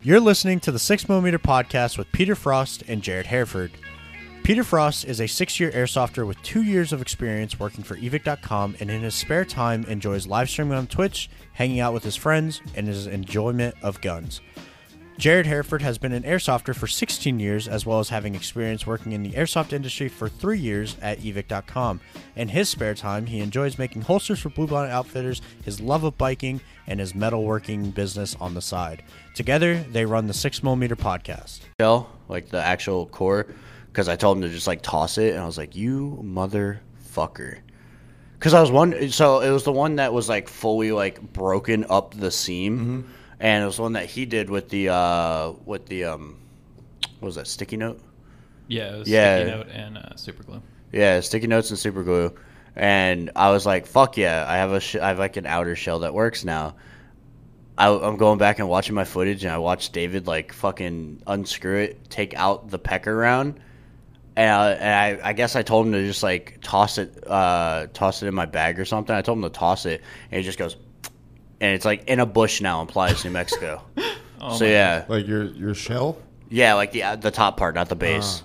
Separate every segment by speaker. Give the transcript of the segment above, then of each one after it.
Speaker 1: You're listening to the 6mm podcast with Peter Frost and Jared Hereford. Peter Frost is a six year airsofter with two years of experience working for evic.com and in his spare time enjoys live streaming on Twitch, hanging out with his friends, and his enjoyment of guns. Jared Hereford has been an airsofter for 16 years, as well as having experience working in the airsoft industry for three years at evic.com. In his spare time, he enjoys making holsters for Blue Bonnet Outfitters, his love of biking, and his metalworking business on the side. Together, they run the 6mm podcast.
Speaker 2: shell, like the actual core, because I told him to just like toss it, and I was like, "You motherfucker!" Because I was one, so it was the one that was like fully like broken up the seam, and it was the one that he did with the uh with the um what was that sticky note?
Speaker 3: Yeah, it was
Speaker 2: Yeah.
Speaker 3: sticky note and uh, super glue.
Speaker 2: Yeah, sticky notes and super glue. And I was like, "Fuck yeah! I have a sh- I have like an outer shell that works now." I, I'm going back and watching my footage, and I watched David like fucking unscrew it, take out the pecker round, and, I, and I, I guess I told him to just like toss it, uh, toss it in my bag or something. I told him to toss it, and it just goes, and it's like in a bush now in Playas, New Mexico. so yeah,
Speaker 4: Like your your shell?
Speaker 2: yeah, like the uh, the top part, not the base.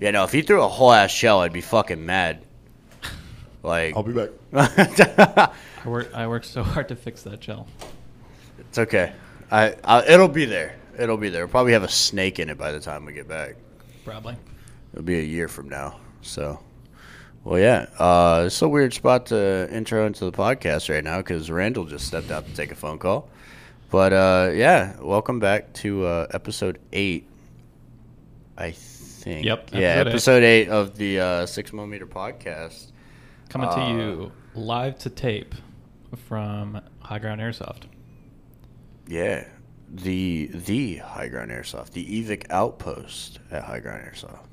Speaker 2: yeah, no. If he threw a whole ass shell, I'd be fucking mad. Like
Speaker 4: I'll be back.
Speaker 3: I work. I worked so hard to fix that shell.
Speaker 2: it's okay. I, I it'll be there. It'll be there. We'll probably have a snake in it by the time we get back.
Speaker 3: Probably.
Speaker 2: It'll be a year from now. So, well, yeah. Uh, it's a weird spot to intro into the podcast right now because Randall just stepped out to take a phone call. But uh, yeah, welcome back to uh, episode eight. I think.
Speaker 3: Yep,
Speaker 2: yeah,
Speaker 3: episode eight.
Speaker 2: episode eight of the uh, Six Millimeter Podcast.
Speaker 3: Coming to you
Speaker 2: Uh.
Speaker 3: live to tape from High Ground Airsoft.
Speaker 2: Yeah. The the High Ground Airsoft, the Evic outpost at High Ground Airsoft.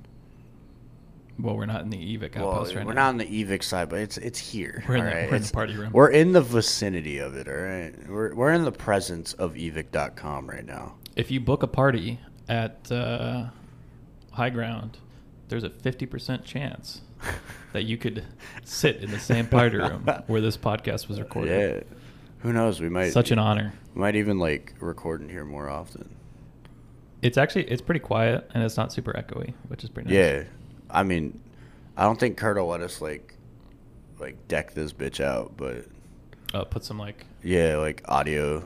Speaker 3: Well, we're not in the EVIC
Speaker 2: Well,
Speaker 3: outpost right
Speaker 2: we're
Speaker 3: now.
Speaker 2: not on the Evic side, but it's it's here.
Speaker 3: We're in
Speaker 2: all
Speaker 3: the-
Speaker 2: right?
Speaker 3: we're in the
Speaker 2: It's-
Speaker 3: party room.
Speaker 2: We're in the vicinity of it, all right? We're, we're in the presence of evic.com right now.
Speaker 3: if you book a party at uh, High Ground, there's a 50% chance that you could sit in the same party room where this podcast was recorded.
Speaker 2: Yeah. Who knows? We might
Speaker 3: Such an honor.
Speaker 2: we might even like record in here more often.
Speaker 3: It's actually it's pretty quiet and it's not super echoey, which is pretty nice.
Speaker 2: Yeah. I mean, I don't think Kurt will let us like like deck this bitch out, but
Speaker 3: Uh, put some like
Speaker 2: yeah, like audio,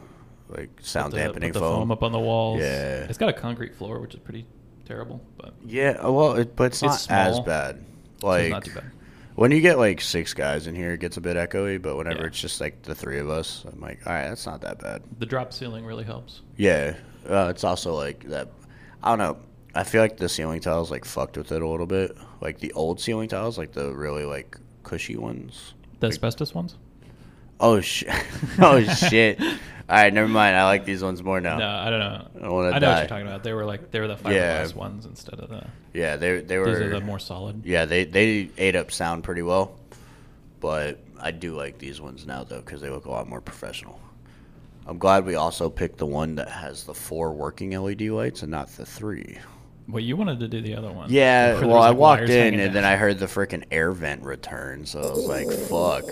Speaker 2: like sound
Speaker 3: the,
Speaker 2: dampening
Speaker 3: put the foam. up on the walls.
Speaker 2: Yeah.
Speaker 3: It's got a concrete floor, which is pretty terrible, but
Speaker 2: Yeah, uh, well, it, but it's not
Speaker 3: It's
Speaker 2: as
Speaker 3: small,
Speaker 2: bad.
Speaker 3: so
Speaker 2: Like
Speaker 3: it's not too bad.
Speaker 2: when you get like six guys in here, it gets a bit echoey. But whenever
Speaker 3: Yeah.
Speaker 2: it's just like the three of us, I'm like, all right, that's not that bad.
Speaker 3: The drop ceiling really helps.
Speaker 2: Yeah, uh, it's also like that. I don't know. I feel like the ceiling tiles like fucked with it a little bit. Like the old ceiling tiles, like the really like cushy ones.
Speaker 3: The asbestos ones?
Speaker 2: Oh shit! oh shit! All right, never mind. I like these ones more now.
Speaker 3: No, I don't know.
Speaker 2: Uh, I wanna
Speaker 3: know what
Speaker 2: die.
Speaker 3: you're talking about. They were like they were the
Speaker 2: Yeah.
Speaker 3: fiberglass ones instead of the
Speaker 2: Yeah, they they were.
Speaker 3: these are the more solid.
Speaker 2: Yeah, they they ate up sound pretty well, but I do like these ones now though because they look a lot more professional. I'm glad we also picked the one that has the four working LED lights and not the three.
Speaker 3: Well, you wanted to do the other one.
Speaker 2: Yeah,
Speaker 3: Where there
Speaker 2: well,
Speaker 3: was,
Speaker 2: I
Speaker 3: like,
Speaker 2: walked
Speaker 3: wires
Speaker 2: in
Speaker 3: hanging
Speaker 2: and then
Speaker 3: down.
Speaker 2: I heard the freaking air vent return, so I was like, "Fuck!"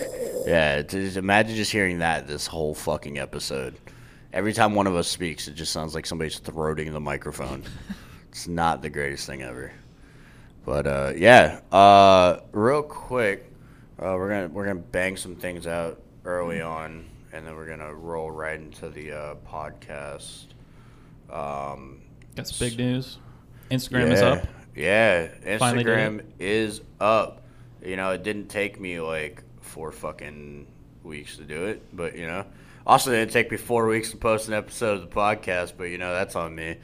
Speaker 2: Yeah, just imagine just hearing that this whole fucking episode. Every time one of us speaks, it just sounds like somebody's throating the microphone. it's not the greatest thing ever. But uh, yeah, uh, real quick, uh, we're gonna we're gonna bang some things out early on, and then we're gonna roll right into the uh, podcast.
Speaker 3: That's big news. Instagram is
Speaker 2: Yeah.
Speaker 3: up.
Speaker 2: Yeah,
Speaker 3: Finally did
Speaker 2: Instagram is up. You know, it didn't take me like four fucking weeks to do it, but you know, also it didn't take me four weeks to post an episode of the podcast. But you know, that's on me.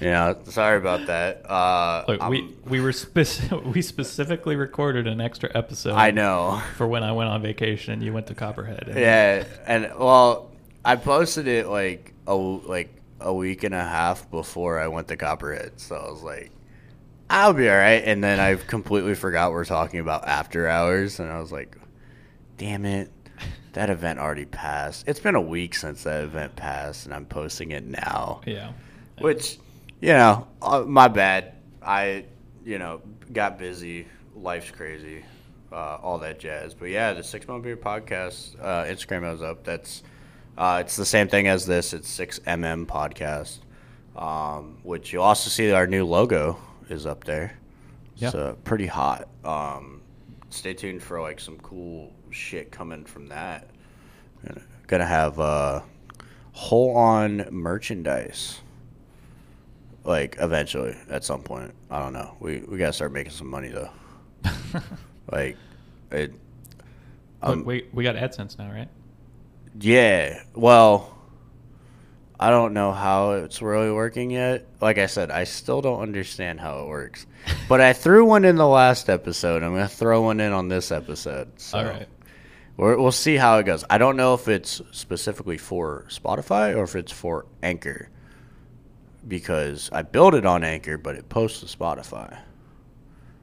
Speaker 2: You know, sorry about that. Uh,
Speaker 3: Look,
Speaker 2: I'm-
Speaker 3: we we were spec- we specifically recorded an extra episode.
Speaker 2: I know.
Speaker 3: for when I went on vacation and you went to Copperhead. And
Speaker 2: Yeah, and well, I posted it like a like a week and a half before I went to Copperhead, so I was like, I'll be all right. And then I completely forgot we're talking about after hours, and I was like, damn it, that event already passed. It's been a week since that event passed, and I'm posting it now,
Speaker 3: yeah.
Speaker 2: which you know, uh, my bad. I you know got busy. Life's crazy uh, all that jazz. But yeah, the Six Month Beer Podcast uh, Instagram is up. That's uh, it's the same thing as this. It's Six MM Podcast. um, which you also see our new logo is up there.
Speaker 3: Yeah.
Speaker 2: So pretty hot. Um, stay tuned for like some cool shit coming from that. Gonna- Gonna have uh, whole on merchandise. Like eventually, at some point, I don't know. We we gotta start making some money though. like, it. Um,
Speaker 3: Look, we we got AdSense now, right?
Speaker 2: Yeah. Well, I don't know how it's really working yet. Like I said, I still don't understand how it works. But I threw one in the last episode. I'm going to throw one in on this episode. So
Speaker 3: All right.
Speaker 2: We're, we'll see how it goes. I don't know if it's specifically for Spotify or if it's for Anchor. Because I built it on Anchor, but it posts to Spotify.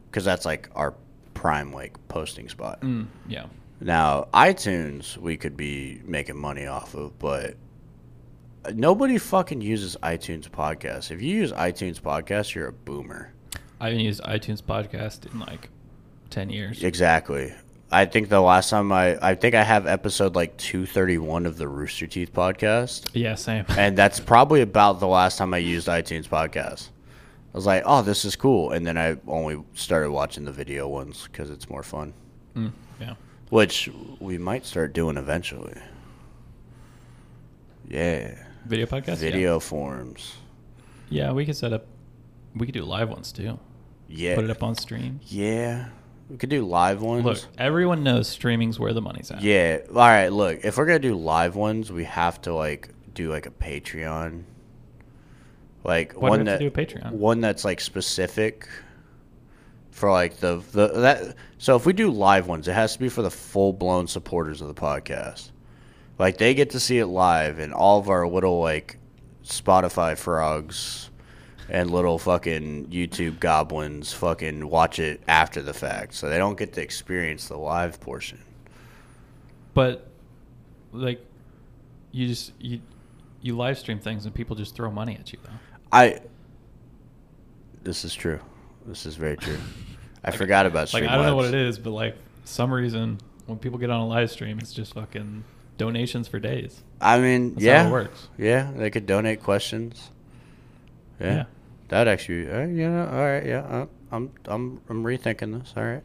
Speaker 2: Because that's like our prime like posting spot.
Speaker 3: Mm, yeah.
Speaker 2: Now, iTunes, we could be making money off of, but nobody fucking uses iTunes podcasts. If you use iTunes podcasts, you're a boomer.
Speaker 3: I haven't used iTunes podcast in like ten years.
Speaker 2: Exactly. I think the last time I, I think I have episode like 231 of the Rooster Teeth podcast,
Speaker 3: Yeah, same.
Speaker 2: and that's probably about the last time I used iTunes podcasts. I was like, oh, this is cool. And then I only started watching the video ones because it's more fun,
Speaker 3: Mm, yeah.
Speaker 2: which we might start doing eventually. Yeah.
Speaker 3: Video podcast. Yeah.
Speaker 2: video forms.
Speaker 3: Yeah. we could set up. We could do live ones too.
Speaker 2: Yeah.
Speaker 3: Put it up on stream.
Speaker 2: Yeah. We could do live ones.
Speaker 3: Look, everyone knows streaming's where the money's at.
Speaker 2: Yeah. All right, look. If we're going to do live ones, we have to like do like a Patreon. Like
Speaker 3: Why
Speaker 2: one
Speaker 3: do we have
Speaker 2: that
Speaker 3: to do a Patreon?
Speaker 2: one that's like specific for like the the that so if we do live ones, it has to be for the full-blown supporters of the podcast. Like they get to see it live and all of our little like Spotify frogs and little fucking YouTube goblins fucking watch it after the fact. So they don't get to experience the live portion.
Speaker 3: But like, you just you you live stream things and people just throw money at you though.
Speaker 2: I. This is true. This is very true. I
Speaker 3: Like-
Speaker 2: forgot about
Speaker 3: Like
Speaker 2: Streamlabs.
Speaker 3: I don't know what it is, but like some reason when people get on a live stream, it's just fucking donations for days.
Speaker 2: I mean,
Speaker 3: That's
Speaker 2: yeah,
Speaker 3: how it works.
Speaker 2: yeah, they could donate questions. Yeah,
Speaker 3: Yeah.
Speaker 2: that'd actually, uh, yeah, all right, yeah, uh, I'm, I'm, I'm rethinking this. All right.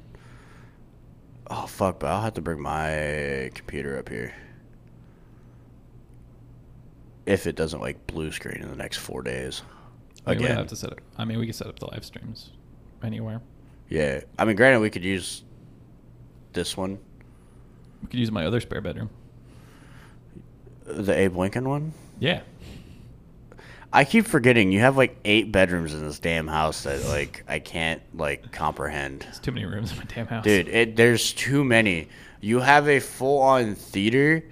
Speaker 2: Oh fuck! But I'll have to bring my computer up here if it doesn't like blue screen in the next four days.
Speaker 3: I mean, we
Speaker 2: Again,
Speaker 3: don't have to set up. I mean, we could set up the live streams anywhere.
Speaker 2: yeah. I mean, granted, we could use this one.
Speaker 3: We could use my other spare bedroom.
Speaker 2: The Abe Lincoln one?
Speaker 3: Yeah.
Speaker 2: I keep forgetting you have like eight bedrooms in this damn house that like I can't like comprehend.
Speaker 3: It's too many rooms in my damn house.
Speaker 2: Dude, it, there's too many. You have a full on theater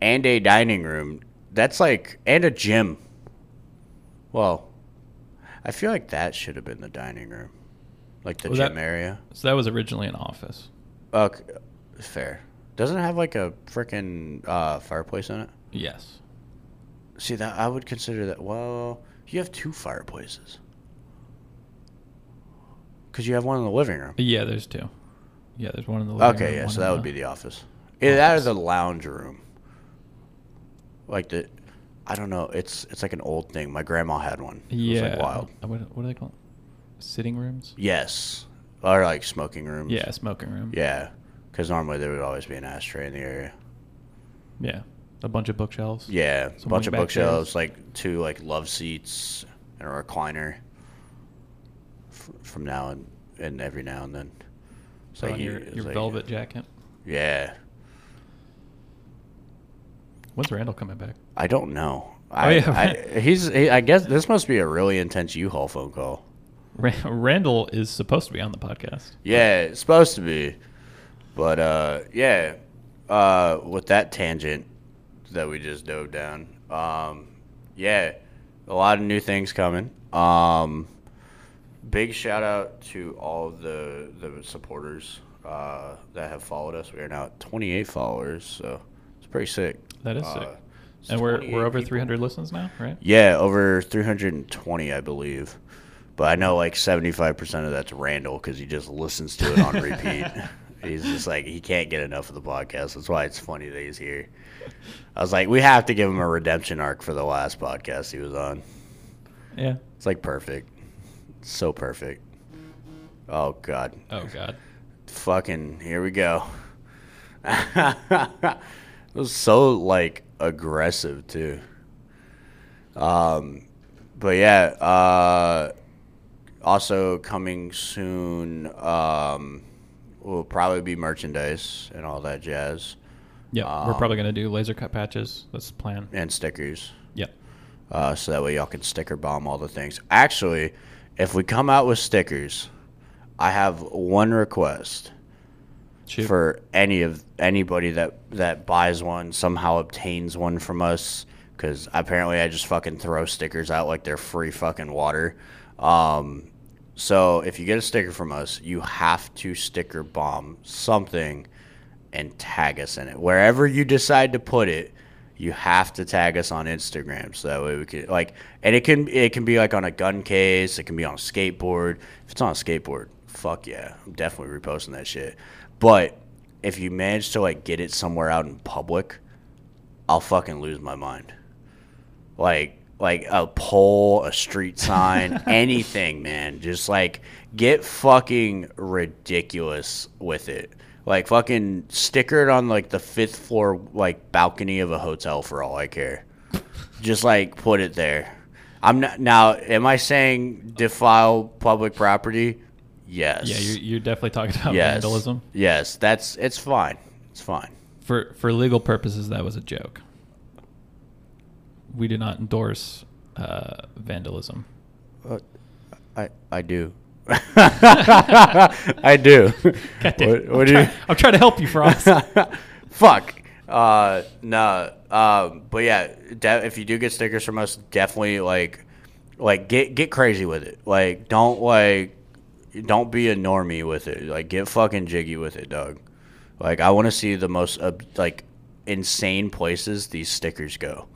Speaker 2: and a dining room. That's like and a gym. Well, I feel like that should have been the dining room. Like the
Speaker 3: Well, that-
Speaker 2: gym area.
Speaker 3: So that was originally an office.
Speaker 2: Okay, fair. Doesn't it have like a freaking uh, fireplace in it?
Speaker 3: Yes.
Speaker 2: See that I would consider that. Well, you have two fireplaces. Cause you have one in the living room.
Speaker 3: Yeah, there's two. Yeah, there's one in the living
Speaker 2: Okay,
Speaker 3: room,
Speaker 2: yeah.
Speaker 3: one
Speaker 2: So
Speaker 3: in
Speaker 2: that would be the office. Either that or
Speaker 3: office.
Speaker 2: the lounge room. Like the, I don't know. It's it's like an old thing. My grandma had one. It
Speaker 3: Yeah.
Speaker 2: was like wild.
Speaker 3: uh, What, what are they called? Sitting rooms?
Speaker 2: Yes, or like smoking rooms.
Speaker 3: Yeah, smoking room.
Speaker 2: Mm. Yeah, because normally there would always be an ashtray in the area.
Speaker 3: Yeah. A bunch of bookshelves.
Speaker 2: Yeah,
Speaker 3: Some,
Speaker 2: bunch
Speaker 3: like,
Speaker 2: of
Speaker 3: back
Speaker 2: bookshelves,
Speaker 3: chairs.
Speaker 2: like two like love seats and a recliner. F- from now and, and every now and then. It's
Speaker 3: So
Speaker 2: like
Speaker 3: on
Speaker 2: you-
Speaker 3: your,
Speaker 2: it's
Speaker 3: your
Speaker 2: like-
Speaker 3: velvet jacket.
Speaker 2: Yeah,
Speaker 3: When's Randall coming back?
Speaker 2: I don't know. I,
Speaker 3: yeah,
Speaker 2: I he's he, I guess this must be a really intense U-Haul phone call.
Speaker 3: Ra- Randall is supposed to be on the podcast.
Speaker 2: Yeah, it's supposed to be, but uh, yeah. Uh, with that tangent that we just dove down, um, yeah, a lot of new things coming. Um, big shout out to all of the the supporters uh, that have followed us. We are now at 28 followers, so it's pretty sick.
Speaker 3: That is
Speaker 2: Uh,
Speaker 3: sick.
Speaker 2: it's
Speaker 3: And we're,
Speaker 2: 28
Speaker 3: we're over
Speaker 2: people.
Speaker 3: 300 listens now, right?
Speaker 2: Yeah, over 320, I believe. But I know like 75% of that's Randall because he just listens to it on repeat. he's just like, he can't get enough of the podcast. That's why it's funny that he's here. I was like, we have to give him a redemption arc for the last podcast he was on.
Speaker 3: Yeah.
Speaker 2: It's like perfect. So perfect. Oh god.
Speaker 3: Oh God.
Speaker 2: Fucking here we go. it was so like aggressive too. Um but yeah, uh also coming soon um will probably be merchandise and all that jazz
Speaker 3: Yeah. we're probably
Speaker 2: Um,
Speaker 3: gonna do laser cut patches. That's the plan.
Speaker 2: and stickers.
Speaker 3: Yeah.
Speaker 2: uh, so that way y'all can sticker bomb all the things. Actually, if we come out with stickers, I have one request
Speaker 3: Shoot.
Speaker 2: for any of anybody that that buys one somehow obtains one from us because apparently I just fucking throw stickers out like they're free fucking water. Um, so if you get a sticker from us, you have to sticker bomb something and tag us in it wherever you decide to put it. You have to tag us on Instagram so that way we can like, and it can it can be like on a gun case, it can be on a skateboard. If it's on a skateboard, fuck yeah, I'm definitely reposting that shit. But if you manage to like get it somewhere out in public, I'll fucking lose my mind. Like like a pole, a street sign, anything, man. Just like get fucking ridiculous with it. Like fucking sticker it on like the fifth floor like balcony of a hotel for all I care. Just like put it there. I'm not now am I saying defile public property? Yes.
Speaker 3: yeah, you're, you're definitely talking about
Speaker 2: yes.
Speaker 3: vandalism.
Speaker 2: Yes, that's it's fine. It's fine.
Speaker 3: For for legal purposes, that was a joke. We do not endorse uh, vandalism.
Speaker 2: I I do. I do.
Speaker 3: God damn.
Speaker 2: What, what
Speaker 3: I'm,
Speaker 2: do you?
Speaker 3: try- I'm trying to help you, Frost.
Speaker 2: Fuck. Uh, no. Um, but yeah, de- if you do get stickers from us, definitely like, like get get crazy with it. Like, don't like, don't be a normie with it. Like, get fucking jiggy with it, Doug. Like, I want to see the most uh, like insane places these stickers go.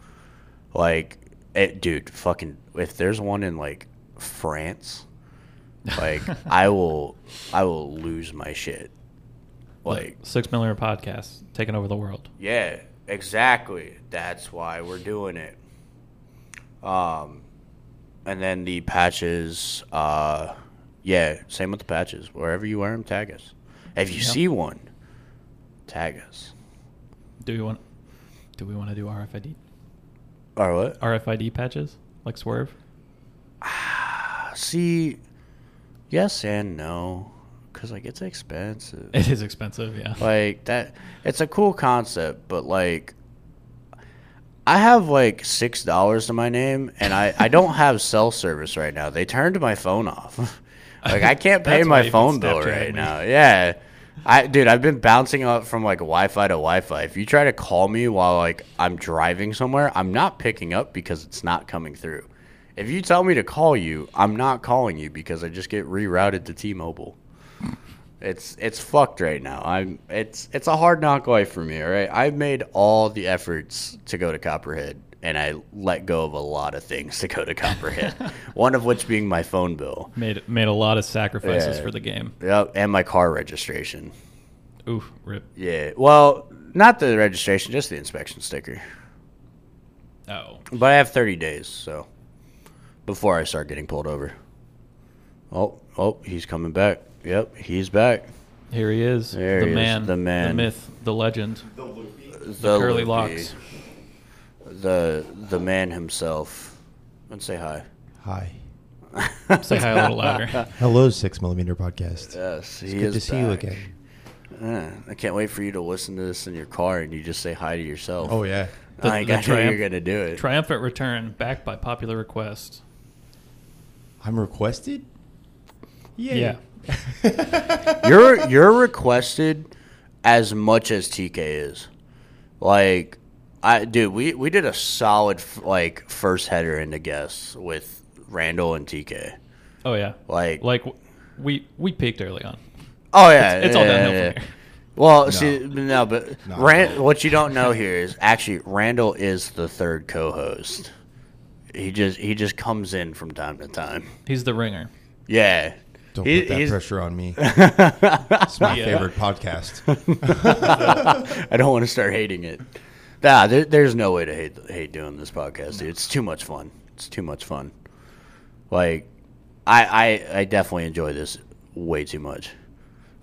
Speaker 2: Like, it, dude, fucking. If there's one in like France, like I will, I will lose my shit. Like,
Speaker 3: Six Million Podcast taking over the world.
Speaker 2: yeah, exactly. That's why we're doing it. Um, and then the patches. Uh, yeah, same with the patches. Wherever you wear them, tag us. If you
Speaker 3: Yeah.
Speaker 2: see one, tag us.
Speaker 3: Do we want? Do we want to do RFID
Speaker 2: Or what?
Speaker 3: RFID patches like Swerve?
Speaker 2: Uh, See, yes and no, because like it's expensive.
Speaker 3: It is expensive. Yeah.
Speaker 2: like that it's a cool concept but like i have like six dollars to my name and I, I don't have cell service right now they turned my phone off like i can't pay
Speaker 3: That's why
Speaker 2: my
Speaker 3: you've
Speaker 2: phone
Speaker 3: been
Speaker 2: bill
Speaker 3: Snapchatting
Speaker 2: right
Speaker 3: me.
Speaker 2: now yeah i dude i've been bouncing up from like wi-fi to wi-fi if you try to call me while like i'm driving somewhere i'm not picking up because it's not coming through if you tell me to call you i'm not calling you because i just get rerouted to t-mobile it's it's fucked right now. I'm it's it's a hard knock life for me. All right, I've made all the efforts to go to Copperhead, and I let go of a lot of things to go to Copperhead. one of which being my phone bill,
Speaker 3: Made made a lot of sacrifices
Speaker 2: Yeah.
Speaker 3: for the game.
Speaker 2: yep, and my car registration.
Speaker 3: Oof. Rip.
Speaker 2: Yeah, well, not the registration, just the inspection sticker.
Speaker 3: Oh.
Speaker 2: But I have thirty days, so before I start getting pulled over. Oh, oh, he's coming back. Yep, he's back.
Speaker 3: Here he is.
Speaker 2: There
Speaker 3: the
Speaker 2: he is,
Speaker 3: man.
Speaker 2: the man.
Speaker 3: The myth. The legend.
Speaker 4: The loopy.
Speaker 2: The,
Speaker 3: curly
Speaker 2: loopy.
Speaker 3: locks.
Speaker 2: the the man himself. And say hi.
Speaker 4: Hi.
Speaker 3: Say hi a little louder.
Speaker 4: Hello, Six Millimeter Podcast.
Speaker 2: Yes,
Speaker 4: it's
Speaker 2: he is
Speaker 4: good to see you
Speaker 2: back.
Speaker 4: again.
Speaker 2: Yeah, I can't wait for you to listen to this in your car and you just say hi to yourself.
Speaker 4: Oh yeah.
Speaker 2: I,
Speaker 3: The- the
Speaker 2: I know
Speaker 3: triumph-
Speaker 2: you're gonna do it.
Speaker 3: Triumphant return, backed by popular request.
Speaker 4: I'm requested.
Speaker 3: Yeah.
Speaker 2: you're you're requested as much as TK is. Like, I dude, we we did a solid f- like first header into guests with Randall and TK.
Speaker 3: Oh yeah.
Speaker 2: Like,
Speaker 3: Like w- we we peaked early on.
Speaker 2: oh yeah,
Speaker 3: It's all
Speaker 2: yeah,
Speaker 3: downhill
Speaker 2: yeah,
Speaker 3: from
Speaker 2: yeah.
Speaker 3: here.
Speaker 2: Well, see, no, but
Speaker 4: No,
Speaker 2: Ran-
Speaker 4: no.
Speaker 2: what you don't know here is actually Randall is the third co-host. He just he just comes in from time to time.
Speaker 3: He's the ringer.
Speaker 2: Yeah,
Speaker 4: Don't
Speaker 2: He-
Speaker 4: put that
Speaker 2: he's-
Speaker 4: pressure on me. It's my
Speaker 3: Yeah.
Speaker 4: favorite podcast.
Speaker 2: I don't want to start hating it. Nah, there, there's no way to hate hate doing this podcast. Dude. It's too much fun. It's too much fun. Like, I I, I definitely enjoy this way too much.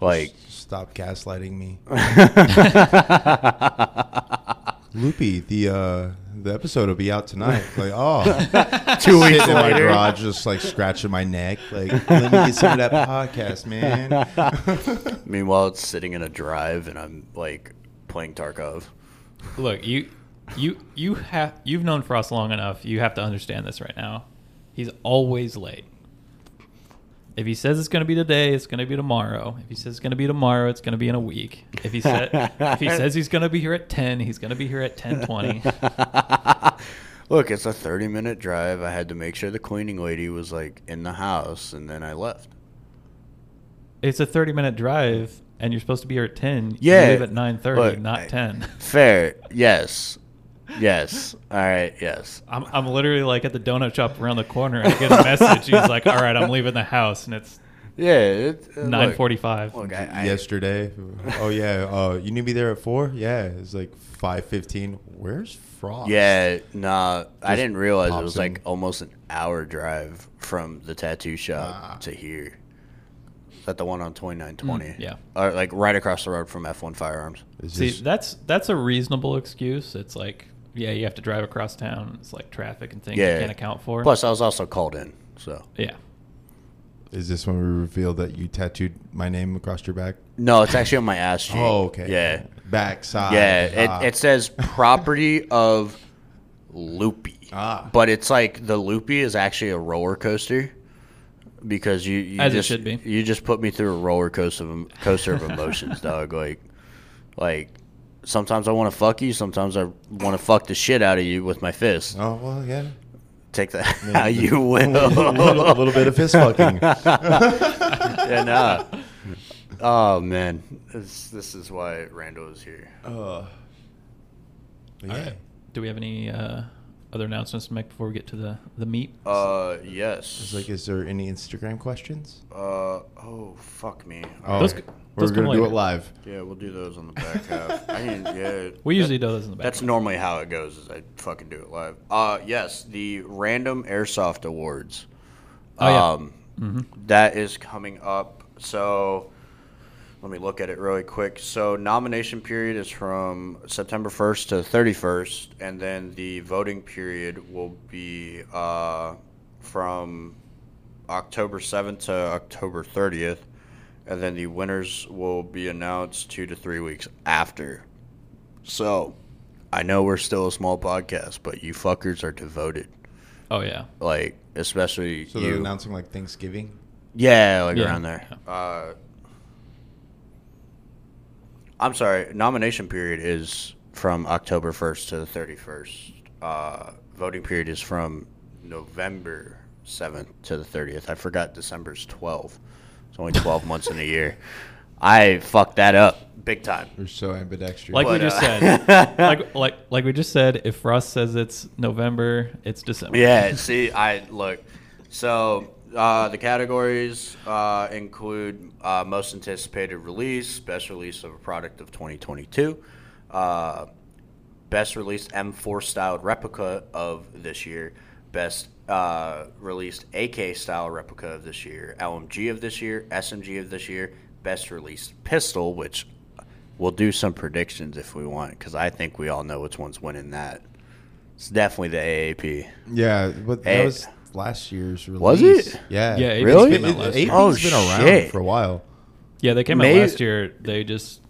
Speaker 2: Like,
Speaker 4: Stop gaslighting me. Loopy, the uh, the episode will be out tonight. Like, oh,
Speaker 2: two
Speaker 4: sitting
Speaker 2: weeks
Speaker 4: in my
Speaker 2: later.
Speaker 4: garage, just like scratching my neck. Like, let me get some of that podcast, man.
Speaker 2: Meanwhile, it's sitting in a drive, and I'm like playing Tarkov.
Speaker 3: Look, you, you, you have you've known Frost long enough. You have to understand this right now. He's always late. If he says it's going to be today, it's going to be tomorrow. If he says it's going to be tomorrow, it's going to be in a week. If he said if he says he's going to be here at ten, he's going to be here at ten twenty.
Speaker 2: Look, it's a 30 minute drive. I had to make sure the cleaning lady was like in the house, and then I left.
Speaker 3: It's a thirty minute drive, and you're supposed to be here at ten.
Speaker 2: Yeah,
Speaker 3: you leave at nine thirty,
Speaker 2: look,
Speaker 3: not
Speaker 2: I-
Speaker 3: ten.
Speaker 2: Fair. Yes. Yes. All right. Yes.
Speaker 3: I'm, I'm literally like at the donut shop around the corner and I get a message. He's like, "All right, I'm leaving the house," and it's
Speaker 2: Yeah. It, uh, look.
Speaker 3: nine forty-five.
Speaker 2: Look, I, I,
Speaker 4: Yesterday, oh yeah, uh, you need me there at four. Yeah, it's like five fifteen. Where's Frost?
Speaker 2: Yeah, nah. I
Speaker 4: Just
Speaker 2: didn't realize it
Speaker 4: pops
Speaker 2: was
Speaker 4: in.
Speaker 2: like almost an hour drive from the tattoo shop
Speaker 4: Ah.
Speaker 2: to here. Is that the one on twenty nine twenty?
Speaker 3: Mm, yeah.
Speaker 2: or like right across the road from F one Firearms.
Speaker 4: Is
Speaker 3: See,
Speaker 4: this-
Speaker 3: that's that's a reasonable excuse. It's like, yeah, you have to drive across town. It's like traffic and things
Speaker 2: Yeah.
Speaker 3: you can't account for.
Speaker 2: Plus, I was also called in, so
Speaker 3: yeah,
Speaker 4: Is this when we revealed that you tattooed my name across your back?
Speaker 2: no, it's actually on my ass cheek.
Speaker 4: Oh, okay.
Speaker 2: Yeah,
Speaker 4: Backside.
Speaker 2: yeah.
Speaker 4: Ah.
Speaker 2: It, it says property of Loopy,
Speaker 4: Ah.
Speaker 2: but it's like the Loopy is actually a roller coaster. Because you, you
Speaker 3: As it
Speaker 2: just,
Speaker 3: should be.
Speaker 2: you just put me through a roller coaster of, coaster of emotions, dog. Like, Like sometimes I want to fuck you, sometimes I want to fuck the shit out of you with my fist.
Speaker 4: Oh well, yeah.
Speaker 2: Take that how you
Speaker 4: a, little, a
Speaker 2: will.
Speaker 4: little bit of fist fucking.
Speaker 2: yeah, nah. Oh man, this this is why Randall is here.
Speaker 4: Uh, yeah.
Speaker 3: do we have any uh, other announcements to make before we get to the the meat?
Speaker 2: Uh,
Speaker 4: It's
Speaker 2: yes.
Speaker 4: like, is there any Instagram questions?
Speaker 2: Uh, oh fuck me.
Speaker 4: Oh,
Speaker 3: Those c-
Speaker 4: we're
Speaker 3: those come
Speaker 4: gonna do it
Speaker 3: later.
Speaker 4: live.
Speaker 2: Yeah, we'll do those on the back half. I mean, yeah.
Speaker 3: we usually do those in the back.
Speaker 2: That's normally how it goes. Is I fucking do it live. Uh, yes, the random airsoft awards.
Speaker 3: Oh, yeah. Mm-hmm.
Speaker 2: Um, that is coming up. So let me look at it really quick. So nomination period is from September 1st to 31st, and then the voting period will be uh, from October 7th to October 30th, and then the winners will be announced two to three weeks after. So I know we're still a small podcast, but you fuckers are devoted.
Speaker 3: oh yeah,
Speaker 2: Like especially
Speaker 4: So they're
Speaker 2: you.
Speaker 4: announcing like Thanksgiving.
Speaker 2: Yeah, like
Speaker 3: Yeah.
Speaker 2: around there. Uh, I'm sorry. Nomination period is from October 1st to the 31st. Uh, voting period is from November 7th to the 30th. I forgot December's 12. It's only 12 months in a year. I fucked that up big time.
Speaker 4: They're so ambidextrous.
Speaker 3: like we
Speaker 2: But,
Speaker 3: just
Speaker 2: uh,
Speaker 3: said, like like like we just said, if Frost says it's November, it's December.
Speaker 2: Yeah, see, I look. So uh, the categories uh, include uh, most anticipated release, best release of a product of 2022, uh, best released M4 styled replica of this year, best uh, released AK style replica of this year, LMG of this year, SMG of this year, best released pistol, which we'll do some predictions if we want, because I think we all know which one's winning that. It's definitely the AAP.
Speaker 4: yeah, but that
Speaker 2: Hey.
Speaker 4: was last year's
Speaker 2: Eh,
Speaker 4: release.
Speaker 2: Was it?
Speaker 4: Yeah.
Speaker 3: Yeah, AP's
Speaker 2: Really?
Speaker 3: came out last year.
Speaker 4: has
Speaker 2: Oh,
Speaker 4: been around
Speaker 2: shit.
Speaker 4: for a while.
Speaker 3: yeah, they came
Speaker 2: May-
Speaker 3: out last year. They just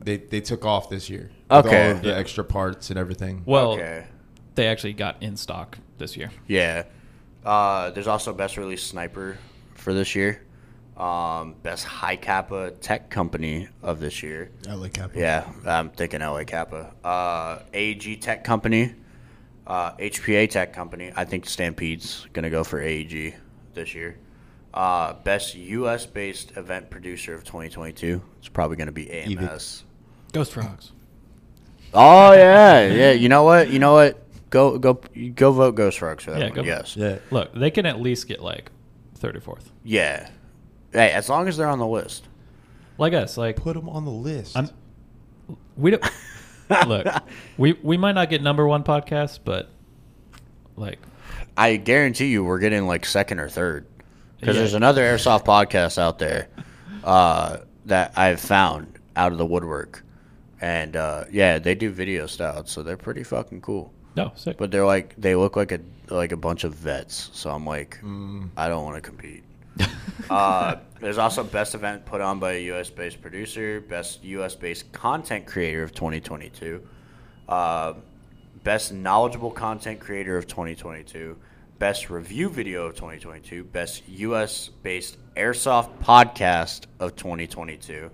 Speaker 4: They they took off this year. with
Speaker 2: Okay.
Speaker 4: all of the extra parts and everything.
Speaker 3: well,
Speaker 2: Okay.
Speaker 3: they actually got in stock this year.
Speaker 2: Yeah. Uh, there's also best release sniper for this year. Um, best high kappa tech company of this year.
Speaker 4: I like Capital.
Speaker 2: Yeah, I'm thinking LA Kappa. Uh, AG Tech Company, uh, HPA Tech Company. I think Stampede's gonna go for AEG this year. Uh, best U.S. based event producer of 2022. It's probably gonna be AMS.
Speaker 3: Ghost Frogs.
Speaker 2: Oh yeah, yeah. You know what? You know what? Go go go vote Ghost Frogs for that
Speaker 3: Yeah,
Speaker 2: one.
Speaker 3: go-
Speaker 2: yes.
Speaker 4: Yeah.
Speaker 3: Look, they can at least get like third or fourth.
Speaker 2: Yeah. Hey, as long as they're on the list.
Speaker 3: Like us, like
Speaker 4: Put them on the list.
Speaker 3: I'm- we don't look. We we might not get number one podcast, but like
Speaker 2: I guarantee you, we're getting like second or third because
Speaker 3: Yeah.
Speaker 2: there's another airsoft podcast out there uh, that I've found out of the woodwork, and uh, yeah, they do video styles, so they're pretty fucking cool.
Speaker 3: No, sick.
Speaker 2: But they're like they look like a like a bunch of vets, so I'm like, I don't want to compete. uh, there's also best event put on by a U.S. based producer, best U.S. based content creator of 2022, uh, best knowledgeable content creator of 2022, best review video of 2022, best U.S. based airsoft podcast of 2022,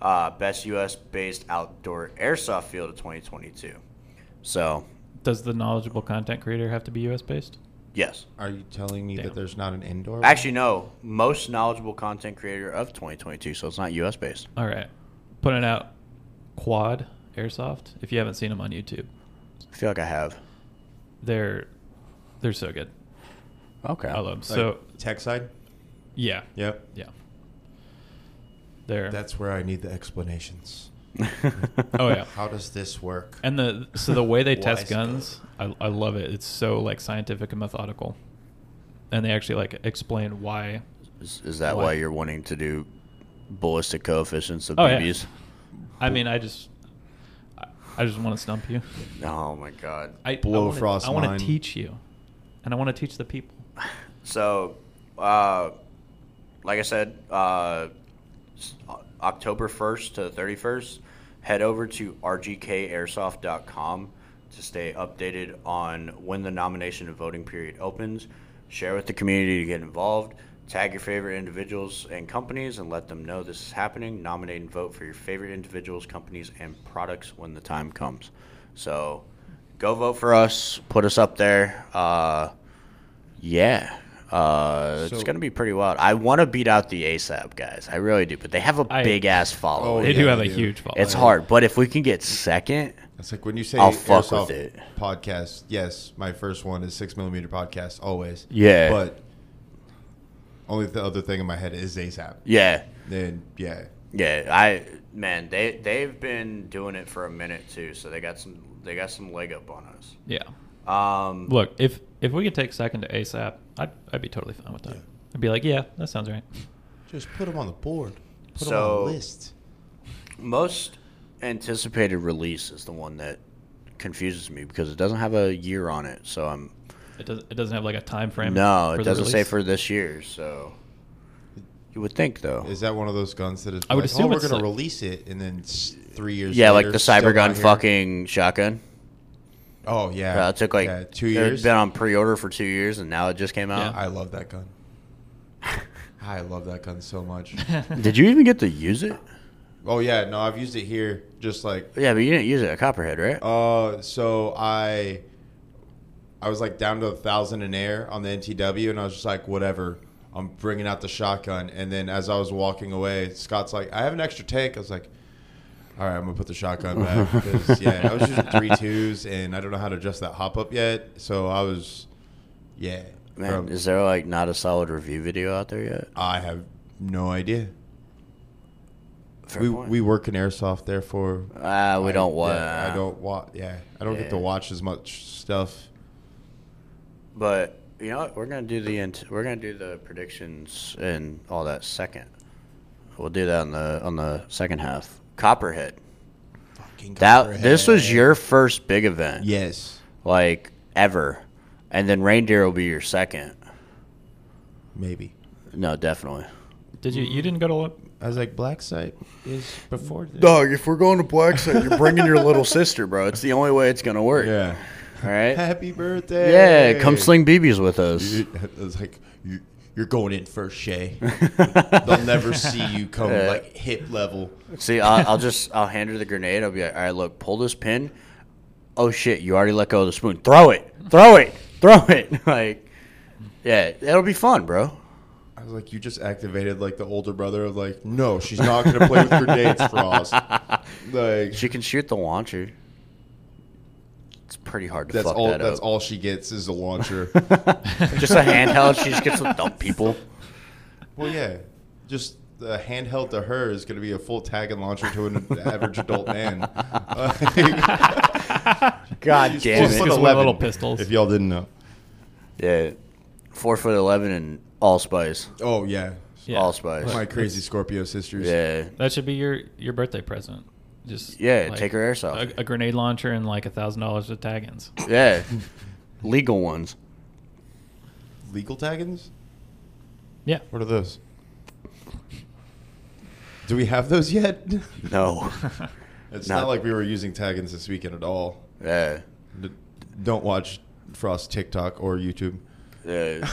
Speaker 2: uh, best U.S. based outdoor airsoft field of 2022. So,
Speaker 3: Does the knowledgeable content creator have to be U.S. based?
Speaker 2: yes.
Speaker 4: Are you telling me
Speaker 3: Damn.
Speaker 4: that there's not an indoor? one?
Speaker 2: Actually, no. Most knowledgeable content creator of 2022, so it's not U.S. based.
Speaker 3: All right, putting out Quad Airsoft. If you haven't seen them on YouTube,
Speaker 2: I feel like I have.
Speaker 3: they're they're so good.
Speaker 2: Okay.
Speaker 3: I love them.
Speaker 4: Like,
Speaker 3: So
Speaker 4: tech side.
Speaker 3: yeah,
Speaker 4: Yep.
Speaker 3: yeah. They're
Speaker 4: That's where I need the explanations.
Speaker 3: oh yeah.
Speaker 4: How does this work?
Speaker 3: And the so the way they test
Speaker 4: Wise
Speaker 3: guns, I, I love it. It's so like scientific and methodical, and they actually like explain why.
Speaker 2: Is, is that
Speaker 3: Why?
Speaker 2: why you're wanting to do ballistic coefficients of
Speaker 3: Oh, yeah.
Speaker 2: BBs?
Speaker 3: I mean, I just I, I just want to stump you.
Speaker 2: Oh my god.
Speaker 3: I
Speaker 4: Blow
Speaker 3: I wanna,
Speaker 4: frost Oh,
Speaker 3: I wanna
Speaker 4: mine.
Speaker 3: teach you, and I want to teach the people.
Speaker 2: So, uh, like I said, uh, s- O- October 1st to 31st, head over to rgkairsoft.com to stay updated on when the nomination and voting period opens. Share with the community to get involved. Tag your favorite individuals and companies and let them know this is happening. Nominate and vote for your favorite individuals, companies, and products when the time comes. So go vote for us. Put us up there. Uh, yeah. Uh, it's
Speaker 4: So-
Speaker 2: going to be pretty wild. I want to beat out the ASAP guys. I really do. But they have a
Speaker 3: I-
Speaker 2: big ass following.
Speaker 4: Oh,
Speaker 3: They do
Speaker 4: yeah,
Speaker 3: have
Speaker 4: they
Speaker 3: a
Speaker 4: do.
Speaker 3: huge following.
Speaker 2: it's hard. But if we can get second,
Speaker 4: It's like when you say
Speaker 2: I'll fuck
Speaker 4: airsoft
Speaker 2: with it.
Speaker 4: podcast. Yes, my first one is six millimeter podcast always.
Speaker 2: Yeah.
Speaker 4: but only the other thing in my head is ASAP.
Speaker 2: yeah.
Speaker 4: Then yeah,
Speaker 2: Yeah, I man, they they've been doing it for a minute too, so they got some they got some leg up on us.
Speaker 3: Yeah.
Speaker 2: Um
Speaker 3: Look, if if we could take second to ASAP, I'd I'd be totally fine with that.
Speaker 4: Yeah.
Speaker 3: I'd be like, yeah, that sounds right.
Speaker 4: just put them on the board.
Speaker 2: them
Speaker 4: Put
Speaker 2: on the So-
Speaker 4: list.
Speaker 2: most anticipated release is the one that confuses me because it doesn't have a year on it, so I'm
Speaker 3: It doesn't it doesn't have like a time frame.
Speaker 2: No,
Speaker 3: for
Speaker 2: it
Speaker 3: the
Speaker 2: doesn't say
Speaker 3: release?
Speaker 2: for this year, so you would think though.
Speaker 4: Is that one of those guns that is?
Speaker 3: I would
Speaker 4: like,
Speaker 3: assume
Speaker 4: oh, we're
Speaker 3: it's
Speaker 4: gonna
Speaker 3: like-
Speaker 4: release it, and then s- three years.
Speaker 2: Yeah, like
Speaker 4: later,
Speaker 2: the
Speaker 4: still not
Speaker 2: Cybergun
Speaker 4: here?
Speaker 2: fucking shotgun.
Speaker 4: Oh yeah,
Speaker 2: Uh, it took like
Speaker 4: Yeah, two
Speaker 2: it had
Speaker 4: years.
Speaker 2: Been on pre-order for two years, and now it just came out.
Speaker 4: I love that gun. I love that gun so much.
Speaker 2: Did you even get to use it?
Speaker 4: oh yeah, no, I've used it here. Just like
Speaker 2: Yeah, but you didn't use it at Copperhead, right?
Speaker 4: Uh, so I, I was like down to a thousand in air on the NTW, and I was just like, whatever. I'm bringing out the shotgun, and then as I was walking away, Scott's like, I have an extra tank. I was like, all right, I'm gonna put the shotgun back. 'Cause, yeah, I was using three twos, and I don't know how to adjust that hop up yet. So I was, yeah,
Speaker 2: Man,
Speaker 4: bro,
Speaker 2: is there like not a solid review video out there yet?
Speaker 4: I have no idea.
Speaker 2: Fair
Speaker 4: We,
Speaker 2: point.
Speaker 4: we work in airsoft, therefore
Speaker 2: Ah, we
Speaker 4: I-
Speaker 2: don't
Speaker 4: yeah,
Speaker 2: want.
Speaker 4: I don't watch. Yeah, I don't get to
Speaker 2: Yeah.
Speaker 4: watch as much stuff.
Speaker 2: But you know what? We're gonna do the int- we're gonna do the predictions and all that second. We'll do that on the on the second half. Copperhead.
Speaker 4: Fucking
Speaker 2: That this was
Speaker 4: Copperhead.
Speaker 2: your first big event,
Speaker 4: Yes.
Speaker 2: like ever, and then Reindeer will be your second.
Speaker 4: Maybe.
Speaker 2: No, definitely.
Speaker 3: Did you you didn't go to lo-
Speaker 4: I was like, Black Site is before this.
Speaker 2: Dog, if we're going to Black Site, you're bringing your little sister, bro. It's the only way it's gonna work.
Speaker 4: Yeah.
Speaker 2: All right.
Speaker 4: Happy birthday.
Speaker 2: Yeah, come sling BBs with us.
Speaker 4: I was like, you, you're going in first, Shay. They'll never see you come
Speaker 2: Yeah.
Speaker 4: like hip level.
Speaker 2: See, I'll, I'll just I'll hand her the grenade. I'll be like, all right, look, pull this pin. Oh shit, you already let go of the spoon. Throw it, throw it, throw it. Like, yeah, it'll be fun, bro.
Speaker 4: I was like, you just activated like the older brother of like, no, she's not gonna play with grenades, Frost. Like
Speaker 2: She can shoot the launcher. It's pretty hard to
Speaker 4: that's
Speaker 2: fuck
Speaker 4: all.
Speaker 2: that
Speaker 4: that's
Speaker 2: up.
Speaker 4: all she gets is a launcher.
Speaker 2: just a handheld. She just gets to dump people.
Speaker 4: well, yeah, just the handheld to her is gonna be a full tag and launcher to an average adult man. Like-
Speaker 2: God
Speaker 4: She's
Speaker 2: damn
Speaker 3: Just
Speaker 2: it!
Speaker 3: with
Speaker 4: 11,
Speaker 3: little pistols.
Speaker 4: If y'all didn't know.
Speaker 2: Yeah, four foot eleven and allspice.
Speaker 4: Oh yeah,
Speaker 3: Yeah.
Speaker 2: Allspice.
Speaker 3: But
Speaker 4: my crazy
Speaker 3: that's-
Speaker 4: Scorpio sisters.
Speaker 2: Yeah,
Speaker 3: That should be your your birthday present. Just
Speaker 2: Yeah, take her airsoft.
Speaker 3: A, a grenade launcher and like a thousand dollars of tag-ins.
Speaker 2: yeah, legal ones.
Speaker 4: Legal taggins?
Speaker 3: Yeah,
Speaker 4: What are those? Do we have those yet?
Speaker 2: No.
Speaker 4: It's
Speaker 2: Not-
Speaker 4: not like we were using taggins this weekend at all.
Speaker 2: Yeah.
Speaker 4: D- Don't watch Frost TikTok or YouTube.
Speaker 2: Yeah.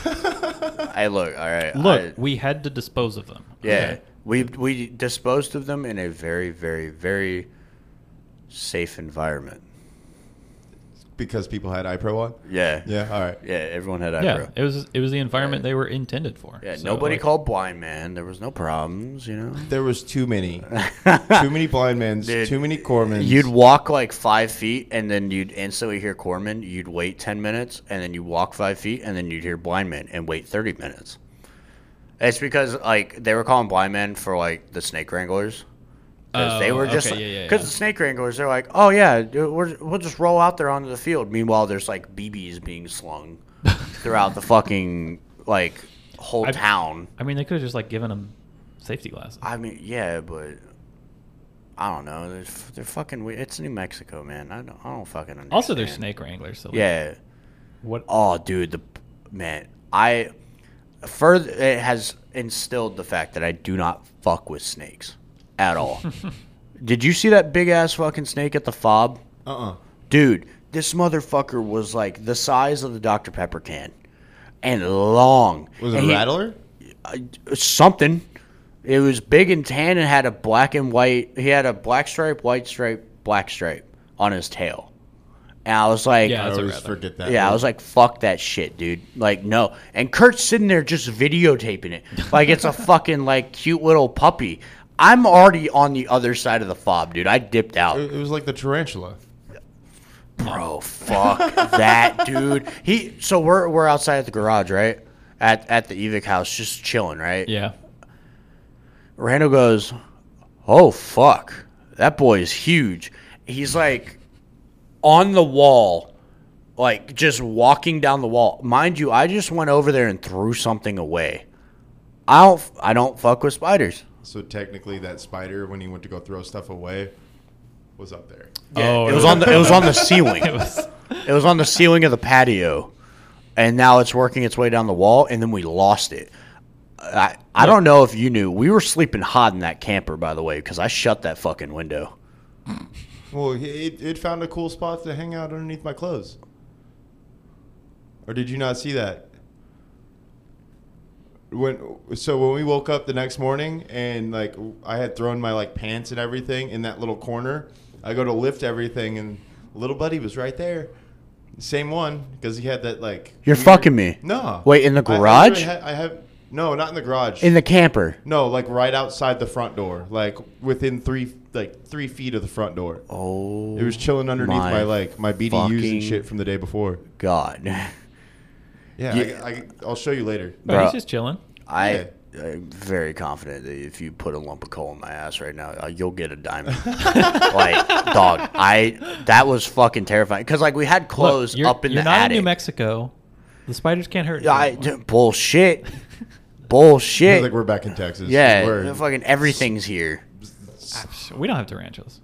Speaker 2: I look. All right.
Speaker 3: look,
Speaker 2: I-
Speaker 3: we had to dispose of them.
Speaker 2: Yeah,
Speaker 3: Okay.
Speaker 2: we we disposed of them in a very, very, very safe environment.
Speaker 4: Because people had iPro on?
Speaker 2: Yeah,
Speaker 4: Yeah, all right.
Speaker 2: yeah. Everyone had
Speaker 3: yeah.
Speaker 2: eyebrow.
Speaker 3: It was it was the environment they were intended for.
Speaker 2: Yeah,
Speaker 3: So,
Speaker 2: nobody
Speaker 3: like,
Speaker 2: called blind man. There was no problems, you know.
Speaker 4: There was too many. too many blind men's,
Speaker 2: Dude,
Speaker 4: too many cormans.
Speaker 2: You'd walk like five feet, and then you'd instantly hear Corman. You'd wait ten minutes, and then you walk five feet, and then you'd hear blind man, and wait thirty minutes. It's because like they were calling blind man for like the snake wranglers. Because they
Speaker 3: Oh,
Speaker 2: were just
Speaker 3: okay,
Speaker 2: because
Speaker 3: yeah, yeah, yeah.
Speaker 2: the snake wranglers, they're like, oh yeah, dude, we're, we'll just roll out there onto the field. Meanwhile, there's like BBs being slung throughout the fucking like whole
Speaker 3: I've-
Speaker 2: town.
Speaker 3: I mean, they could have just like given them safety glasses.
Speaker 2: I mean, yeah, but I don't know. They're, f- they're fucking. we- It's New Mexico, man. I don't. I don't fucking understand.
Speaker 3: also, they're snake wranglers. So like,
Speaker 2: Yeah.
Speaker 3: What?
Speaker 2: Oh, dude, the man. I further it has instilled the fact that I do not fuck with snakes at all. Did you see that big ass fucking snake at the fob?
Speaker 4: Uh-uh.
Speaker 2: Dude, this motherfucker was like the size of the Dr. Pepper can and long.
Speaker 4: Was it
Speaker 2: And
Speaker 4: a
Speaker 2: he-
Speaker 4: rattler?
Speaker 2: uh, something. It was big and tan and had a black and white. He had a black stripe, white stripe, black stripe on his tail. And I was like,
Speaker 3: Yeah,
Speaker 4: I
Speaker 3: That's a
Speaker 4: always
Speaker 3: rattler.
Speaker 4: forget that.
Speaker 2: yeah, I
Speaker 4: word.
Speaker 2: was like, fuck that shit, dude. Like, no. And Kurt's sitting there just videotaping it. Like, it's a fucking, like, cute little puppy. I'm already on the other side of the fob, dude. I dipped out.
Speaker 4: It it was like the tarantula.
Speaker 2: Bro, fuck that, dude. He so we're we're outside at the garage, right? At at the Evic house, just chilling, right?
Speaker 3: Yeah.
Speaker 2: Randall goes, Oh fuck. That boy is huge. He's like on the wall, like just walking down the wall. Mind you, I just went over there and threw something away. I don't I don't fuck with spiders.
Speaker 4: So technically that spider, when he went to go throw stuff away, was up there.
Speaker 3: oh,
Speaker 2: It was on the it was on the ceiling.
Speaker 3: it was-
Speaker 2: It was on the ceiling of the patio, and now it's working its way down the wall, and then we lost it. I, I don't know if you knew. We were sleeping hot in that camper, by the way, because I shut that fucking window.
Speaker 4: Well, he- it, it found a cool spot to hang out underneath my clothes. Or did you not see that? When so when we woke up the next morning and like I had thrown my like pants and everything in that little corner, I go to lift everything and little buddy was right there, same one because he had that like
Speaker 2: You're
Speaker 4: weird-
Speaker 2: fucking me.
Speaker 4: no
Speaker 2: Wait, in the
Speaker 4: I- I
Speaker 2: garage?
Speaker 4: literally had- I, have no not in the garage
Speaker 2: In the camper.
Speaker 4: no like right outside the front door like within three like three feet of the front door
Speaker 2: Oh,
Speaker 4: it was chilling underneath
Speaker 2: My
Speaker 4: my, like my BDUs
Speaker 2: fucking-
Speaker 4: and shit from the day before.
Speaker 2: God.
Speaker 4: Yeah,
Speaker 2: Yeah.
Speaker 4: I, I, will show you later.
Speaker 3: Bro,
Speaker 2: Bro.
Speaker 3: he's just chilling.
Speaker 2: I, I'm very confident that if you put a lump of coal in my ass right now, uh, you'll get a diamond. like, dog, I that was fucking terrifying. Because like we had
Speaker 3: Look,
Speaker 2: clothes
Speaker 3: you're,
Speaker 2: up in
Speaker 3: you're
Speaker 2: the
Speaker 3: not
Speaker 2: attic.
Speaker 3: in New Mexico. The spiders can't hurt you.
Speaker 2: I,
Speaker 3: anymore.
Speaker 2: bullshit.
Speaker 4: It
Speaker 2: bullshit.
Speaker 4: was like we're back in Texas.
Speaker 2: Yeah,
Speaker 4: Word.
Speaker 2: fucking everything's here.
Speaker 3: Ah, we don't have tarantulas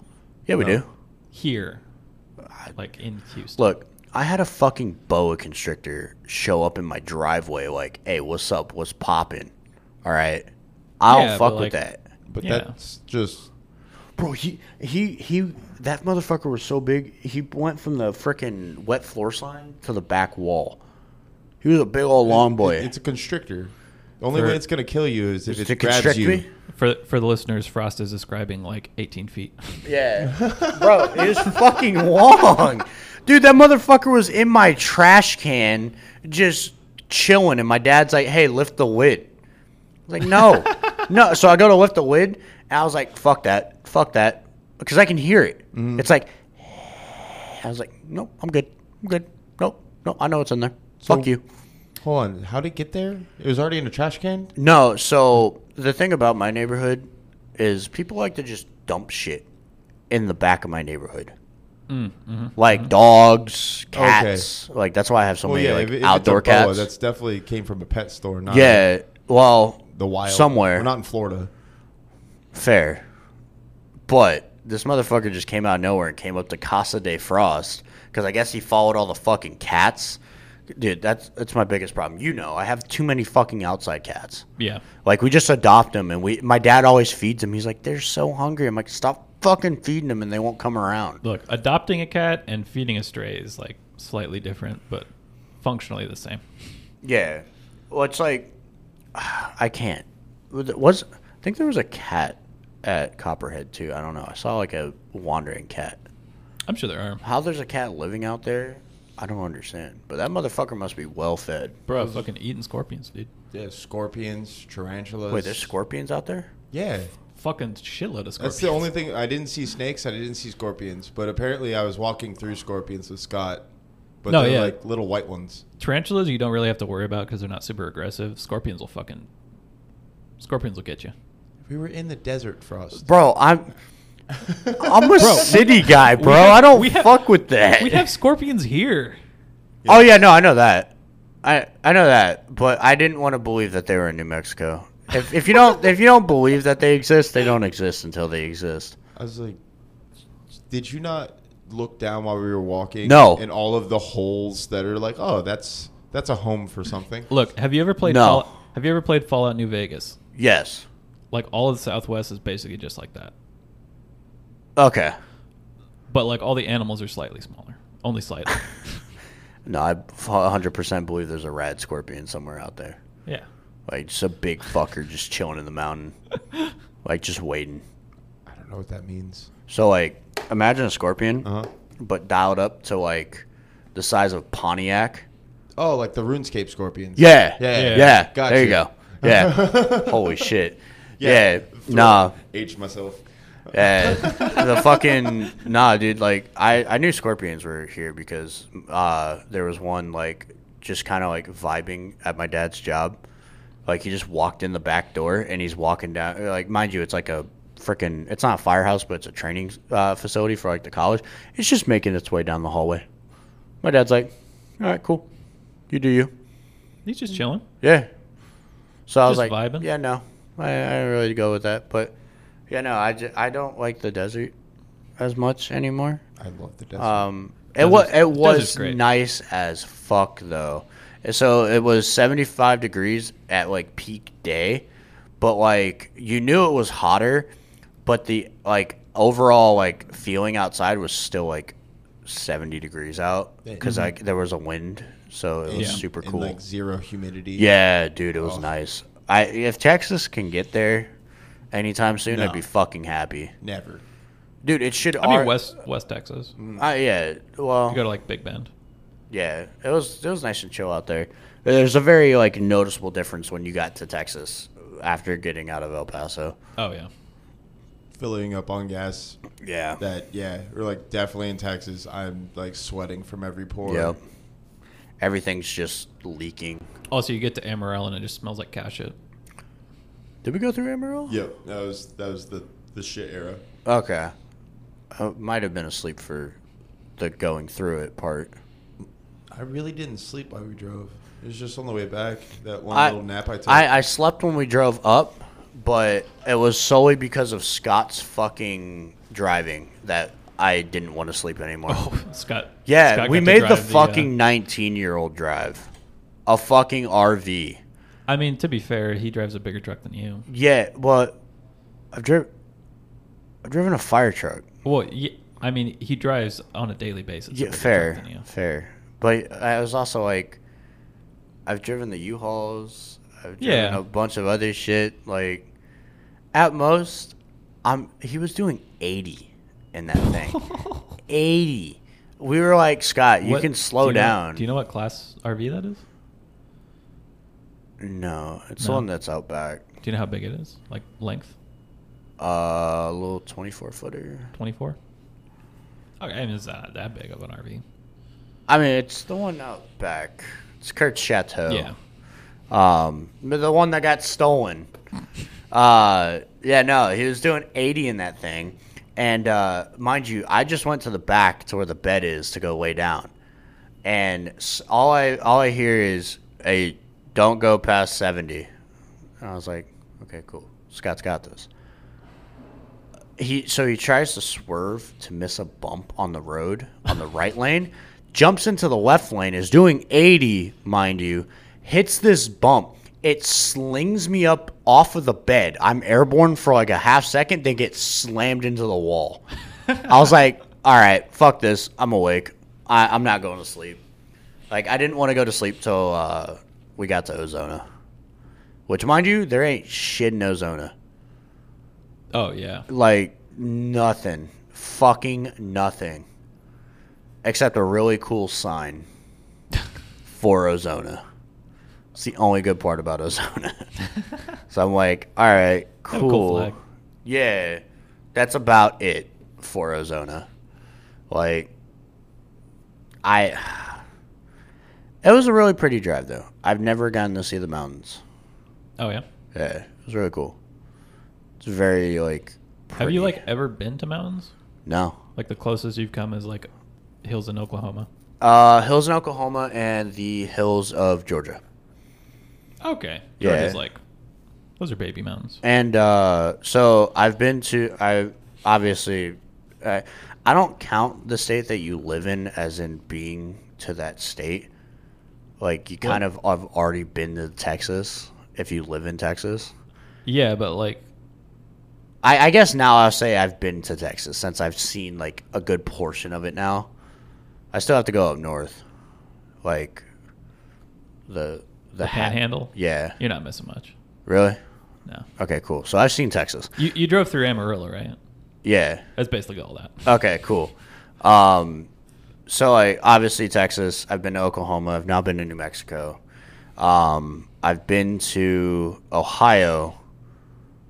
Speaker 2: Yeah, we
Speaker 4: No.
Speaker 2: do.
Speaker 3: here, like in Houston.
Speaker 2: Look, I had a fucking boa constrictor show up in my driveway. Like, hey, what's up? What's popping? All right, I don't
Speaker 3: Yeah,
Speaker 2: fuck
Speaker 3: but,
Speaker 2: with
Speaker 3: like-
Speaker 2: that,
Speaker 4: but
Speaker 3: yeah.
Speaker 4: that's just
Speaker 2: bro. He he he. That motherfucker was so big. He went from the freaking wet floor sign to the back wall. He was a big old long boy.
Speaker 4: It, it's a constrictor. The only
Speaker 3: For-
Speaker 4: way it's gonna kill you is if
Speaker 2: Does
Speaker 4: it,
Speaker 2: it
Speaker 4: grabs
Speaker 2: constrict
Speaker 4: you.
Speaker 2: me?
Speaker 3: for for the listeners, Frost is describing like 18 feet.
Speaker 2: Yeah. Bro, it was fucking long. Dude, that motherfucker was in my trash can just chilling. And my dad's like, hey, lift the lid. I was like, no. no. So I go to lift the lid. And I was like, fuck that. Fuck that. Because I can hear it. It's like, I was like, nope, I'm good. I'm good. Nope. Nope. I know it's in there.
Speaker 4: So-
Speaker 2: fuck you.
Speaker 4: Hold on, how did it get there? It was already in a trash can.
Speaker 2: No, so the thing about my neighborhood is people like to just dump shit in the back of my neighborhood.
Speaker 4: Mm, mm-hmm,
Speaker 2: like dogs, cats. Like that's why I have so
Speaker 4: Well,
Speaker 2: many
Speaker 4: yeah,
Speaker 2: like
Speaker 4: if, if
Speaker 2: outdoor
Speaker 4: it's a boa,
Speaker 2: cats.
Speaker 4: That's definitely came from a pet store. Not
Speaker 2: yeah, well,
Speaker 4: the wild
Speaker 2: somewhere.
Speaker 4: Well, not in Florida.
Speaker 2: Fair. But this motherfucker just came out of nowhere and came up to Casa de Frost because I guess he followed all the fucking cats. Dude, that's that's my biggest problem. You know, I have too many fucking outside cats.
Speaker 3: Yeah.
Speaker 2: Like we just adopt them, and we my dad always feeds them. He's like, they're so hungry. I'm like, stop fucking feeding them, and they won't come around.
Speaker 3: Look, adopting a cat and feeding a stray is like slightly different, but functionally the same.
Speaker 2: Yeah. Well, it's like I can't. Was it- was I think there was a cat at Copperhead too. I don't know. I saw like a wandering cat.
Speaker 3: I'm sure there are.
Speaker 2: How there's a cat living out there? I don't understand. But that motherfucker must be well fed.
Speaker 3: Bro, fucking eating scorpions, dude.
Speaker 4: Yeah, scorpions, tarantulas.
Speaker 2: Wait, there's scorpions out there?
Speaker 4: Yeah,
Speaker 3: Fucking shitload of scorpions.
Speaker 4: that's the only thing I didn't see snakes. I didn't see scorpions, but apparently I was walking through scorpions with Scott. But
Speaker 3: No,
Speaker 4: they're
Speaker 3: yeah.
Speaker 4: like little white ones.
Speaker 3: Tarantulas you don't really have to worry about because they're not super aggressive. Scorpions will fucking. Scorpions will get you.
Speaker 4: We were in the desert, Frost.
Speaker 2: Bro, I'm I'm a
Speaker 3: Bro.
Speaker 2: city guy, bro.
Speaker 3: have-
Speaker 2: I don't
Speaker 3: we have-
Speaker 2: fuck with that.
Speaker 3: We have scorpions here.
Speaker 2: Oh yeah, no, I know that. I I know that, but I didn't want to believe that they were in New Mexico. If if you don't if you don't believe that they exist, they don't exist until they exist.
Speaker 4: I was like, did you not look down while we were walking?
Speaker 2: No.
Speaker 4: And all of the holes that are like, oh, that's that's a home for something.
Speaker 3: Look, have you ever played?
Speaker 2: No.
Speaker 3: Fallout, have you ever played Fallout New Vegas?
Speaker 2: Yes.
Speaker 3: Like all of the Southwest is basically just like that,
Speaker 2: Okay.
Speaker 3: but like all the animals are slightly smaller, only slightly.
Speaker 2: No, I 100% believe there's a rad scorpion somewhere out there.
Speaker 3: yeah.
Speaker 2: Like just a big fucker just chilling in the mountain. Like just waiting.
Speaker 4: I don't know what that means.
Speaker 2: So like imagine a scorpion
Speaker 4: Uh huh.
Speaker 2: but dialed up to like the size of Pontiac.
Speaker 4: Oh, like the RuneScape scorpions.
Speaker 2: Yeah.
Speaker 4: Yeah.
Speaker 2: Yeah.
Speaker 3: Yeah.
Speaker 4: Got
Speaker 2: there you
Speaker 4: you.
Speaker 2: go. Yeah. Holy shit. Yeah.
Speaker 4: Throw-
Speaker 2: Nah.
Speaker 4: H myself.
Speaker 2: Yeah. the fucking nah, dude. Like I, I knew scorpions were here because uh, there was one like just kind of like vibing at my dad's job. Like he just walked in the back door and he's walking down. Like mind you, it's like a freaking. It's not a firehouse, but it's a training uh, facility for like the college. It's just making its way down the hallway. My dad's like, all right, cool. You do you.
Speaker 3: He's just chilling.
Speaker 2: Yeah. So I was like,
Speaker 3: Just vibing?
Speaker 2: yeah, no, I, I didn't really go with that, but yeah, no, I, ju- I don't like the desert as much anymore.
Speaker 4: I love the desert.
Speaker 2: Um, it was it
Speaker 3: desert's
Speaker 2: was
Speaker 3: great.
Speaker 2: nice as fuck though. And So it was seventy five degrees at like peak day, but like you knew it was hotter, but the like overall like feeling outside was still like seventy degrees out because like there was a wind, so it was
Speaker 3: Yeah.
Speaker 2: super
Speaker 4: mm-hmm. And,
Speaker 2: cool.
Speaker 4: like zero humidity.
Speaker 2: Yeah, dude, it was
Speaker 4: Oh.
Speaker 2: nice. I if Texas can get there anytime soon,
Speaker 4: No.
Speaker 2: I'd be fucking happy,
Speaker 4: Never.
Speaker 2: dude. It should.
Speaker 3: I mean,
Speaker 2: ar-
Speaker 3: West West Texas. You
Speaker 2: I- yeah. Well,
Speaker 3: go to like Big Bend.
Speaker 2: yeah. It was it was nice and chill out there. There's a very like noticeable difference when you got to Texas after getting out of El Paso.
Speaker 3: Oh yeah.
Speaker 4: Filling up on gas.
Speaker 2: Yeah.
Speaker 4: That yeah, or like definitely in Texas, I'm like sweating from every pore.
Speaker 2: yep. Everything's just leaking.
Speaker 3: Also, Oh, you get to Amarillo and it just smells like cow shit.
Speaker 2: Did we go through Amarillo?
Speaker 4: Yep. That was that was the the shit era.
Speaker 2: Okay. I might have been asleep for the going through it part.
Speaker 4: I really didn't sleep while we drove. It was just on the way back that one
Speaker 2: I-
Speaker 4: little nap I took.
Speaker 2: I, I slept when we drove up, but it was solely because of Scott's fucking driving that I didn't want to sleep anymore.
Speaker 3: Oh, Scott.
Speaker 2: yeah,
Speaker 3: Scott
Speaker 2: we
Speaker 3: got to
Speaker 2: made the
Speaker 3: drive uh,
Speaker 2: fucking 19 year old drive a fucking RV.
Speaker 3: I mean, to be fair, he drives a bigger truck than you.
Speaker 2: Yeah, well, I've driven. I've driven a fire truck.
Speaker 3: Well, yeah, I mean, he drives on a daily basis. a
Speaker 2: Yeah,
Speaker 3: bigger
Speaker 2: fair,
Speaker 3: truck than you.
Speaker 2: fair. But I was also like, I've driven the U-Hauls. I've driven
Speaker 3: Yeah.
Speaker 2: a bunch of other shit. Like, at most, I'm. He was doing eighty in that thing. eighty. We were like, Scott, you
Speaker 3: What-
Speaker 2: can slow
Speaker 3: do know-
Speaker 2: down.
Speaker 3: do you know what class RV that is?
Speaker 2: No, it's the
Speaker 3: No.
Speaker 2: one that's out back.
Speaker 3: Do you know how big it is? Like length,
Speaker 2: Uh, a little twenty-four footer.
Speaker 3: twenty four. Okay, I mean, Oh, it's not that big of an RV.
Speaker 2: I mean, it's the one out back. It's Kurt's Chateau.
Speaker 3: Yeah,
Speaker 2: Um, but the one that got stolen. Uh, yeah, no, he was doing 80 in that thing. And uh, mind you, I just went to the back to where the bed is to go lay down, and s- all I all I hear is a don't go past seventy. And I was like, okay, cool. Scott's got this. He so he tries to swerve to miss a bump on the road on the right lane, jumps into the left lane, is doing eighty, mind you, hits this bump. It slings me up off of the bed. I'm airborne for like a half second, then get slammed into the wall. I was like, all right, fuck this. I'm awake. I, I'm not going to sleep. Like I didn't want to go to sleep till uh, we got to Ozona. Which, mind you, there ain't shit in Ozona.
Speaker 3: Oh yeah.
Speaker 2: Like, nothing. Fucking nothing. Except a really cool sign for Ozona. It's the only good part about Ozona. so I'm like, all right,
Speaker 3: a
Speaker 2: cool.
Speaker 3: cool flag.
Speaker 2: Yeah, that's about it for Ozona. Like, I. It was a really pretty drive, though. I've never gotten to see the mountains.
Speaker 3: Oh yeah.
Speaker 2: Yeah, it was really cool. It's very like.
Speaker 3: Have you
Speaker 2: pretty.
Speaker 3: like ever been to mountains?
Speaker 2: No.
Speaker 3: Like the closest you've come is like hills in Oklahoma.
Speaker 2: Uh, hills in Oklahoma and the hills of Georgia,
Speaker 3: Okay.
Speaker 2: Yeah.
Speaker 3: Georgia's like those are baby mountains.
Speaker 2: and uh, so I've been to. I obviously, I, I don't count the state that you live in as in being to that state. Like you kind
Speaker 3: What?
Speaker 2: of have already been to Texas if you live in Texas.
Speaker 3: Yeah, but like
Speaker 2: I, I guess now I'll say I've been to Texas since I've seen like a good portion of it now. I still have to go up north, like the the,
Speaker 3: the
Speaker 2: hat-
Speaker 3: panhandle,
Speaker 2: Yeah,
Speaker 3: you're not missing much.
Speaker 2: really.
Speaker 3: No.
Speaker 2: Okay, cool. So I've seen Texas.
Speaker 3: You you drove through Amarillo, right?
Speaker 2: Yeah.
Speaker 3: That's basically all that.
Speaker 2: Okay, cool. Um, so I obviously Texas. I've been to Oklahoma. I've now been to New Mexico. Um, I've been to Ohio,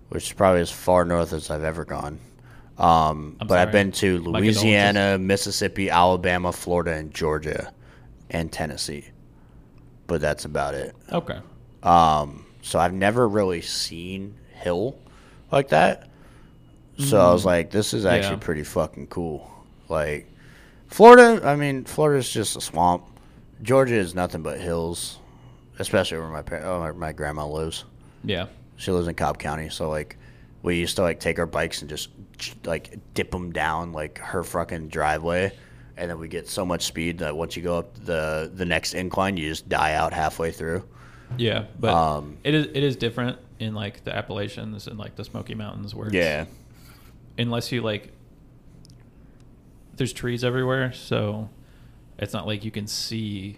Speaker 2: which is probably as far north as I've ever gone. Um,
Speaker 3: I'm
Speaker 2: but I've
Speaker 3: sorry.
Speaker 2: been to
Speaker 3: My
Speaker 2: Louisiana, Mississippi, Alabama, Florida, and Georgia, and Tennessee. But that's about it.
Speaker 3: Okay.
Speaker 2: Um, so I've never really seen hill like that. So I was like, this is actually
Speaker 3: Yeah.
Speaker 2: pretty fucking cool. Like Florida, I mean, Florida's just a swamp. Georgia is nothing but hills, especially where my par- oh, where my grandma lives.
Speaker 3: Yeah.
Speaker 2: She lives in Cobb County, so like we used to like take our bikes and just like dip them down like her fucking driveway, and then we get so much speed that once you go up the the next incline, you just die out halfway through.
Speaker 3: Yeah, but
Speaker 2: Um,
Speaker 3: it is it is different in like the Appalachians and like the Smoky Mountains where it's- unless you like there's trees everywhere, so it's not like you can see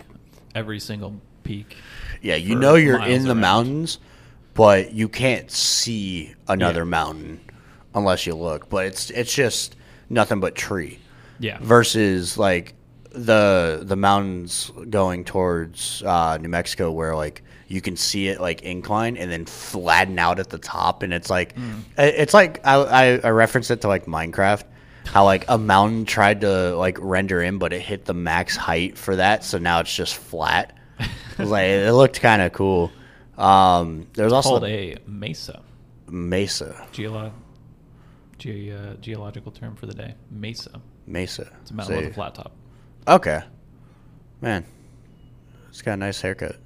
Speaker 3: every single peak.
Speaker 2: Yeah, you
Speaker 3: for
Speaker 2: know you're
Speaker 3: miles
Speaker 2: in the
Speaker 3: around.
Speaker 2: mountains, but you can't see another
Speaker 3: Yeah.
Speaker 2: mountain unless you look. But it's it's just nothing but tree
Speaker 3: Yeah.
Speaker 2: versus like the the mountains going towards uh, New Mexico where like you can see it like incline and then flatten out at the top and it's like
Speaker 3: Mm.
Speaker 2: it- it's like I, I I referenced it to like Minecraft how like a mountain tried to like render in but it hit the max height for that so now it's just flat It was like it looked kind of cool um there's also
Speaker 3: called a mesa.
Speaker 2: mesa
Speaker 3: Geolo- ge- uh, geological term for the day. Mesa.
Speaker 2: mesa
Speaker 3: It's a mountain with
Speaker 2: So-
Speaker 3: a flat top.
Speaker 2: Okay. Man. It's got a nice haircut.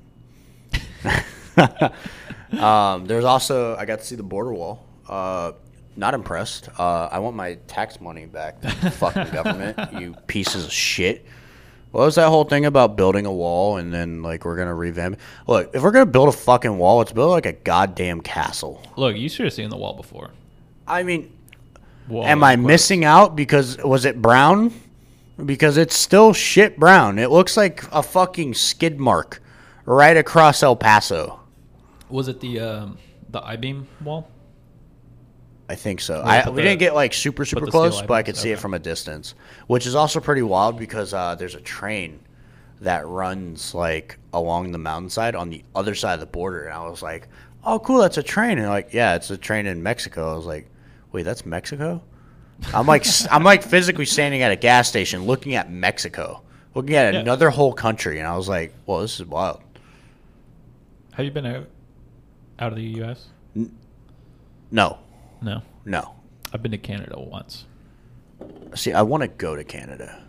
Speaker 2: um, there's also I got to see the border wall. Uh, not impressed. Uh, I want my tax money back, fucking government, you pieces of shit. What was that whole thing about building a wall and then like we're gonna revamp? Look, if we're gonna build a fucking wall, let's build like a goddamn castle.
Speaker 3: Look, you should have seen the wall before.
Speaker 2: I mean,
Speaker 3: Wall
Speaker 2: Am
Speaker 3: was
Speaker 2: I
Speaker 3: close.
Speaker 2: missing out because was it brown? Because it's still shit brown. It looks like a fucking skid mark right across El Paso.
Speaker 3: Was it the um, the I beam wall?
Speaker 2: I think so.
Speaker 3: Yeah,
Speaker 2: I,
Speaker 3: put
Speaker 2: we
Speaker 3: the-
Speaker 2: didn't get like super super
Speaker 3: the steel
Speaker 2: close, but I
Speaker 3: items,
Speaker 2: could see it
Speaker 3: okay.
Speaker 2: from a distance, which is also pretty wild because uh, there's a train that runs like along the mountainside on the other side of the border, and I was like, "Oh, cool, that's a train." And like, yeah, it's a train in Mexico. I was like, "Wait, that's Mexico?" I'm like, s- I'm like physically standing at a gas station looking at Mexico, looking at
Speaker 3: Yeah.
Speaker 2: another whole country, and I was like, "Well, this is wild."
Speaker 3: Have you been out out of the U.S.?
Speaker 2: No,
Speaker 3: No,
Speaker 2: no,
Speaker 3: I've been to Canada once.
Speaker 2: See, I want to go to Canada.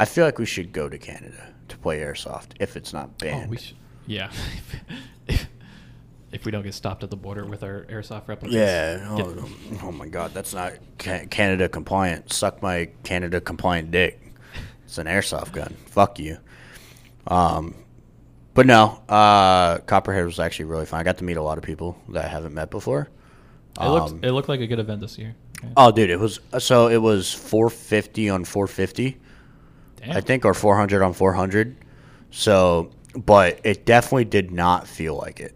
Speaker 2: I feel like we should go to Canada to play airsoft if it's not
Speaker 3: Oh,
Speaker 2: banned.
Speaker 3: we should. Yeah. if, we don't get stopped at the border with our airsoft replicas.
Speaker 2: yeah.
Speaker 3: Get-
Speaker 2: Oh, oh my God, that's not ca- Canada compliant. Suck my Canada compliant dick. It's an airsoft gun. Fuck you. Um, but no, uh, Copperhead was actually really fun. I got to meet a lot of people that I haven't met before.
Speaker 3: It looked
Speaker 2: Um,
Speaker 3: it looked like a good event this year. Yeah.
Speaker 2: Oh, dude, it was so it was 450 on 450,
Speaker 3: Damn.
Speaker 2: I think, or 400 on 400. So, but it definitely did not feel like it.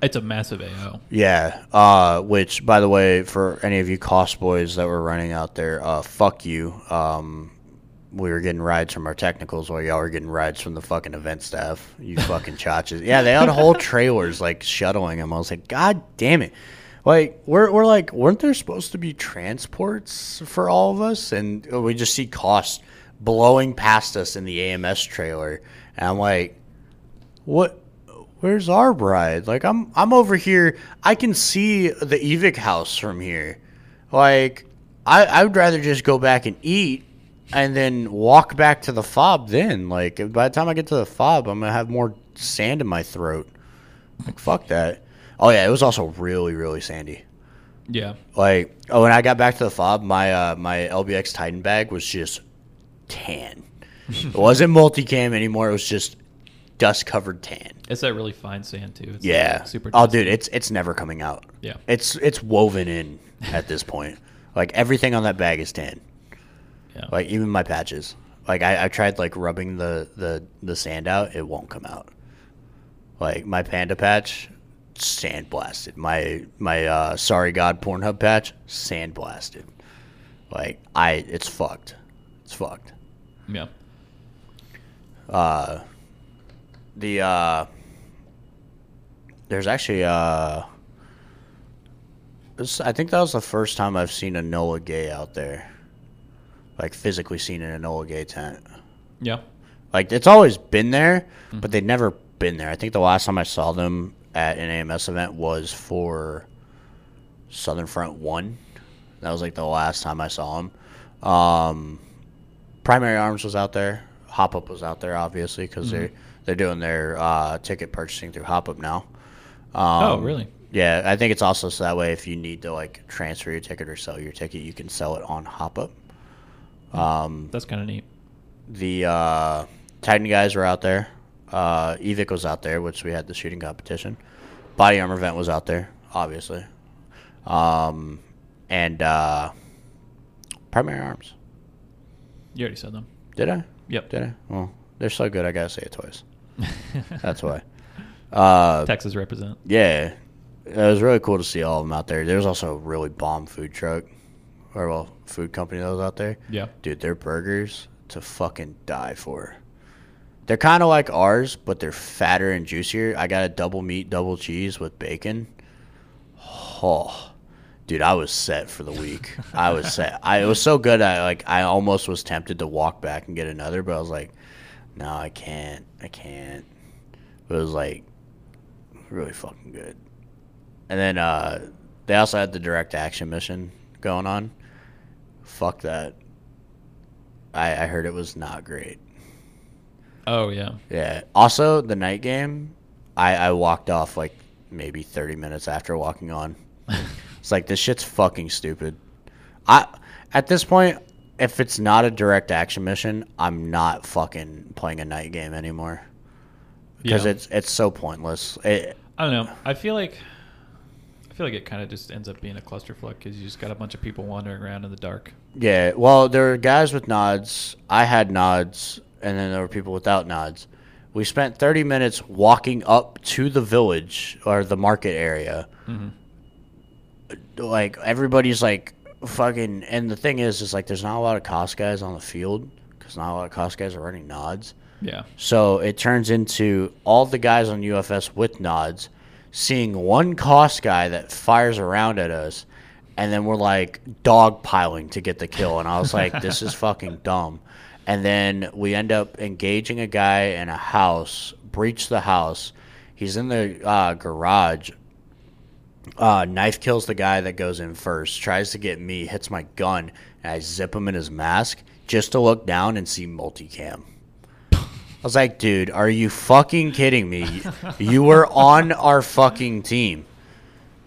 Speaker 3: it's a massive AO.
Speaker 2: Yeah. Uh, which, by the way, for any of you cost boys that were running out there, uh, fuck you. Um, we were getting rides from our technicals while y'all were getting rides from the fucking event staff. You fucking chotches. Yeah, they had whole trailers like shuttling them. I was like, God damn it. Like we're we're like, weren't there supposed to be transports for all of us? And uh, we just see cost blowing past us in the AMS trailer. And I'm like, what where's our bride like i'm i'm over here i can see the evic house from here like i i would rather just go back and eat and then walk back to the fob then like by the time i get to the fob i'm gonna have more sand in my throat like fuck that oh yeah it was also really really sandy
Speaker 3: Yeah.
Speaker 2: like oh when i got back to the fob my uh my lbx titan bag was just tan it wasn't multicam anymore it was just dust covered tan
Speaker 3: It's that really fine sand too. It's
Speaker 2: yeah.
Speaker 3: like super.
Speaker 2: Oh,
Speaker 3: dusty.
Speaker 2: dude, it's it's never coming out.
Speaker 3: Yeah.
Speaker 2: It's it's woven in at this point. Like everything on that bag is tan.
Speaker 3: Yeah.
Speaker 2: Like even my patches. Like I, I tried like rubbing the, the the sand out, it won't come out. Like my panda patch, sand blasted. My my uh, sorry god Pornhub patch, sand blasted. Like I, it's fucked. It's fucked.
Speaker 3: yeah.
Speaker 2: uh the uh there's actually uh this, I think that was the first time I've seen a Noah gay out there. Like physically seen in a Noah gay tent. Um,
Speaker 3: Yeah.
Speaker 2: Like it's always been there,
Speaker 3: Mm-hmm.
Speaker 2: but they've never been there. I think the last time I saw them at an AMS event was for Southern Front One. That was like the last time I saw them. Um, Primary Arms was out there. Hop Up was out there, obviously, because they're
Speaker 3: Mm-hmm.
Speaker 2: they're doing their uh, ticket purchasing through Hop Up now. Um,
Speaker 3: Oh, really?
Speaker 2: Yeah, I think it's also so that way if you need to like transfer your ticket or sell your ticket, you can sell it on Hop Up.
Speaker 3: That's kind of neat.
Speaker 2: the uh, Titan guys were out there. Uh, Evic was out there, which we had the shooting competition. Body Armor Vent was out there, obviously. Um, and uh, Primary Arms.
Speaker 3: You already said them.
Speaker 2: Did I?
Speaker 3: Yep.
Speaker 2: Did I? Well, they're so good, I gotta say it twice. That's why. Uh,
Speaker 3: Texas represent.
Speaker 2: yeah, it was really cool to see all of them out there. There was also a really bomb food truck, or well, food company that was out there.
Speaker 3: Yeah.
Speaker 2: Dude, their burgers to fucking die for. They're kind of like ours, but they're fatter and juicier. I got a double meat, double cheese with bacon. Oh, dude, I was set for the week. I was set. I it was so good. I like. I almost was tempted to walk back and get another, but I was like, no, I can't. I can't. It was like really fucking good. And then uh, they also had the direct action mission going on. Fuck that. I, I heard it was not great.
Speaker 3: Oh yeah.
Speaker 2: Yeah. Also, the night game, I, I walked off like maybe 30 minutes after walking on. it's like, this shit's fucking stupid. I At this point, if it's not a direct action mission, I'm not fucking playing a night game anymore. Because
Speaker 3: Yeah.
Speaker 2: it's, it's so pointless. It,
Speaker 3: I don't know. I feel like I feel like it kind of just ends up being a clusterfuck because you just got a bunch of people wandering around in the dark.
Speaker 2: Yeah, well, there were guys with nods. I had nods, and then there were people without nods. We spent 30 minutes walking up to the village or the market area. Like, everybody's like fucking. And the thing is, is like, there's not a lot of cost guys on the field because not a lot of cost guys are running nods.
Speaker 3: Yeah.
Speaker 2: So it turns into all the guys on UFS with nods seeing one cost guy that fires around at us, and then we're like dog piling to get the kill. And I was like, this is fucking dumb. And then we end up engaging a guy in a house, breach the house. He's in the uh, garage, Uh, knife kills the guy that goes in first, tries to get me, hits my gun, and I zip him in his mask just to look down and see multicam. I was like, dude, are you fucking kidding me? You were on our fucking team.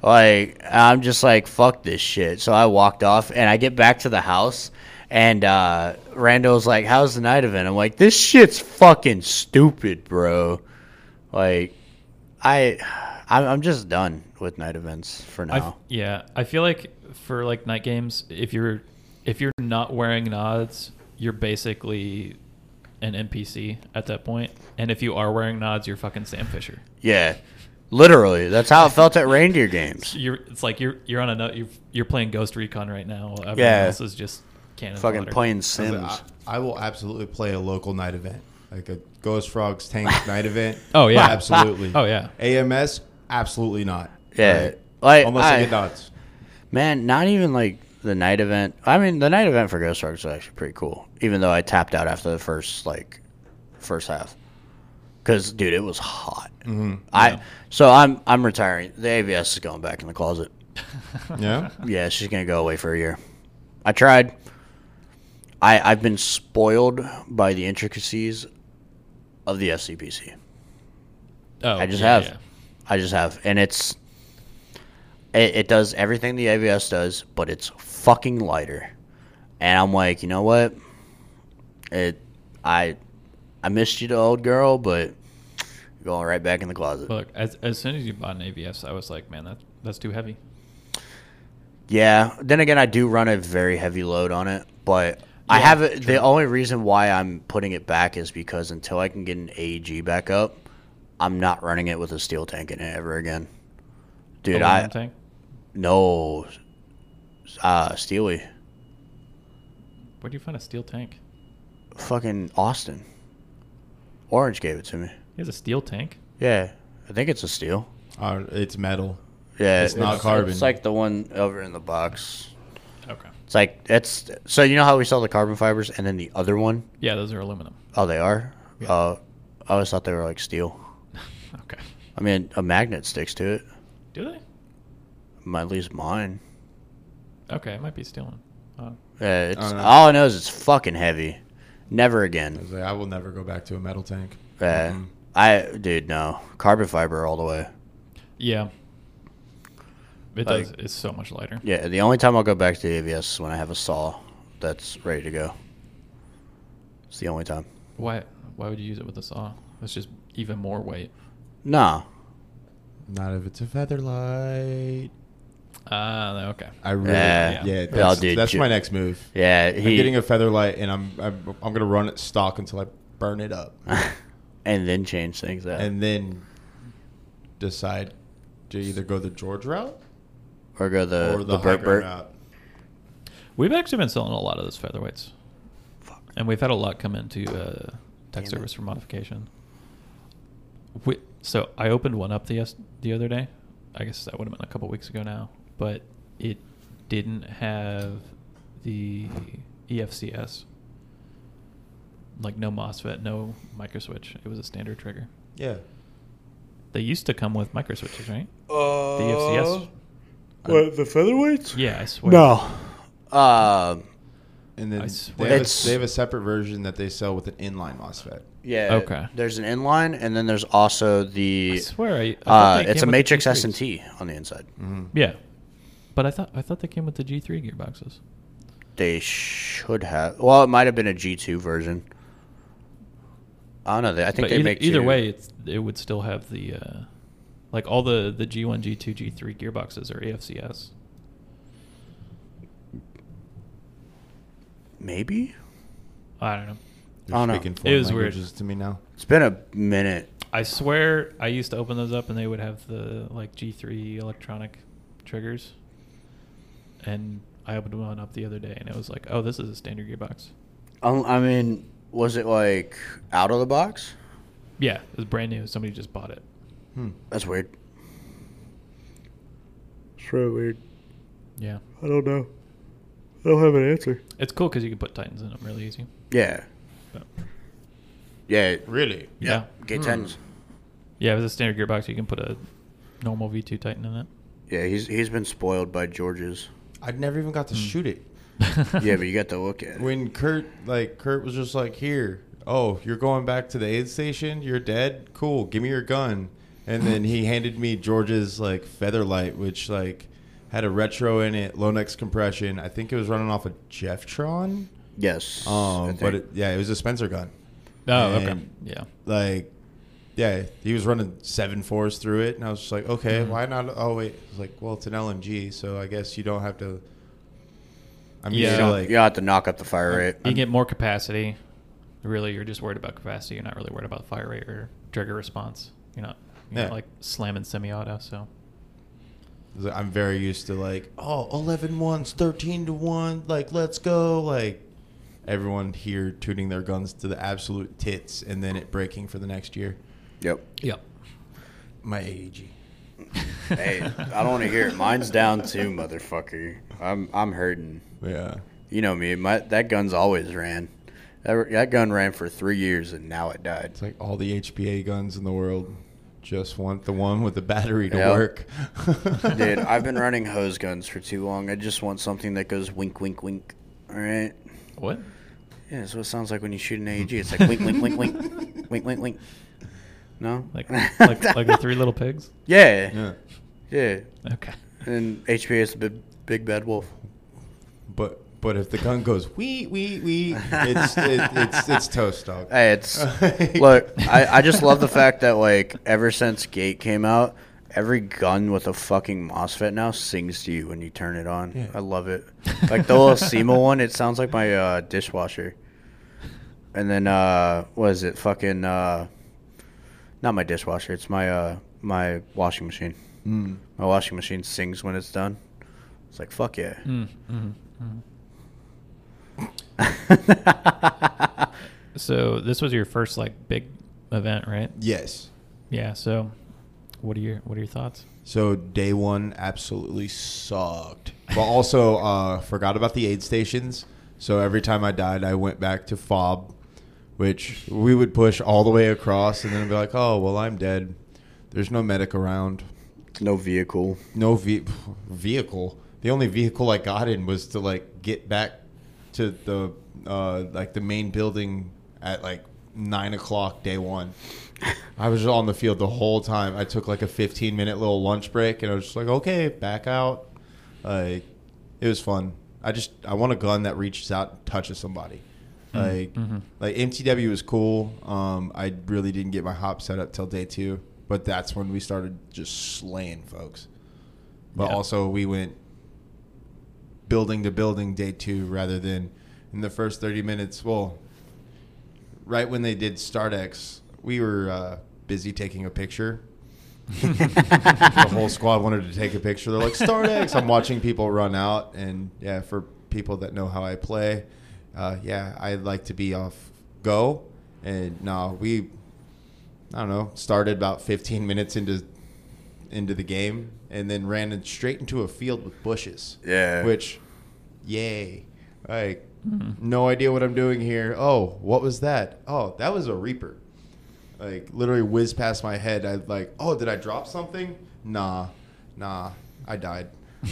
Speaker 2: Like, I'm just like, fuck this shit. So I walked off and I get back to the house and uh Rando's like, How's the night event? I'm like, This shit's fucking stupid, bro. Like I I'm I'm just done with night events for
Speaker 3: I f-
Speaker 2: now.
Speaker 3: yeah, I feel like for like night games, if you're if you're not wearing nods, you're basically an NPC at that point. And if you are wearing nods, you're fucking Sam Fisher.
Speaker 2: yeah. Literally. That's how it felt at reindeer games.
Speaker 3: You're it's like you're you're on a no- you're you're playing Ghost Recon right now. While everyone
Speaker 2: Yeah.
Speaker 3: else is just cannon
Speaker 2: Fucking
Speaker 3: fodder.
Speaker 2: playing
Speaker 4: I, was
Speaker 2: Sims.
Speaker 4: like, I, I will absolutely play a local night event, like a Ghost Frogs Tank night event.
Speaker 3: Oh, yeah.
Speaker 4: absolutely.
Speaker 3: Oh, yeah.
Speaker 4: AMS, absolutely not.
Speaker 2: Yeah.
Speaker 4: Like,
Speaker 2: Like,
Speaker 4: unless I,
Speaker 2: I-
Speaker 4: get nuts.
Speaker 2: Man, not even like the night event. I mean, the night event for Ghost Sharks was actually pretty cool, even though I tapped out after the first like first half. Cause dude, it was hot. Mm-hmm. I so I'm I'm retiring. The ABS is going back in the closet.
Speaker 4: Yeah.
Speaker 2: Yeah, she's gonna go away for a year. I tried. I I've been spoiled by the intricacies of the SCPC.
Speaker 3: Oh,
Speaker 2: I just
Speaker 3: yeah,
Speaker 2: have.
Speaker 3: yeah.
Speaker 2: I just have, and it's it, it does everything the ABS does, but it's fucking lighter. And I'm like, you know what? It I I missed you, the old girl, but you're going right back in the closet.
Speaker 3: Look, as as soon as you bought an ABS, I was like, man, that that's too heavy.
Speaker 2: Yeah. Then again, I do run a very heavy load on it, but I have it. The only reason why I'm putting it back is because until I can get an AEG back up, I'm not running it with a steel tank in it ever again. Dude,
Speaker 3: Aluminum
Speaker 2: I
Speaker 3: tank.
Speaker 2: no. Uh, Steely,
Speaker 3: Where do you find a steel tank?
Speaker 2: fucking Austin, Orange gave it to me.
Speaker 3: He has a steel tank.
Speaker 2: Yeah, I think it's a steel.
Speaker 4: Uh, it's metal.
Speaker 2: Yeah,
Speaker 4: It's not carbon.
Speaker 2: It's like the one over in the box.
Speaker 3: Okay.
Speaker 2: It's like it's so you know how we sell the carbon fibers and then the other one.
Speaker 3: Yeah, those are aluminum.
Speaker 2: Oh, they are. Uh, I always thought they were like steel.
Speaker 3: Okay.
Speaker 2: I mean, a magnet sticks to it.
Speaker 3: Do they?
Speaker 2: M- At least mine.
Speaker 3: Okay, I might be stealing. Uh,
Speaker 2: Yeah, it's,
Speaker 4: don't know.
Speaker 2: all I know is it's fucking heavy. Never again.
Speaker 4: I was like, I will never go back to a metal tank.
Speaker 2: Yeah.
Speaker 4: mm-hmm.
Speaker 2: I dude, no carbon fiber all the way.
Speaker 3: yeah. It
Speaker 2: Like-
Speaker 3: does. It's so much lighter.
Speaker 2: Yeah, the only time I'll go back to the ABS is when I have a saw that's ready to go. It's the only time.
Speaker 3: Why? Why would you use it with a saw? That's just even more weight.
Speaker 2: Nah,
Speaker 4: Not if it's a feather light.
Speaker 3: Ah, okay.
Speaker 4: I really,
Speaker 2: Yeah.
Speaker 4: yeah,
Speaker 3: Yeah,
Speaker 4: that's,
Speaker 2: I'll do
Speaker 4: that's
Speaker 2: ju-
Speaker 4: my next move.
Speaker 2: yeah,
Speaker 4: I'm
Speaker 2: he
Speaker 4: getting a feather light, and I'm I'm, I'm gonna run it stock until I burn it up,
Speaker 2: and then change things out
Speaker 4: and then decide to either go the George route
Speaker 2: or go the
Speaker 4: or
Speaker 2: Uh, the,
Speaker 4: the, high
Speaker 2: Burt
Speaker 4: ground
Speaker 2: Burt.
Speaker 4: route.
Speaker 3: We've actually been selling a lot of those featherweights, and we've had a lot come into uh,
Speaker 2: Damn
Speaker 3: tech
Speaker 2: it.
Speaker 3: service for modification. We, so I opened one up the yes, the other day. I guess that would have been a couple weeks ago now, but it didn't have the E EFCS, like no MOSFET, no microswitch. It was a standard trigger.
Speaker 4: Yeah,
Speaker 3: They used to come with microswitches, right? Uh, the EFCS.
Speaker 2: What the featherweights?
Speaker 3: Yeah, I swear.
Speaker 2: No. Um.
Speaker 4: and then
Speaker 3: I
Speaker 4: they
Speaker 3: swear.
Speaker 4: have,
Speaker 2: It's-
Speaker 4: a, they have a separate version that they sell with an inline MOSFET.
Speaker 2: Yeah.
Speaker 3: Okay.
Speaker 2: There's an inline, and then there's also
Speaker 3: I
Speaker 2: the.
Speaker 3: swear. I, I thought
Speaker 2: Uh,
Speaker 3: they
Speaker 2: it's a
Speaker 3: came with the
Speaker 2: matrix S
Speaker 3: G3s.
Speaker 2: and T on the inside.
Speaker 4: Mm-hmm.
Speaker 3: Yeah, but I thought I thought they came with the G three gearboxes.
Speaker 2: They should have. Well, it might have been a G two version. I don't know. They, I think
Speaker 3: But
Speaker 2: they
Speaker 3: either,
Speaker 2: make
Speaker 3: either
Speaker 2: two.
Speaker 3: way, it's, it would still have the uh, like all the the G one, G two, G three gearboxes are AFCS.
Speaker 2: Maybe
Speaker 3: I don't know.
Speaker 4: They're
Speaker 2: Oh, no.
Speaker 4: speaking
Speaker 3: It
Speaker 4: foreign
Speaker 3: was weird.
Speaker 4: languages to me now.
Speaker 2: it's been a minute.
Speaker 3: I swear, I used to open those up and they would have the like G three electronic triggers, and I opened one up the other day and it was like, oh, this is a standard gearbox.
Speaker 2: Um, I mean, was it like out of the box?
Speaker 3: Yeah, it was brand new. Somebody just bought it.
Speaker 4: Hmm.
Speaker 2: That's weird. It's really weird.
Speaker 3: Yeah,
Speaker 2: I don't know. I don't have an answer.
Speaker 3: it's cool because you can put Titans in them really easy.
Speaker 2: Yeah.
Speaker 3: But,
Speaker 2: Yeah.
Speaker 4: Really?
Speaker 3: yeah.
Speaker 2: Gate tens.
Speaker 3: Yeah, it was a standard gearbox. You can put a normal V2 Titan in it.
Speaker 2: Yeah, he's he's been spoiled by George's.
Speaker 4: I never even
Speaker 3: Hmm.
Speaker 4: got to shoot it.
Speaker 2: yeah, but you got to look at it.
Speaker 4: When Kurt, like Kurt, was just like, "Here, oh, you're going back to the aid station. You're dead. Cool. Give me your gun." And then he handed me George's like Featherlight, which like had a retro in it, low nex compression. I think it was running off a Jeftron.
Speaker 2: Yes. I
Speaker 4: Um,
Speaker 2: think.
Speaker 4: but it, yeah, it was a Spencer gun.
Speaker 3: Oh, okay.
Speaker 4: And-
Speaker 3: Yeah.
Speaker 4: Like, yeah, he was running seven fours through it, and I was just like, okay,
Speaker 2: Mm-hmm.
Speaker 4: why not? Oh wait, I was like, well, it's an LMG, so I guess you don't have to. I'm
Speaker 3: Yeah.
Speaker 4: used to like
Speaker 2: you have to knock up the fire rate.
Speaker 3: You get more capacity. Really, you're just worried about capacity. You're not really worried about fire rate or trigger response. You're not, you're not
Speaker 4: Yeah.
Speaker 3: like slamming semi-auto. So
Speaker 4: I'm very used to like, oh, 11 ones, 13 to 1, like, let's go. Like, everyone here tuning their guns to the absolute tits and then it breaking for the next year.
Speaker 2: Yep.
Speaker 3: yep.
Speaker 4: My E AEG.
Speaker 2: Hey, I don't e want to hear it. Mine's down too, motherfucker. I'm I'm hurting.
Speaker 4: Yeah.
Speaker 2: You know me. My that gun's always ran. That, that gun ran for three years and now it died.
Speaker 4: It's like all the HPA guns in the world just want the one with the battery to
Speaker 2: Yeah.
Speaker 4: work.
Speaker 2: Dude, I've been running hose guns for too long. I just want something that goes wink, wink, wink. All right.
Speaker 3: What?
Speaker 2: Yeah, that's what it sounds like when you shoot an AEG. It's like wink, wink, wink, wink, wink, wink, wink. No.
Speaker 3: Like like like the Three Little Pigs?
Speaker 2: Yeah. Yeah.
Speaker 4: yeah.
Speaker 3: Okay.
Speaker 2: And HPA is the big, big bad wolf.
Speaker 4: But. But if the gun goes wee wee wee, it's it, it's it's toast dog.
Speaker 2: Hey, it's look. I, I just love the fact that like ever since Gate came out, every gun with a fucking MOSFET now sings to you when you turn it on.
Speaker 4: Yeah.
Speaker 2: I love it. Like the little SEMA one, it sounds like my uh, dishwasher. And then uh, what is it? Fucking uh, not my dishwasher. It's my uh, my washing machine.
Speaker 4: Mm.
Speaker 2: My washing machine sings when it's done. It's like fuck yeah.
Speaker 3: Mm, mm, mm. So this was your first like big event, right?
Speaker 4: Yes.
Speaker 3: Yeah. So, what are your what are your thoughts?
Speaker 4: So day one absolutely sucked, but also uh, forgot about the aid stations. So every time I died, I went back to FOB, which we would push all the way across, and then be like, "Oh well, I'm dead. There's no medic around,
Speaker 2: no vehicle.
Speaker 4: no ve- vehicle. The only vehicle I got in was to like get back to the uh, like the main building at like nine o'clock day one." I was on the field the whole time. I took like a 15 minute little lunch break, and I was just like, okay, back out. Like, it was fun. I just I want a gun that reaches out and touches somebody. Like, like MTW was cool. Um, I really didn't get my hop set up till day two, but that's when we started just slaying folks. But
Speaker 3: Yeah.
Speaker 4: also we went building to building day two rather than in the first 30 minutes. Well, right when they did StartX, we were uh, busy taking a picture. the whole squad wanted to take a picture. They're like, StartX. I'm watching people run out. And yeah, for people that know how I play, uh, yeah, I like to be off go. And no, we, I don't know, started about 15 minutes into into the game and then ran in straight into a field with bushes.
Speaker 2: Yeah.
Speaker 4: Which, yay. Like, no idea what I'm doing here. Oh, what was that? Oh, that was a Reaper. Like, literally whizzed past my head. I like, oh, did I drop something? Nah, nah, I died.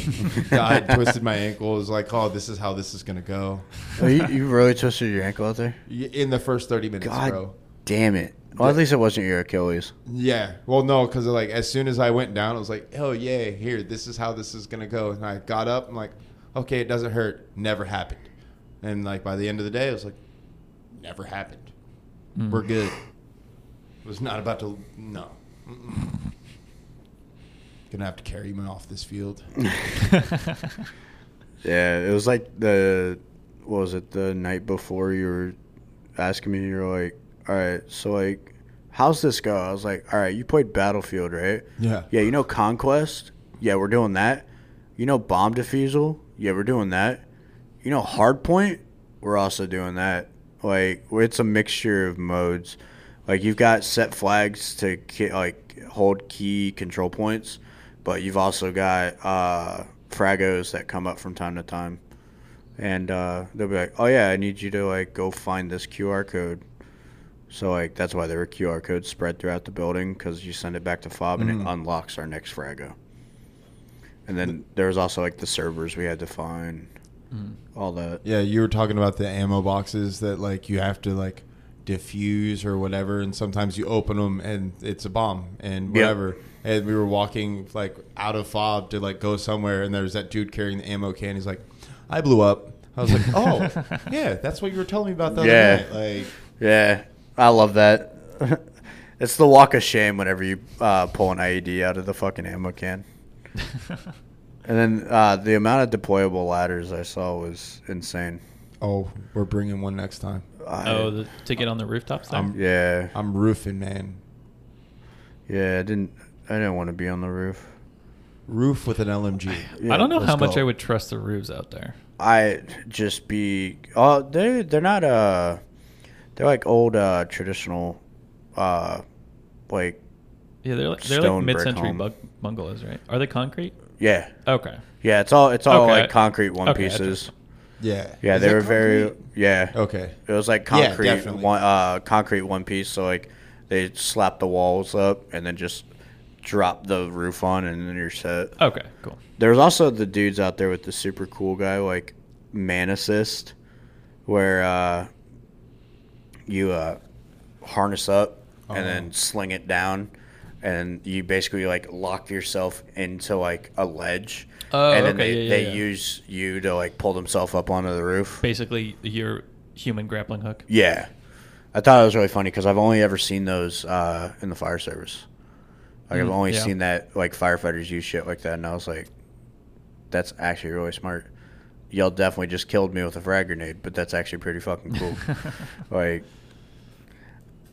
Speaker 4: died, twisted my ankle. It was like, oh, this is how this is gonna go.
Speaker 2: Oh, you, you really twisted your ankle out there.
Speaker 4: Y- In the first thirty minutes,
Speaker 2: God
Speaker 4: bro.
Speaker 2: damn it. Well, at least it wasn't your Achilles.
Speaker 4: Yeah. Well, no, because like as soon as I went down, I was like, oh yeah, here, this is how this is gonna go. And I got up, I'm like, okay, it doesn't hurt. Never happened. And like by the end of the day, I was like, never happened. We're good. was not about to. No. Mm-mm. Gonna have to carry him off this field.
Speaker 2: Yeah, it was like the what was it the night before you were asking me. You were like, "All right, so like, how's this go?" I was like, "All right, you played Battlefield, right?
Speaker 4: Yeah.
Speaker 2: Yeah, you know Conquest. Yeah, we're doing that. You know Bomb Defusal. Yeah, we're doing that. You know Hardpoint. We're also doing that. Like, it's a mixture of modes. Like you've got set flags to ki- like hold key control points, but you've also got uh, fragos that come up from time to time, and uh, they'll be like, "Oh yeah, I need you to like go find this QR code." So like that's why there were QR codes spread throughout the building because you send it back to FOB and it unlocks our next Frago. And then there was also like the servers we had to find, all that.
Speaker 4: Yeah, you were talking about the ammo boxes that like you have to like diffuse or whatever, and sometimes you open them and it's a bomb and
Speaker 2: Yeah.
Speaker 4: whatever. And we were walking like out of fob to like go somewhere, and there's that dude carrying the ammo can. He's like, "I blew up." I was like, "Oh, yeah, that's what you were telling me about the other
Speaker 2: Yeah.
Speaker 4: night." Like,
Speaker 2: Yeah, I love that. it's the walk of shame whenever you uh, pull an IED out of the fucking ammo can. And then uh, the amount of deployable ladders I saw was insane.
Speaker 4: oh, we're bringing one next time.
Speaker 2: I-
Speaker 3: oh, the, to get on the rooftops. there?
Speaker 4: I'm-
Speaker 2: yeah,
Speaker 4: I'm roofing, man.
Speaker 2: yeah. I didn't. I didn't want to be on the roof.
Speaker 4: Roof with an LMG.
Speaker 2: Yeah,
Speaker 3: I don't know
Speaker 2: let's
Speaker 3: how much
Speaker 2: go.
Speaker 3: I would trust the roofs out there.
Speaker 2: I just be oh they they're not uh they're like old uh traditional uh like
Speaker 3: Yeah, they're like, they're like
Speaker 2: Stone brick
Speaker 3: mid-century
Speaker 2: home.
Speaker 3: bug- bungalows, right? Are they concrete?
Speaker 2: yeah
Speaker 3: Okay.
Speaker 2: yeah it's all it's all
Speaker 3: Okay.
Speaker 2: like concrete one
Speaker 3: Okay, I
Speaker 2: pieces
Speaker 4: Yeah.
Speaker 2: yeah
Speaker 4: Is
Speaker 2: they
Speaker 4: that
Speaker 2: were very
Speaker 4: concrete?
Speaker 2: yeah
Speaker 4: Okay.
Speaker 2: it was like concrete
Speaker 4: definitely.
Speaker 2: one uh concrete one piece so like they slap the walls up and then just drop the roof on and then you're set
Speaker 3: Okay. Cool.
Speaker 2: There's also the dudes out there with the super cool guy, like man assist, where uh, you uh, harness up and
Speaker 3: Uh-huh.
Speaker 2: then sling it down, and you basically like lock yourself into like a ledge,
Speaker 3: Oh,
Speaker 2: and then they,
Speaker 3: okay, yeah, yeah,
Speaker 2: they
Speaker 3: yeah.
Speaker 2: use you to like pull themselves up onto the roof.
Speaker 3: Basically, your human grappling hook.
Speaker 2: Yeah, I thought it was really funny because I've only ever seen those uh, in the fire service. Like I've only
Speaker 3: yeah.
Speaker 2: seen that like firefighters use shit like that, and I was like, "That's actually really smart." Y'all definitely just killed me with a frag grenade, but that's actually pretty fucking cool. like,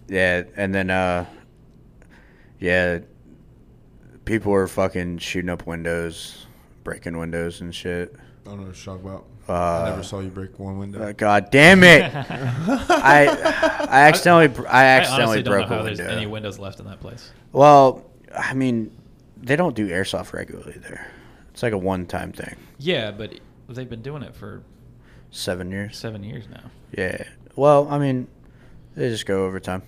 Speaker 2: yeah, and then uh, yeah, people were fucking shooting up windows, breaking windows and shit.
Speaker 4: I don't know what you're talking about. I never saw you break one window.
Speaker 2: Uh, God damn it! I I accidentally I
Speaker 3: I
Speaker 2: accidentally
Speaker 3: honestly don't know
Speaker 2: broke
Speaker 3: how
Speaker 2: a
Speaker 3: there's
Speaker 2: window.
Speaker 3: any windows left in that place.
Speaker 2: well, I mean, they don't do airsoft regularly there. It's like a one-time thing.
Speaker 3: Yeah, but they've been doing it for
Speaker 2: Seven years.
Speaker 3: seven years now.
Speaker 2: Yeah. Well, I mean, they just go over time.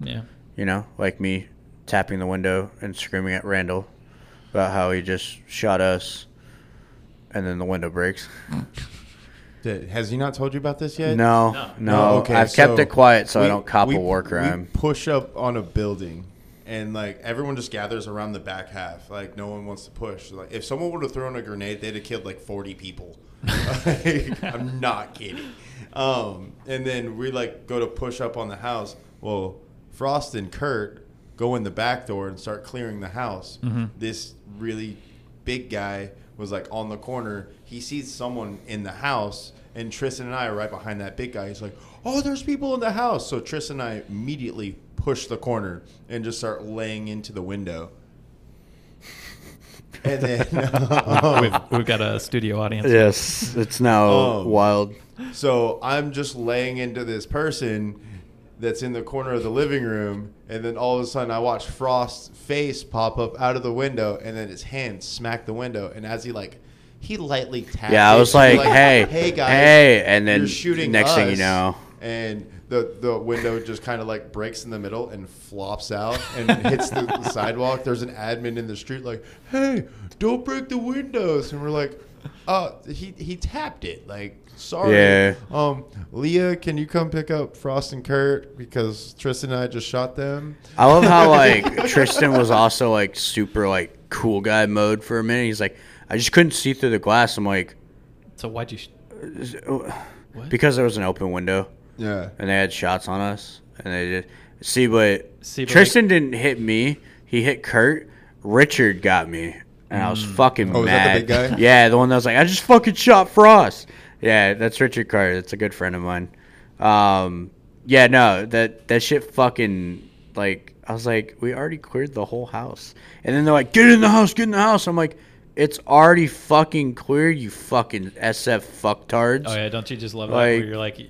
Speaker 3: Yeah.
Speaker 2: You know, like me tapping the window and screaming at Randall about how he just shot us, and then the window breaks.
Speaker 4: Did- Has he not told you about this yet?
Speaker 2: No,
Speaker 3: No.
Speaker 2: no.
Speaker 4: No, Oh, okay,
Speaker 2: I've kept
Speaker 4: so
Speaker 2: it quiet so I
Speaker 4: we-
Speaker 2: don't cop
Speaker 4: we-
Speaker 2: a war crime.
Speaker 4: We push up on a building, and like everyone just gathers around the back half. Like no one wants to push. Like if someone would have thrown a grenade, they'd have killed like forty people. Like, I'm not kidding. Um, and then we like go to push up on the house. Well, Frost and Kurt go in the back door and start clearing the house. This really big guy was like on the corner. He sees someone in the house, and Tristan and I are right behind that big guy. He's like, "Oh, there's people in the house!" So Tristan and I immediately push the corner and just start laying into the window. And
Speaker 2: Oh.
Speaker 4: then, uh,
Speaker 3: We've, we've got a studio audience.
Speaker 2: Yes, it's now
Speaker 4: Um,
Speaker 2: wild.
Speaker 4: so I'm just laying into this person that's in the corner of the living room, and then all of a sudden I watch Frost's face pop up out of the window, and then his hand smack the window, and as he like. He lightly tapped.
Speaker 2: Yeah, I
Speaker 4: it,
Speaker 2: was like, "Hey,
Speaker 4: hey, guys,
Speaker 2: hey," and then
Speaker 4: you're shooting
Speaker 2: next thing you
Speaker 4: us."
Speaker 2: know-
Speaker 4: and the the window just kind of like breaks in the middle and flops out and hits the, the sidewalk. There's an admin in the street like, "Hey, don't break the windows," and we're like, "Uh, he he tapped it. Like, sorry."
Speaker 2: Yeah.
Speaker 4: Um, Leah, can you come pick up Frost and Kurt because Tristan and I just shot them?
Speaker 2: I love how like Tristan was also like super like cool guy mode for a minute. He's like, I just couldn't see through the glass. I'm like,
Speaker 3: So why'd you? Sh-
Speaker 2: because there was an open window
Speaker 4: Yeah.
Speaker 2: and they had shots on us, and they did see. But,
Speaker 3: See, but,
Speaker 2: Tristan didn't hit me. He hit Kurt. Richard got me, and I was
Speaker 3: Mm.
Speaker 2: fucking
Speaker 4: Oh, is that the
Speaker 2: mad.
Speaker 4: big guy?
Speaker 2: Yeah, the one that was like, I just fucking shot Frost. Yeah, that's Richard Carter. That's a good friend of mine. Um, yeah, no, that that shit fucking like I was like, we already cleared the whole house, and then they're like, get in the house, get in the house. I'm like, it's already fucking cleared, you fucking SF fucktards.
Speaker 3: oh yeah, don't you just love that?
Speaker 2: Like-
Speaker 3: where you're like,
Speaker 2: I'm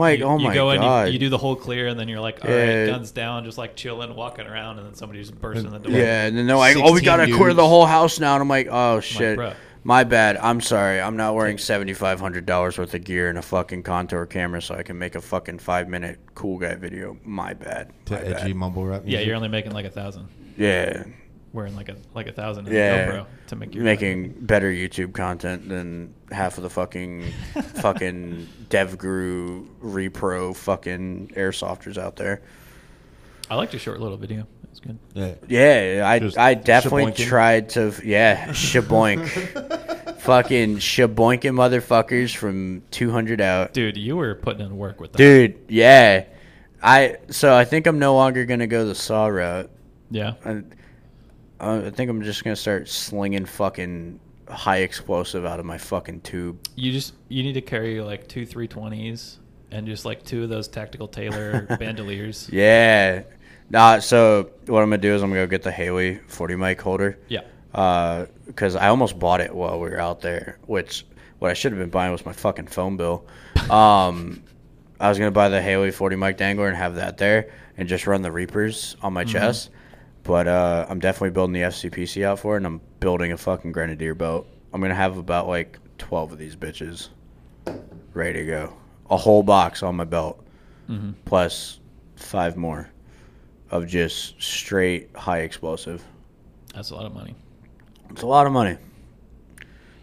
Speaker 2: like,
Speaker 3: you,
Speaker 2: oh
Speaker 3: you
Speaker 2: my
Speaker 3: go
Speaker 2: god,
Speaker 3: in, you, you do the whole clear, and then you're like, all right,
Speaker 2: Yeah.
Speaker 3: guns down, just like chilling, walking around, and then somebody just bursts in the door.
Speaker 2: Yeah, and then they're like, "Oh, we
Speaker 4: 16
Speaker 2: gotta clear
Speaker 4: dudes.
Speaker 2: the whole house now," and I'm like, "Oh shit,
Speaker 3: "Bruh."
Speaker 2: my bad. I'm sorry. I'm not wearing seventy five hundred dollars worth of gear and a fucking contour camera so I can make a fucking five minute cool guy video. My bad. My bad.
Speaker 4: mumble rap.
Speaker 3: Yeah, you're only making like a thousand.
Speaker 2: Yeah,
Speaker 3: wearing like a like a thousand in
Speaker 2: Yeah.
Speaker 3: GoPro to make your
Speaker 2: making better YouTube content than half of the fucking fucking DevGuru repro fucking airsofters out there.
Speaker 3: I liked your short little video. It was good.
Speaker 4: Yeah.
Speaker 2: Yeah, I
Speaker 4: Just
Speaker 2: I definitely
Speaker 4: shaboinking.
Speaker 2: tried to yeah shaboink, fucking shaboinking motherfuckers from two hundred out,
Speaker 3: Dude, you were putting in work with that.
Speaker 2: dude. Yeah, I so I think I'm no longer gonna go the saw route.
Speaker 3: Yeah.
Speaker 2: I, I think I'm just gonna start slinging fucking high explosive out of my fucking tube.
Speaker 3: You just you need to carry like two 320s and just like two of those tactical Taylor bandoliers.
Speaker 2: Yeah. Nah, so what I'm gonna do is I'm gonna go get the Haley 40 mic holder.
Speaker 3: Yeah.
Speaker 2: Because Uh, I almost bought it while we were out there, which what I should have been buying was my fucking phone bill. Um, I was gonna buy the Haley 40 mic dangler and have that there and just run the Reapers on my chest. But uh, I'm definitely building the FCPC out for it, and I'm building a fucking grenadier boat. I'm gonna have about like 12 of these bitches ready to go. A whole box on my belt,
Speaker 3: Mm-hmm.
Speaker 2: plus five more of just straight high explosive.
Speaker 3: That's a lot of money.
Speaker 2: It's a lot of money.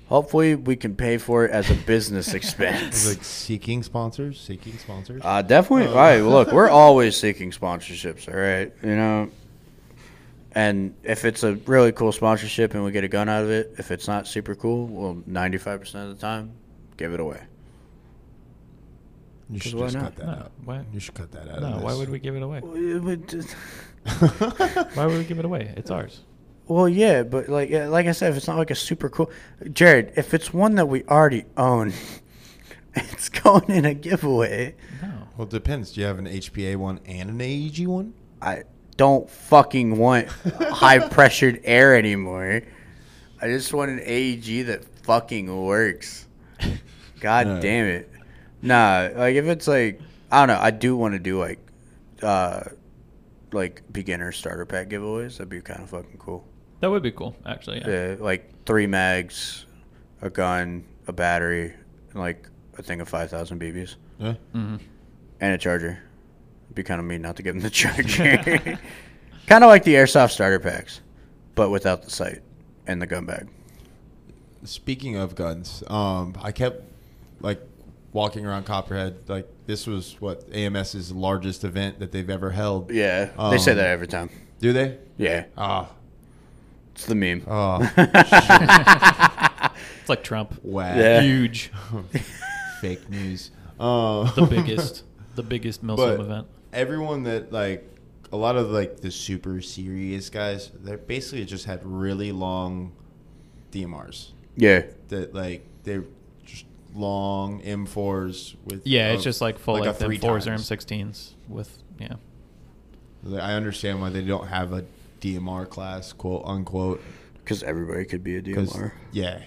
Speaker 2: Hopefully, we can pay for it as a business
Speaker 4: It's
Speaker 2: expense.
Speaker 4: like seeking sponsors, seeking sponsors.
Speaker 2: Uh, definitely. All right, look, we're always seeking sponsorships. All right, you know. And if it's a really cool sponsorship and we get a gun out of it, if it's not super cool, well, ninety-five percent of the time, give it away.
Speaker 4: you should
Speaker 2: why
Speaker 4: just
Speaker 2: not?
Speaker 4: cut that
Speaker 3: No,
Speaker 4: out.
Speaker 3: why-
Speaker 4: You should cut that out.
Speaker 3: No,
Speaker 4: of
Speaker 3: why
Speaker 4: this.
Speaker 3: would we give it away?
Speaker 4: we?
Speaker 3: Why would we give it away? It's ours.
Speaker 2: Well, yeah, but like yeah, like I said, if it's not like a super cool, Jared, if it's one that we already own, it's going in a giveaway.
Speaker 3: No.
Speaker 4: well, it depends. Do you have an HPA one and an AEG one?
Speaker 2: I don't fucking want high pressured air anymore. I just want an AEG that fucking works. God
Speaker 4: No.
Speaker 2: damn it. Nah, like if it's like I don't know, I do want to do like uh like beginner starter pack giveaways. That'd be kind of fucking cool.
Speaker 3: That would be cool, actually. Yeah.
Speaker 2: Yeah, like three mags, a gun, a battery, and like a thing of 5,000 BBs,
Speaker 4: Yeah.
Speaker 2: and a charger. It'd be kind of mean not to give them the charger. kind of like the airsoft starter packs, but without the sight and the gun bag.
Speaker 4: Speaking of guns, um, I kept like walking around Copperhead. Like this was what AMS's largest event that they've ever held.
Speaker 2: Yeah, they say
Speaker 4: Um,
Speaker 2: that every time.
Speaker 4: Do they?
Speaker 2: Yeah,
Speaker 4: Ah,
Speaker 2: it's the meme.
Speaker 4: oh,
Speaker 3: It's like Trump.
Speaker 4: wow.
Speaker 2: Yeah.
Speaker 3: Huge.
Speaker 4: Fake news. Uh,
Speaker 3: The biggest. the biggest Milsom
Speaker 4: But-
Speaker 3: event.
Speaker 4: everyone that like a lot of like the super serious guys, they basically just had really long DMRs
Speaker 2: yeah,
Speaker 4: that like they're just long M4s with
Speaker 3: Yeah,
Speaker 4: uh,
Speaker 3: it's just like full
Speaker 4: like
Speaker 3: like,
Speaker 4: a
Speaker 3: the
Speaker 4: three
Speaker 3: M4s or
Speaker 4: times.
Speaker 3: M16s with, yeah.
Speaker 4: Like, I understand why they don't have a DMR class, quote unquote.
Speaker 2: because everybody could be a
Speaker 4: 'cause-
Speaker 2: DMR.
Speaker 4: yeah,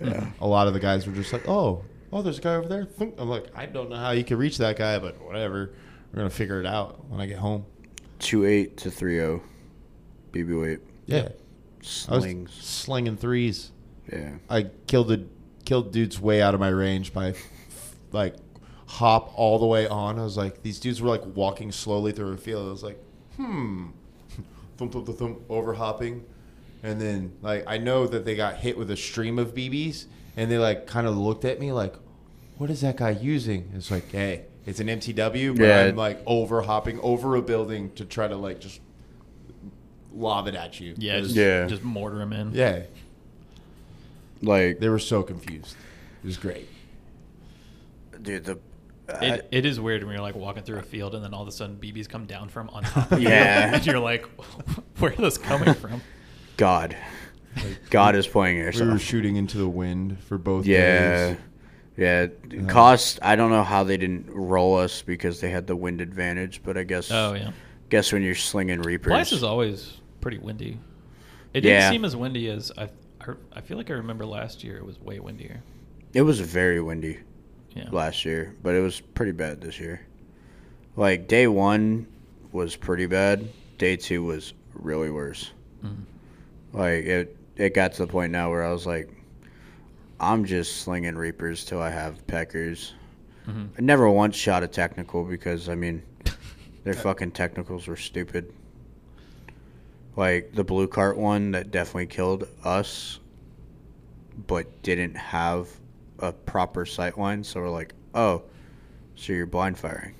Speaker 3: Mm-hmm.
Speaker 4: a lot of the guys were just like, oh, oh, there's a guy over there. Thunk. I'm like, I don't know how you could reach that guy, but whatever. We're gonna figure it out when I get home.
Speaker 2: Two eight to three zero, BB weight
Speaker 4: Yeah, I was
Speaker 2: slings.
Speaker 4: slinging threes.
Speaker 2: Yeah,
Speaker 4: I killed the killed dudes way out of my range by like hop all the way on. I was like, these dudes were like walking slowly through a field. I was like, hmm, thump thump thump, thump over hopping, and then like I know that they got hit with a stream of BBs, and they like kind of looked at me like, what is that guy using? It's like, hey, it's an MTW, but
Speaker 2: Yeah.
Speaker 4: I'm like over hopping over a building to try to like just lob it at you.
Speaker 3: Yeah,
Speaker 4: It was-
Speaker 3: just,
Speaker 2: Yeah.
Speaker 3: just mortar them in.
Speaker 4: yeah.
Speaker 2: like
Speaker 4: They were so confused. It was great.
Speaker 2: dude, the
Speaker 3: It, it is weird when you're like walking through a field and then all of a sudden BBs come down from on top of
Speaker 2: Yeah.
Speaker 3: you. And you're like, where are those coming from?
Speaker 2: God, God is playing airsoft.
Speaker 4: We were shooting into the wind for both
Speaker 2: Yeah.
Speaker 4: days.
Speaker 2: Yeah.
Speaker 4: Uh-huh.
Speaker 2: Cost I don't know how they didn't roll us because they had the wind advantage, but I guess
Speaker 3: Oh, yeah.
Speaker 2: guess when you're slinging reapers.
Speaker 3: Place is always pretty windy. It didn't
Speaker 2: Yeah.
Speaker 3: seem as windy as I, I. I feel like I remember last year. It was way windier.
Speaker 2: it was very windy
Speaker 3: Yeah.
Speaker 2: last year, but it was pretty bad this year. Like day 1 was pretty bad. Day 2 was really worse. Like it it got to the point now where I was like I'm just slinging reapers till I have peckers. I never once shot a technical because I mean their fucking technicals were stupid. Like the blue cart one that definitely killed us, but didn't have a proper sight line. So we're like, oh, so you're blind firing.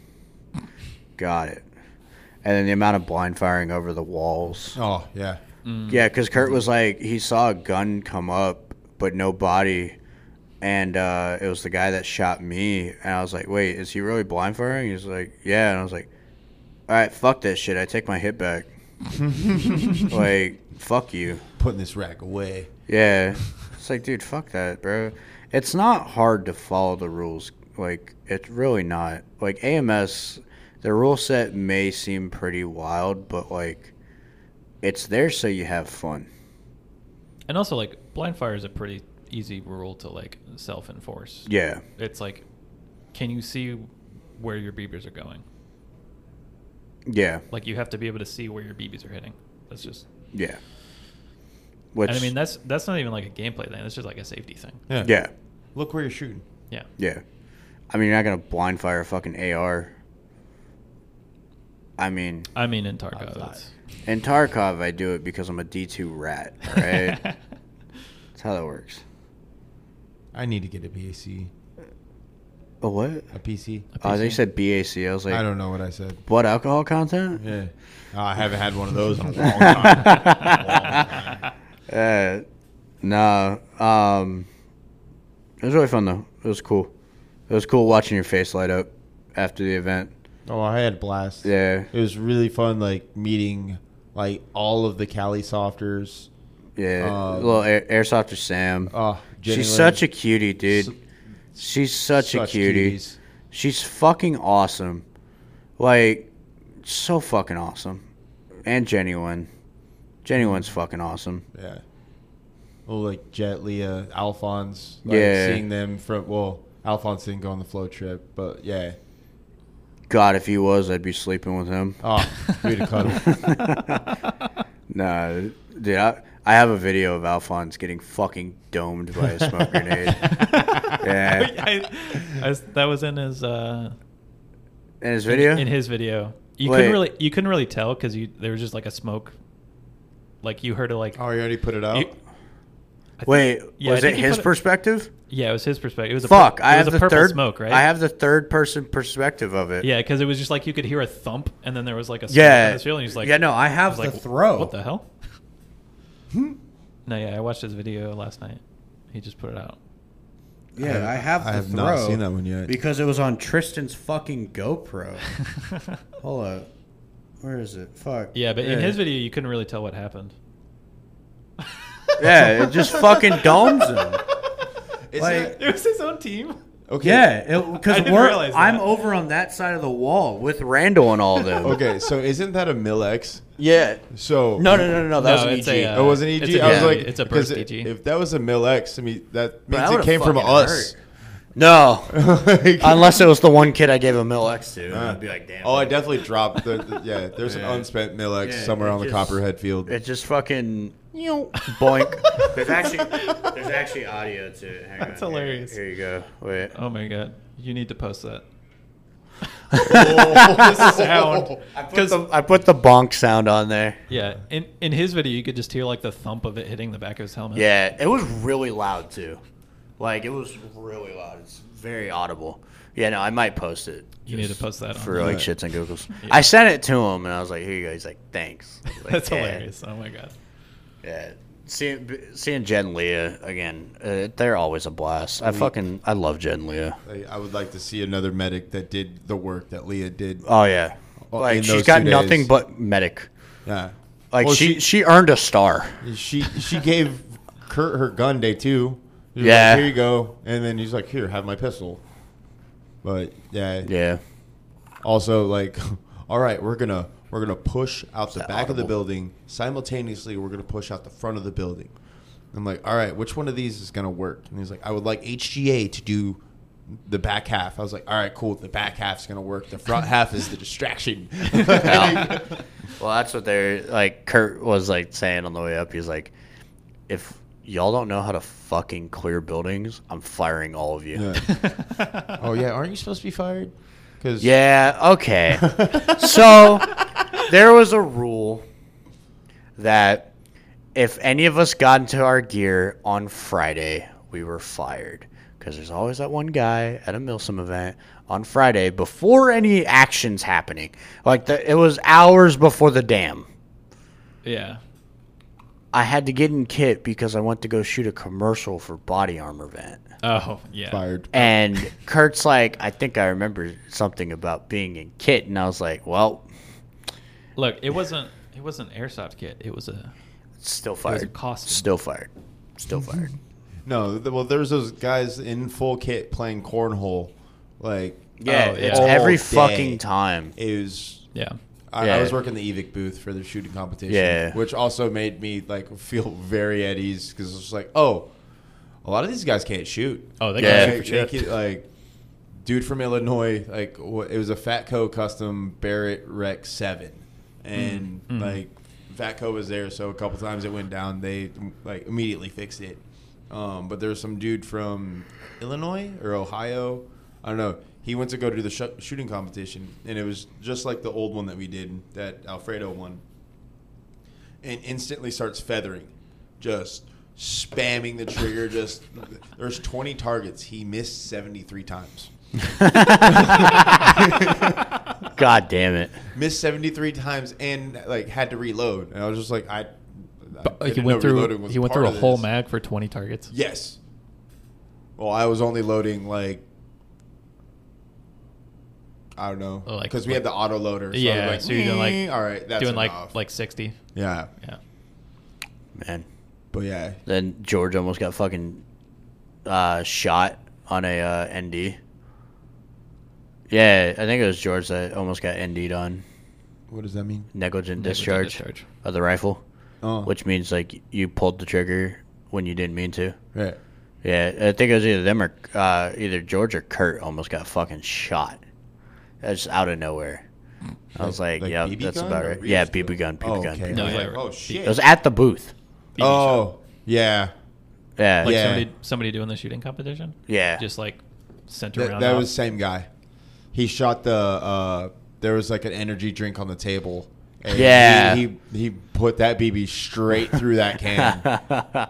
Speaker 2: Got it. And then the amount of blind firing over the walls.
Speaker 4: Oh yeah.
Speaker 2: Yeah, because Kurt was like, he saw a gun come up, but no body. And uh, it was the guy that shot me. And I was like, wait, is he really blind firing? He's like, yeah. And I was like, all right, fuck that shit. I take my hit back. like, fuck you.
Speaker 4: Putting this rack away.
Speaker 2: Yeah. It's like, dude, fuck that, bro. It's not hard to follow the rules. Like, it's really not. Like, AMS, the rule set may seem pretty wild, but, like, it's there so you have fun.
Speaker 3: And also, like, blind fire is a pretty easy rule to, like, self enforce.
Speaker 2: Yeah.
Speaker 3: It's like, can you see where your beepers are going?
Speaker 2: Yeah.
Speaker 3: Like, you have to be able to see where your BBs are hitting. That's just.
Speaker 2: Yeah. Which,
Speaker 3: and I mean, that's that's not even like a gameplay thing. That's just like a safety thing.
Speaker 4: Yeah.
Speaker 2: yeah.
Speaker 4: Look where you're shooting.
Speaker 3: Yeah.
Speaker 2: Yeah. I mean, you're not going to blind fire a fucking AR. I mean,
Speaker 3: I mean, in Tarkov. that's-
Speaker 2: in Tarkov, I do it because I'm a D2 rat, right? That's how that works.
Speaker 4: I need to get a BAC.
Speaker 2: A what?
Speaker 4: A PC.
Speaker 2: Oh, they said BAC. I was like,
Speaker 4: I don't know what I said.
Speaker 2: blood alcohol content?
Speaker 4: Yeah. Oh, I haven't had one of those in a long time.
Speaker 2: Uh, no. Um, it was really fun, though. It was cool. It was cool watching your face light up after the event.
Speaker 4: oh, I had a blast.
Speaker 2: Yeah.
Speaker 4: It was really fun, like meeting like all of the Cali softers.
Speaker 2: Yeah.
Speaker 4: Um,
Speaker 2: little air- Airsofter Sam.
Speaker 4: Oh,
Speaker 2: She's such a cutie, dude.
Speaker 4: S-
Speaker 2: She's such, a cutie. She's fucking awesome. Like, so fucking awesome. And genuine. Genuine's fucking awesome.
Speaker 4: Yeah. Well, like Jet, Leah, Alphonse. Like,
Speaker 2: Yeah.
Speaker 4: Seeing them from well, Alphonse didn't go on the flow trip, but yeah.
Speaker 2: God, if he was, I'd be sleeping with him.
Speaker 4: Oh, we'd have cuddled.
Speaker 2: Nah, dude, I, I have a video of Alphonse getting fucking domed by a smoke grenade. Yeah.
Speaker 3: I, I was- that was in his uh,
Speaker 2: In his video?
Speaker 3: in his video. You
Speaker 2: Wait.
Speaker 3: couldn't really you couldn't really tell because you there was just like a smoke. Like you heard it like
Speaker 4: Oh, you already put it out.
Speaker 3: You-
Speaker 2: Wait,
Speaker 3: yeah, I
Speaker 2: was
Speaker 3: think
Speaker 2: it
Speaker 3: he
Speaker 2: his
Speaker 3: put it-
Speaker 2: perspective?
Speaker 3: yeah, it was his perspective. It was a
Speaker 2: Fuck,
Speaker 3: pur-
Speaker 2: I
Speaker 3: it
Speaker 2: have
Speaker 3: was a
Speaker 2: the
Speaker 3: purple
Speaker 2: third
Speaker 3: smoke, right?
Speaker 2: I have the third person perspective of it.
Speaker 3: yeah, because it was just like you could hear a thump and then there was like a smoke
Speaker 2: Yeah.
Speaker 3: on his field, and he's like
Speaker 2: yeah, no, I
Speaker 3: I
Speaker 2: have
Speaker 3: was
Speaker 2: the
Speaker 3: like
Speaker 1: throw.
Speaker 3: What the Hmm. hell? no, yeah, I watched his video last night. He just put it out.
Speaker 2: Yeah, I have. the
Speaker 4: I have
Speaker 2: throw
Speaker 4: not seen that one yet.
Speaker 2: because it was on Tristan's fucking GoPro. Hold up, where is it? Fuck.
Speaker 3: yeah, but in his video you couldn't really tell what happened.
Speaker 2: yeah, it just fucking domes him.
Speaker 4: Is
Speaker 2: Like-
Speaker 3: It was his own team.
Speaker 4: okay?
Speaker 2: Yeah,
Speaker 3: I
Speaker 2: because
Speaker 3: didn't
Speaker 2: we're
Speaker 3: realize that.
Speaker 2: I'm over on that side of the wall with Randall and all them.
Speaker 4: Okay, so isn't that a Millex?
Speaker 2: Yeah.
Speaker 4: So
Speaker 2: No, no, no, no, no. That
Speaker 3: No,
Speaker 2: was
Speaker 3: it's
Speaker 2: an EG.
Speaker 3: a, uh,
Speaker 4: It was an EG.
Speaker 3: It's a-
Speaker 4: I was
Speaker 2: yeah,
Speaker 4: like,
Speaker 3: it's a E
Speaker 4: because
Speaker 3: burst
Speaker 4: it-
Speaker 3: EG.
Speaker 4: If that was a Mil X, I mean, that
Speaker 2: But that
Speaker 4: means it
Speaker 2: would've
Speaker 4: came from
Speaker 2: fucking
Speaker 4: us.
Speaker 2: hurt. No,
Speaker 4: Like-
Speaker 2: unless it was the one kid I gave a mil X to, I'd be like, damn.
Speaker 4: oh, I
Speaker 2: it.
Speaker 4: definitely dropped. The, the- yeah, there's
Speaker 2: Yeah.
Speaker 4: an unspent Mil X
Speaker 2: Yeah,
Speaker 4: somewhere
Speaker 2: it
Speaker 4: on the
Speaker 2: just-
Speaker 4: Copperhead field.
Speaker 2: It just fucking boink. there's actually there's actually audio to it. Hang
Speaker 3: That's
Speaker 2: on. Here-
Speaker 3: hilarious.
Speaker 2: Here, you go. Wait.
Speaker 3: Oh my god, you need to post that.
Speaker 4: Oh.
Speaker 3: sound.
Speaker 2: Put the- I put the bonk sound on there.
Speaker 3: Yeah, in in his video, you could just hear like the thump of it hitting the back of his helmet.
Speaker 2: Yeah, it was really loud too. Like it was really loud. It's very audible. Yeah, no, I might post it
Speaker 3: you need to post that.
Speaker 2: for
Speaker 3: on.
Speaker 2: like shits and googles. I sent it to him, and I was like, "Here you go." He's like, "Thanks." I was like,
Speaker 3: That's
Speaker 2: "Yeah."
Speaker 3: hilarious. Oh my god.
Speaker 2: Yeah. Seeing, b- seeing Jen Leah again, uh, they're always a blast. I fucking I love Jen Leah.
Speaker 4: Like, I would like to see another medic that did the work that Leah did.
Speaker 2: Oh yeah,
Speaker 4: Well, in
Speaker 2: like she's
Speaker 4: those
Speaker 2: got
Speaker 4: two
Speaker 2: nothing
Speaker 4: days-
Speaker 2: but medic.
Speaker 4: Yeah.
Speaker 2: Like
Speaker 4: Well,
Speaker 2: she, she earned a star.
Speaker 4: she she gave Kurt her gun day two. He was
Speaker 2: Yeah.
Speaker 4: like, here you go. And then he's like, here, have my pistol. But yeah,
Speaker 2: Yeah.
Speaker 4: also like, all right, we're gonna we're gonna push out the
Speaker 2: that
Speaker 4: back of the
Speaker 2: audible?
Speaker 4: building simultaneously. We're gonna push out the front of the building. I'm like, all right, which one of these is gonna work? And he's like, I would like HGA to do the back half. I was like, all right, cool. The back half's gonna work. The front half is the distraction.
Speaker 2: Yeah. well, that's what they're like. Kurt was like saying on the way up. He's like, if y'all don't know how to fucking clear buildings, I'm firing all of you. Yeah.
Speaker 4: oh yeah, aren't you supposed to be fired? Because
Speaker 2: okay. so there was a rule. that if any of us got into our gear on Friday, we were fired. Because there's always that one guy at a Milsom event on Friday before any action's happening. Like, the, it was hours before the dam.
Speaker 3: Yeah.
Speaker 2: I had to get in kit because I went to go shoot a commercial for Body Armor Vent.
Speaker 3: Oh yeah.
Speaker 4: Fired.
Speaker 2: And Kurt's like, I think I remember something about being in kit. And I was like, well,
Speaker 3: Look, it wasn't it wasn't an airsoft kit. It was a
Speaker 2: still fired.
Speaker 3: costume.
Speaker 2: Still fired. Still fired.
Speaker 4: No, th- well, there's those guys in full kit playing cornhole, like
Speaker 2: yeah,
Speaker 3: Oh,
Speaker 2: it's
Speaker 3: yeah.
Speaker 2: every
Speaker 4: All day.
Speaker 2: fucking time.
Speaker 4: it was.
Speaker 3: yeah.
Speaker 4: I,
Speaker 2: Yeah.
Speaker 4: I was working the evic booth for the shooting competition,
Speaker 2: Yeah.
Speaker 4: which also made me like feel very at ease because it's just like, oh, a lot of these guys can't shoot.
Speaker 3: Oh, they
Speaker 2: Yeah.
Speaker 3: yeah.
Speaker 4: Like, they could, like dude from Illinois, like wh- it was a Fatco custom Barrett Rec Seven, and like Fatco was there, so a couple times it went down. They like immediately fixed it. Um, but there was some dude from Illinois or Ohio, I don't know. He went to go do the sh- shooting competition, and it was just like the old one that we did, that Alfredo one and instantly starts feathering, just spamming the trigger. Just there's 20 targets. He missed 73 times.
Speaker 2: God damn it.
Speaker 4: Missed 73 times and like had to reload. And I was just like, I. I
Speaker 3: he
Speaker 4: didn't
Speaker 3: went
Speaker 4: know
Speaker 3: through
Speaker 4: reloading was
Speaker 3: he went
Speaker 4: part
Speaker 3: through a
Speaker 4: of
Speaker 3: whole
Speaker 4: this.
Speaker 3: mag for twenty targets.
Speaker 4: Yes. Well, I was only loading like. I don't know,
Speaker 3: Oh, like-
Speaker 4: because we had the auto loader. So
Speaker 3: Yeah,
Speaker 4: I was
Speaker 3: so you're doing, like-
Speaker 4: "Eh, all right, that's
Speaker 3: Doing
Speaker 4: enough."
Speaker 3: like like sixty.
Speaker 4: yeah,
Speaker 3: Yeah.
Speaker 2: Man.
Speaker 4: but yeah,
Speaker 2: Then George almost got fucking uh, shot on a uh, ND. Yeah, I think it was George that almost got ND'd on
Speaker 4: what does that mean?
Speaker 2: negligent,
Speaker 3: Negligent
Speaker 2: discharge,
Speaker 3: discharge.
Speaker 2: of the rifle,
Speaker 4: Oh,
Speaker 2: which means like you pulled the trigger when you didn't mean to.
Speaker 4: right.
Speaker 2: Yeah, I think it was either them or uh, either George or Kurt almost got fucking shot. That's out of nowhere. I was like,
Speaker 4: like
Speaker 2: yeah,
Speaker 4: BB
Speaker 2: that's
Speaker 4: gun
Speaker 2: about
Speaker 4: or
Speaker 2: right.
Speaker 4: real
Speaker 2: Yeah,
Speaker 4: stuff?
Speaker 2: BB gun, BB
Speaker 4: Oh,
Speaker 2: gun.
Speaker 4: okay.
Speaker 2: BB
Speaker 4: I
Speaker 3: No,
Speaker 2: gun.
Speaker 4: was
Speaker 3: yeah.
Speaker 4: like, oh
Speaker 2: It
Speaker 4: shit.
Speaker 2: was at the booth.
Speaker 4: Oh, yeah.
Speaker 2: Yeah,
Speaker 3: Like
Speaker 4: Yeah.
Speaker 3: somebody somebody doing the shooting competition.
Speaker 2: yeah.
Speaker 3: Just like sent
Speaker 4: Th-
Speaker 3: around.
Speaker 4: that
Speaker 3: off.
Speaker 4: was same guy. He shot the. Uh, there was like an energy drink on the table. and
Speaker 2: Yeah.
Speaker 4: He, he he put that BB straight through that can.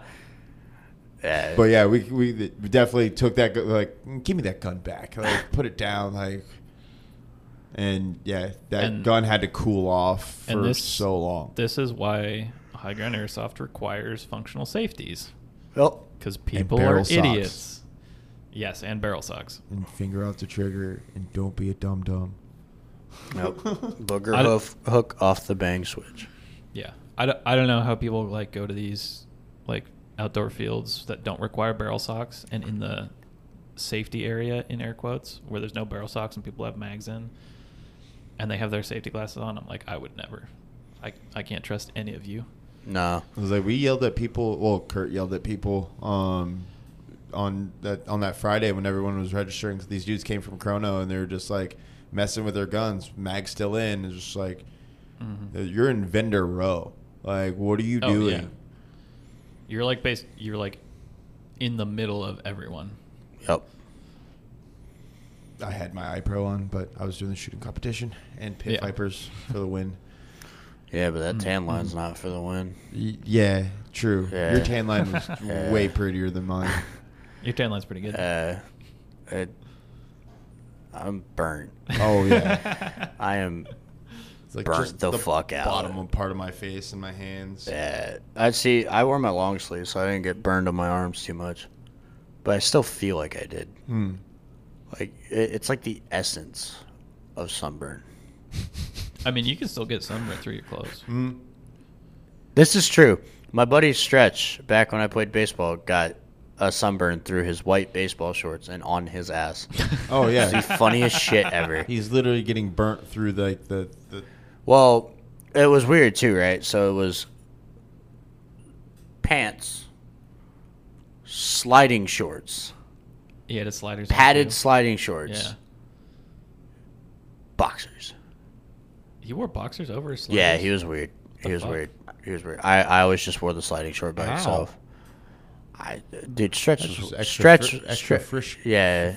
Speaker 2: yeah.
Speaker 4: but yeah, we we we definitely took that. gu- Like, give me that gun back. Like, put it down. Like. And yeah, that
Speaker 3: And-
Speaker 4: gun had to cool off
Speaker 3: and
Speaker 4: for
Speaker 3: this-
Speaker 4: so long.
Speaker 3: This is why high ground airsoft requires functional safeties
Speaker 2: Well,
Speaker 3: because people
Speaker 4: barrel
Speaker 3: are
Speaker 4: socks. Mm.
Speaker 3: idiots. Yes, and barrel socks.
Speaker 4: and finger out the trigger, and don't be a dum dum.
Speaker 2: nope. Booger
Speaker 3: I-
Speaker 2: hoof, hook off the bang switch.
Speaker 3: Yeah, I don't, I don't know how people like go to these like outdoor fields that don't require barrel socks and in the safety area in air quotes where there's no barrel socks and people have mags in and they have their safety glasses on. I'm like, I would never. I I can't trust any of you.
Speaker 2: No.
Speaker 4: I was like, we yelled at people. Well, Kurt yelled at people um, on that on that Friday when everyone was registering. 'cause these dudes came from Chrono and they were just like messing with their guns. Mag still in. It's just like you're in vendor row. Like, what are you
Speaker 3: Oh,
Speaker 4: doing?
Speaker 3: yeah. You're like based. You're like in the middle of everyone.
Speaker 2: Yep.
Speaker 4: I had my iPro on, but I was doing the shooting competition and pit
Speaker 3: Yeah.
Speaker 4: vipers for the win.
Speaker 2: Yeah, but
Speaker 3: Mm-hmm.
Speaker 2: that tan line's not for the win.
Speaker 4: Y- yeah, true.
Speaker 2: Yeah.
Speaker 4: Your tan line was
Speaker 2: Yeah.
Speaker 4: way prettier than mine.
Speaker 3: Your tan line's pretty good.
Speaker 2: Uh, it, I'm burnt.
Speaker 4: Oh yeah.
Speaker 2: I am.
Speaker 4: It's like
Speaker 2: Burnt the fuck out.
Speaker 4: Bottom part of my face and my hands.
Speaker 2: Yeah, I Uh, see. I wore my long sleeves, so I didn't get burned on my arms too much, but I still feel like I did.
Speaker 4: Hmm.
Speaker 2: Like it, it's like the essence of sunburn.
Speaker 3: I mean, you can still get sunburn through your clothes.
Speaker 4: Mm.
Speaker 2: This is true. My buddy Stretch, back when I played baseball, got a sunburn through his white baseball shorts and on his ass.
Speaker 4: Oh
Speaker 2: It's the
Speaker 4: yeah,
Speaker 2: funniest shit ever.
Speaker 4: he's literally getting burnt through the the. the
Speaker 2: Well, it was weird too, right? So it was pants, sliding shorts,
Speaker 3: He had his sliders. on,
Speaker 2: padded
Speaker 3: too.
Speaker 2: sliding shorts,
Speaker 3: Yeah.
Speaker 2: boxers.
Speaker 3: He wore boxers over his sliders.
Speaker 2: Yeah, he was weird. He
Speaker 3: The
Speaker 2: was
Speaker 3: fuck?
Speaker 2: weird. He was weird. I, I always just wore the sliding short by
Speaker 4: Wow.
Speaker 2: itself. I dude stretch
Speaker 4: That's
Speaker 2: was
Speaker 4: just extra
Speaker 2: stretch
Speaker 4: fri- extra
Speaker 2: Stre-
Speaker 4: frish-
Speaker 2: Yeah,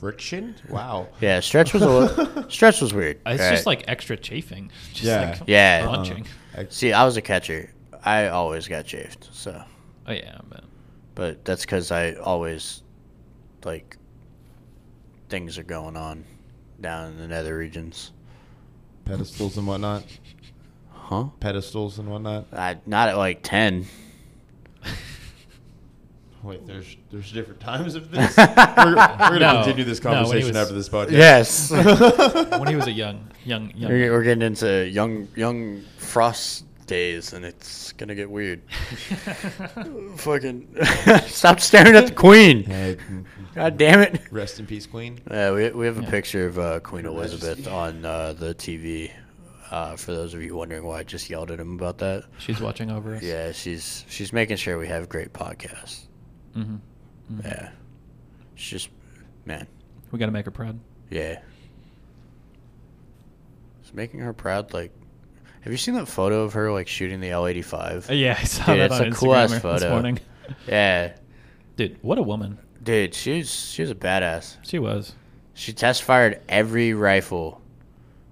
Speaker 4: friction? Wow.
Speaker 2: yeah. Stretch was a, stretch was weird.
Speaker 3: Uh, It's
Speaker 2: right?
Speaker 3: just like extra chafing. Just
Speaker 4: Yeah.
Speaker 3: Like
Speaker 2: Yeah.
Speaker 3: Punching.
Speaker 4: I-
Speaker 2: see, I was a catcher. I always got chafed. So,
Speaker 3: Oh yeah, but
Speaker 2: but that's because I always like things are going on down in the nether regions.
Speaker 4: Pedestals and whatnot.
Speaker 2: Huh?
Speaker 4: Pedestals and whatnot.
Speaker 2: I, not at like ten.
Speaker 4: Wait, there's there's different times of this. we're we're gonna
Speaker 3: No.
Speaker 4: continue this
Speaker 3: No, when he
Speaker 4: conversation
Speaker 3: was-
Speaker 4: after this podcast.
Speaker 2: Yes.
Speaker 3: when he was a young, young, young.
Speaker 2: We're, we're getting into young young frost days, and it's gonna get weird. Fucking stop staring at the queen.
Speaker 4: Hey, mm,
Speaker 2: God damn it.
Speaker 4: rest in peace, Queen.
Speaker 2: Yeah, we, we have a
Speaker 3: Yeah.
Speaker 2: picture of uh, Queen Elizabeth
Speaker 4: Majesty.
Speaker 2: on uh, the TV. Uh, for those of you wondering why I just yelled at him about that,
Speaker 3: She's watching over us.
Speaker 2: yeah, she's she's making sure we have great podcasts.
Speaker 3: Mm-hmm.
Speaker 2: Yeah, it's just man,
Speaker 3: We got to make her proud.
Speaker 2: yeah. It's making her proud. Like, have you seen that photo of her like shooting the L eighty five?
Speaker 3: Uh, yeah, I saw
Speaker 2: Dude,
Speaker 3: that
Speaker 2: it's
Speaker 3: on
Speaker 2: a
Speaker 3: Instagram
Speaker 2: cool ass
Speaker 3: this
Speaker 2: photo.
Speaker 3: morning.
Speaker 2: Yeah,
Speaker 3: Dude, what a woman
Speaker 2: dude, she was she was a badass.
Speaker 3: she was.
Speaker 2: She test fired every rifle,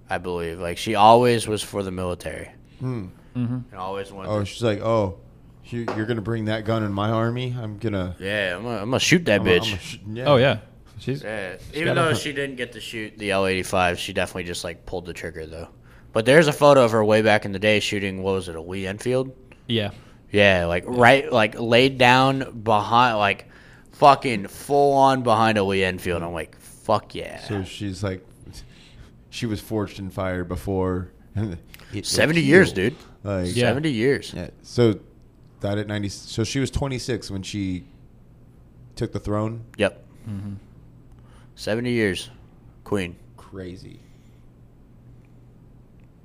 Speaker 2: I believe. Like she always was for the military
Speaker 4: Hmm.
Speaker 3: Mm-hmm.
Speaker 2: and always wanted.
Speaker 4: Oh, she's like, oh, you- you're gonna bring that gun in my army? I'm gonna.
Speaker 2: yeah, I'm gonna, I'm gonna shoot that
Speaker 4: I'm
Speaker 2: bitch.
Speaker 4: A, I'm a sh- yeah.
Speaker 3: Oh yeah, she's
Speaker 2: yeah,
Speaker 3: She's
Speaker 2: even
Speaker 3: got a-
Speaker 2: though she didn't get to shoot the L85, she definitely just like pulled the trigger though. But there's a photo of her way back in the day shooting. What was it, a Lee Enfield?
Speaker 3: yeah.
Speaker 2: Yeah, like right, like laid down behind, like fucking full on behind a Lee Enfield. I'm like, fuck yeah.
Speaker 4: So she's like, she was forged in fire before. and it-
Speaker 2: 70
Speaker 4: it
Speaker 2: years,
Speaker 4: healed.
Speaker 2: dude.
Speaker 4: Like,
Speaker 3: Yeah.
Speaker 2: 70 years.
Speaker 4: yeah. So, died at 90. So she was 26 when she took the throne.
Speaker 2: Yep.
Speaker 3: Mm-hmm.
Speaker 2: 70 years. Queen.
Speaker 4: Crazy.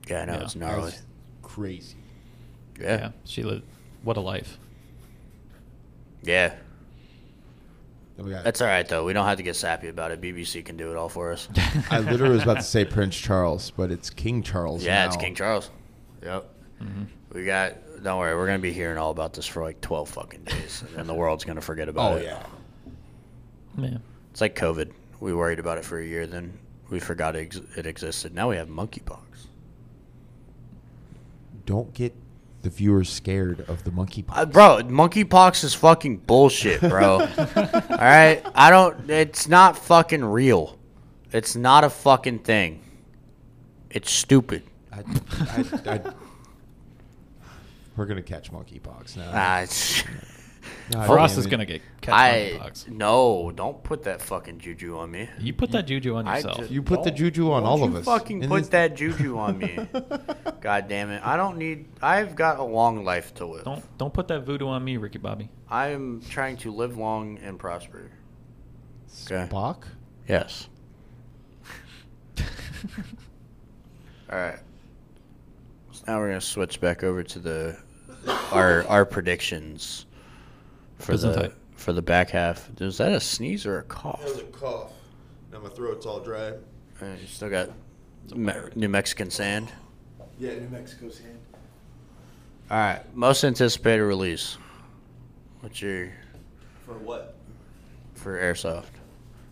Speaker 2: Yeah, I know.
Speaker 3: Yeah.
Speaker 2: It's
Speaker 4: That
Speaker 2: gnarly.
Speaker 4: was crazy.
Speaker 2: yeah.
Speaker 3: yeah,
Speaker 2: yeah.
Speaker 3: she lived. What a life.
Speaker 4: Then we got-
Speaker 2: That's all right, though. We don't have to get sappy about it. BBC can do it all for us.
Speaker 4: I literally was about to say Prince Charles, but it's King Charles.
Speaker 2: yeah, it's
Speaker 4: now.
Speaker 2: King Charles. Yep.
Speaker 3: Mm-hmm.
Speaker 2: We got, don't worry, we're going to be hearing all about this for like 12 fucking days, and then the world's going to forget about
Speaker 4: Oh
Speaker 2: it.
Speaker 4: yeah.
Speaker 3: Yeah.
Speaker 2: It's like COVID. We worried about it for a year, then we forgot it, ex- it existed. Now we have monkeypox.
Speaker 4: Don't get the viewers scared of the monkey.
Speaker 2: Uh, bro, monkeypox is fucking bullshit, bro. all right? I don't, it's not fucking real. It's not a fucking thing. It's stupid.
Speaker 4: I, I, I, we're gonna catch monkeypox now.
Speaker 2: Ah, it's,
Speaker 4: God
Speaker 3: Frost
Speaker 4: damn
Speaker 3: is
Speaker 4: it.
Speaker 3: gonna get Mm-hmm. catch
Speaker 2: I,
Speaker 3: monkeypox.
Speaker 2: no, don't put that fucking juju on me.
Speaker 3: You put that juju on
Speaker 2: I
Speaker 3: yourself.
Speaker 2: just-
Speaker 4: You put the
Speaker 2: Don't-
Speaker 4: juju on
Speaker 2: Don't
Speaker 4: all
Speaker 2: you
Speaker 4: of us.
Speaker 2: Fucking
Speaker 4: in
Speaker 2: put
Speaker 4: this-
Speaker 2: that juju on me. God damn it! I don't need. I've got a long life to live.
Speaker 3: don't don't put that voodoo on me, Ricky Bobby.
Speaker 2: I'm trying to live long and prosper. Okay.
Speaker 4: Spock.
Speaker 2: Yes. All right. So now we're gonna switch back over to the our our predictions for the
Speaker 3: Gesundheit.
Speaker 2: for the back half. Is that a sneeze or a cough?
Speaker 4: cough. Now my throat's all dry.
Speaker 2: Uh, you still got Me- New Mexican sand.
Speaker 4: Yeah, New Mexico's hand.
Speaker 2: All right. Most anticipated release. What's your
Speaker 4: For what?
Speaker 2: for airsoft?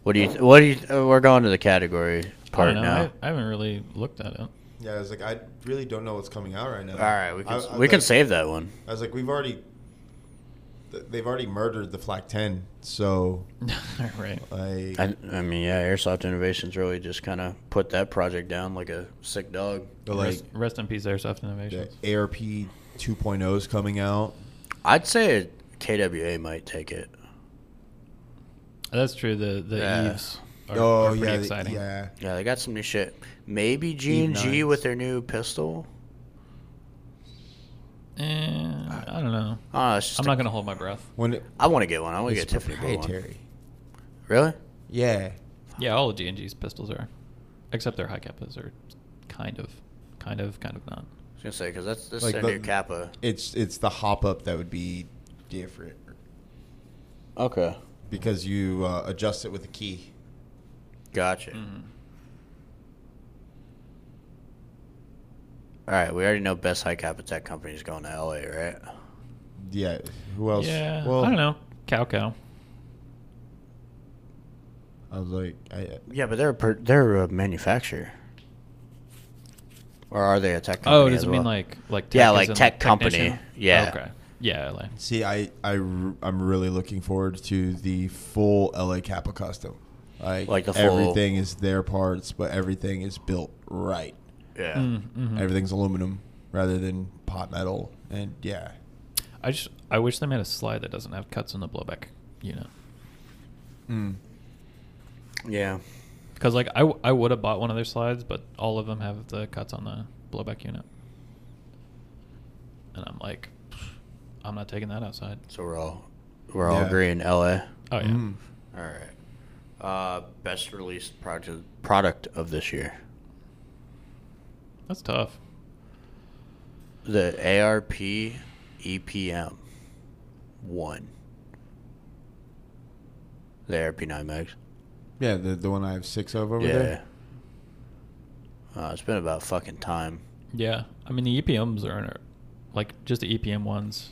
Speaker 2: What do you? What do you? uh, We're going to the category
Speaker 3: I
Speaker 2: part
Speaker 3: don't know.
Speaker 2: now.
Speaker 3: I, I haven't really looked at it.
Speaker 4: Yeah, I was like, I really don't know what's coming out right now.
Speaker 2: All right, we can
Speaker 4: I- I
Speaker 2: we can
Speaker 4: like-
Speaker 2: save that one.
Speaker 4: I was like, we've already. th- They've already murdered the Flak Ten, so
Speaker 3: right.
Speaker 4: I.
Speaker 2: I, I mean, yeah, airsoft innovations really just kind of put that project down like a sick dog.
Speaker 4: the like
Speaker 3: rest, rest in peace, Airsoft
Speaker 4: the
Speaker 3: Innovations.
Speaker 4: ARP 2.0 is coming out.
Speaker 2: I'd say KWA might take it.
Speaker 3: That's true. The the
Speaker 2: Yeah.
Speaker 3: eaves are,
Speaker 4: oh
Speaker 3: are pretty
Speaker 4: yeah, the-
Speaker 3: exciting.
Speaker 4: yeah.
Speaker 2: Yeah, they got some new shit. Maybe G and G
Speaker 4: Eve-9s.
Speaker 2: with their new pistol.
Speaker 3: Eh, I don't know.
Speaker 2: Oh, it's just
Speaker 3: I'm not gonna hold my breath.
Speaker 4: When it,
Speaker 2: I want to get one. I want to
Speaker 4: it's
Speaker 2: get Tiffany Blue one.
Speaker 4: proprietary.
Speaker 2: Really?
Speaker 4: Yeah.
Speaker 3: Yeah, all of G and G's pistols are, except their high kappas are, kind of, kind of, kind of not.
Speaker 2: I was gonna say because that's that's
Speaker 4: Like
Speaker 2: their
Speaker 4: the-
Speaker 2: new Kappa.
Speaker 4: It's it's the hop up that would be different
Speaker 2: Okay.
Speaker 4: because you uh, adjust it with a key.
Speaker 2: Gotcha. All right, we already know Best High Cap Attack Company is going to LA, right?
Speaker 4: Yeah. Who else?
Speaker 3: Yeah,
Speaker 4: Well,
Speaker 3: I don't know. Cow cow.
Speaker 4: I was like, I,
Speaker 2: Yeah, but they're a per- they're a manufacturer. or are they a tech company?
Speaker 3: Oh, does
Speaker 2: as
Speaker 3: it mean
Speaker 2: well?
Speaker 3: like like
Speaker 2: Yeah,
Speaker 3: as
Speaker 2: like
Speaker 3: in,
Speaker 2: tech company.
Speaker 3: technician?
Speaker 2: Yeah.
Speaker 3: okay. Yeah. Like,
Speaker 4: See, I, I am really looking forward to the full LA Kappa custom. Like,
Speaker 2: Like the full-
Speaker 4: everything is their parts, but everything is built right.
Speaker 2: Yeah.
Speaker 3: hmm. Mm, mm-hmm.
Speaker 2: Mm.
Speaker 4: Everything's aluminum rather than pot metal. And yeah,
Speaker 3: I just I wish they made a slide that doesn't have cuts in the blowback unit.
Speaker 2: Yeah.
Speaker 3: Because like I, w- I would have bought one of their slides, but all of them have the cuts on the blowback unit, and I'm like, I'm not taking that outside.
Speaker 2: So we're all we're all
Speaker 4: Yeah.
Speaker 2: agreeing LA.
Speaker 3: Oh yeah,
Speaker 2: Mm. All right. Uh, best released product of, product of this year.
Speaker 3: that's tough.
Speaker 2: The ARP EPM E one. The ARP nine megs.
Speaker 4: yeah, the the one I have six of over
Speaker 2: yeah.
Speaker 4: there.
Speaker 2: Uh, it's been about fucking time.
Speaker 3: Yeah, I mean the EPMs are in a- like just the EPM ones.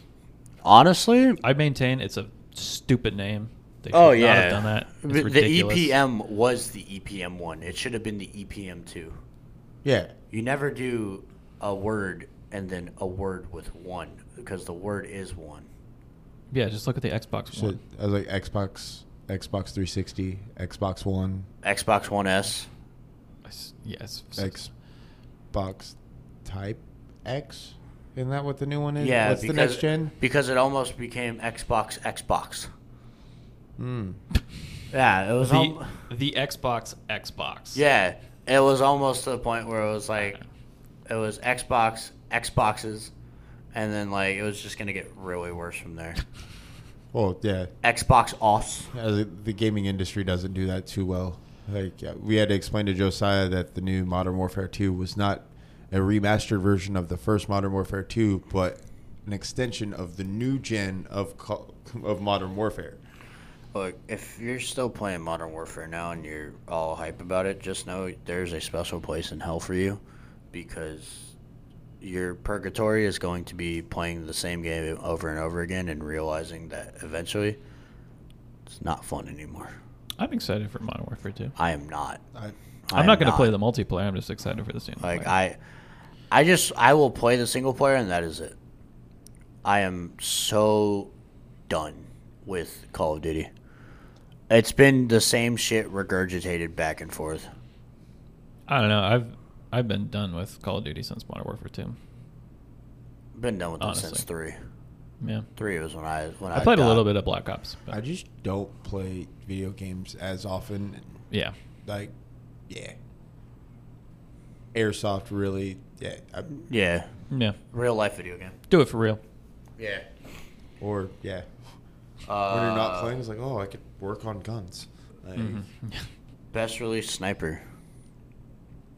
Speaker 2: Honestly,
Speaker 3: I maintain it's a stupid name. They
Speaker 2: oh
Speaker 3: should not
Speaker 2: yeah,
Speaker 3: have done that. It's
Speaker 2: But the E
Speaker 3: ridiculous.
Speaker 2: EPM was the EPM one. It should have been the EPM two.
Speaker 4: Yeah,
Speaker 2: You never do a word and then a word with one because the word is one.
Speaker 3: Yeah, just look at the Xbox
Speaker 4: so
Speaker 3: one.
Speaker 4: I was like Xbox, Xbox 360, Xbox One,
Speaker 2: Xbox One S.
Speaker 3: Yes. Yeah, it's-
Speaker 4: Xbox Type X. Isn't that what the new one is?
Speaker 2: Yeah,
Speaker 4: what's the
Speaker 2: because-
Speaker 4: next gen?
Speaker 2: Because it almost became Xbox Xbox.
Speaker 4: Hmm.
Speaker 2: Yeah, it was.
Speaker 3: the the Xbox Xbox.
Speaker 2: yeah, it was almost to the point where it was like, it was Xbox Xboxes, and then like it was just gonna get really worse from there.
Speaker 4: Well, yeah.
Speaker 2: Xbox offs.
Speaker 4: Yeah, the, the gaming industry doesn't do that too well. Like yeah, we had to explain to Josiah that the new Modern Warfare 2 was not a remastered version of the first Modern Warfare 2, but an extension of the new gen of Call- of Modern Warfare.
Speaker 2: Look, if you're still playing Modern Warfare now and you're all hype about it, just know there's a special place in hell for you because your purgatory is going to be playing the same game over and over again and realizing that eventually it's not fun anymore.
Speaker 3: I'm excited for Modern Warfare 2.
Speaker 2: I am not.
Speaker 4: I,
Speaker 2: I
Speaker 3: I'm
Speaker 2: am
Speaker 3: not going to play the multiplayer. I'm just excited for the single
Speaker 2: Like
Speaker 3: player.
Speaker 2: I I just I will play the single player and that is it. I am so done with Call of Duty. It's been the same shit regurgitated back and forth.
Speaker 3: I don't know. I've I've been done with Call of Duty since Modern Warfare 2.
Speaker 2: Been done with it
Speaker 3: Honestly.
Speaker 2: since three.
Speaker 3: Yeah,
Speaker 2: Three was when I when I,
Speaker 3: I played a
Speaker 2: got-
Speaker 3: little bit of Black Ops. But
Speaker 4: I just don't play video games as often.
Speaker 3: yeah,
Speaker 4: Like, yeah. Airsoft really, yeah. I-
Speaker 2: Yeah,
Speaker 3: yeah.
Speaker 2: real life video game.
Speaker 3: Do it for real.
Speaker 4: yeah. Or, yeah.
Speaker 2: Uh,
Speaker 4: When you're not playing, it's like, oh, I could work on guns. Like,
Speaker 3: Mm-hmm.
Speaker 2: Best released sniper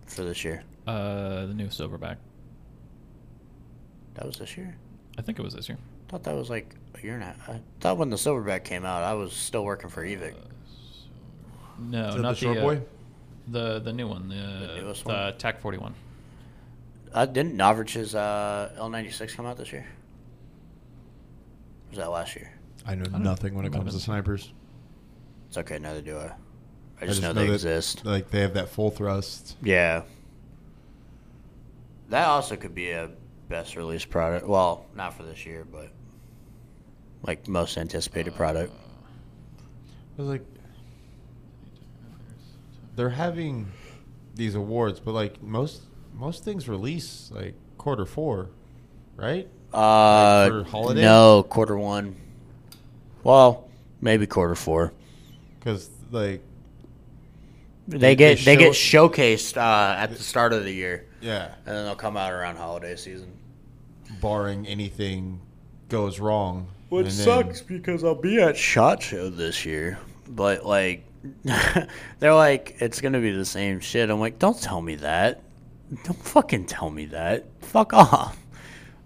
Speaker 2: for this year.
Speaker 3: Uh, the new Silverback.
Speaker 2: That was this year.
Speaker 3: I think it was this year.
Speaker 2: thought that was like a year and a half. I thought when the silverback came out, I was still working for Evic.
Speaker 3: No,
Speaker 4: Is
Speaker 3: not the
Speaker 4: that the short
Speaker 3: uh,
Speaker 4: boy?
Speaker 3: The the new one. The
Speaker 2: newest
Speaker 3: the
Speaker 2: one?
Speaker 3: Tac 41.
Speaker 2: Uh, didn't Novrich's uh, L96 come out this year? Was that last year?
Speaker 4: I know
Speaker 3: don't
Speaker 4: nothing when it
Speaker 3: remember.
Speaker 4: comes to snipers.
Speaker 2: It's okay, neither do I. I just, know, they
Speaker 4: that,
Speaker 2: exist.
Speaker 4: Like they have that full thrust.
Speaker 2: Yeah. That also could be a best released product. Well, not for this year, but like most anticipated
Speaker 4: Uh,
Speaker 2: product.
Speaker 4: I was like, they're having these awards, but like most most things release like quarter four, right?
Speaker 2: Uh,
Speaker 4: for holiday?
Speaker 2: no, quarter one. Well, maybe quarter four.
Speaker 4: Because like
Speaker 2: They
Speaker 4: They-
Speaker 2: get they
Speaker 4: they
Speaker 2: get showcased uh, at the start of the year,
Speaker 4: yeah,
Speaker 2: and then they'll come out around holiday season.
Speaker 4: barring anything goes wrong,
Speaker 2: Which
Speaker 4: and then-
Speaker 2: sucks because I'll be at Shot Show this year. But like, they're like, it's gonna be the same shit. I'm like, don't tell me that. Don't fucking tell me that. Fuck off.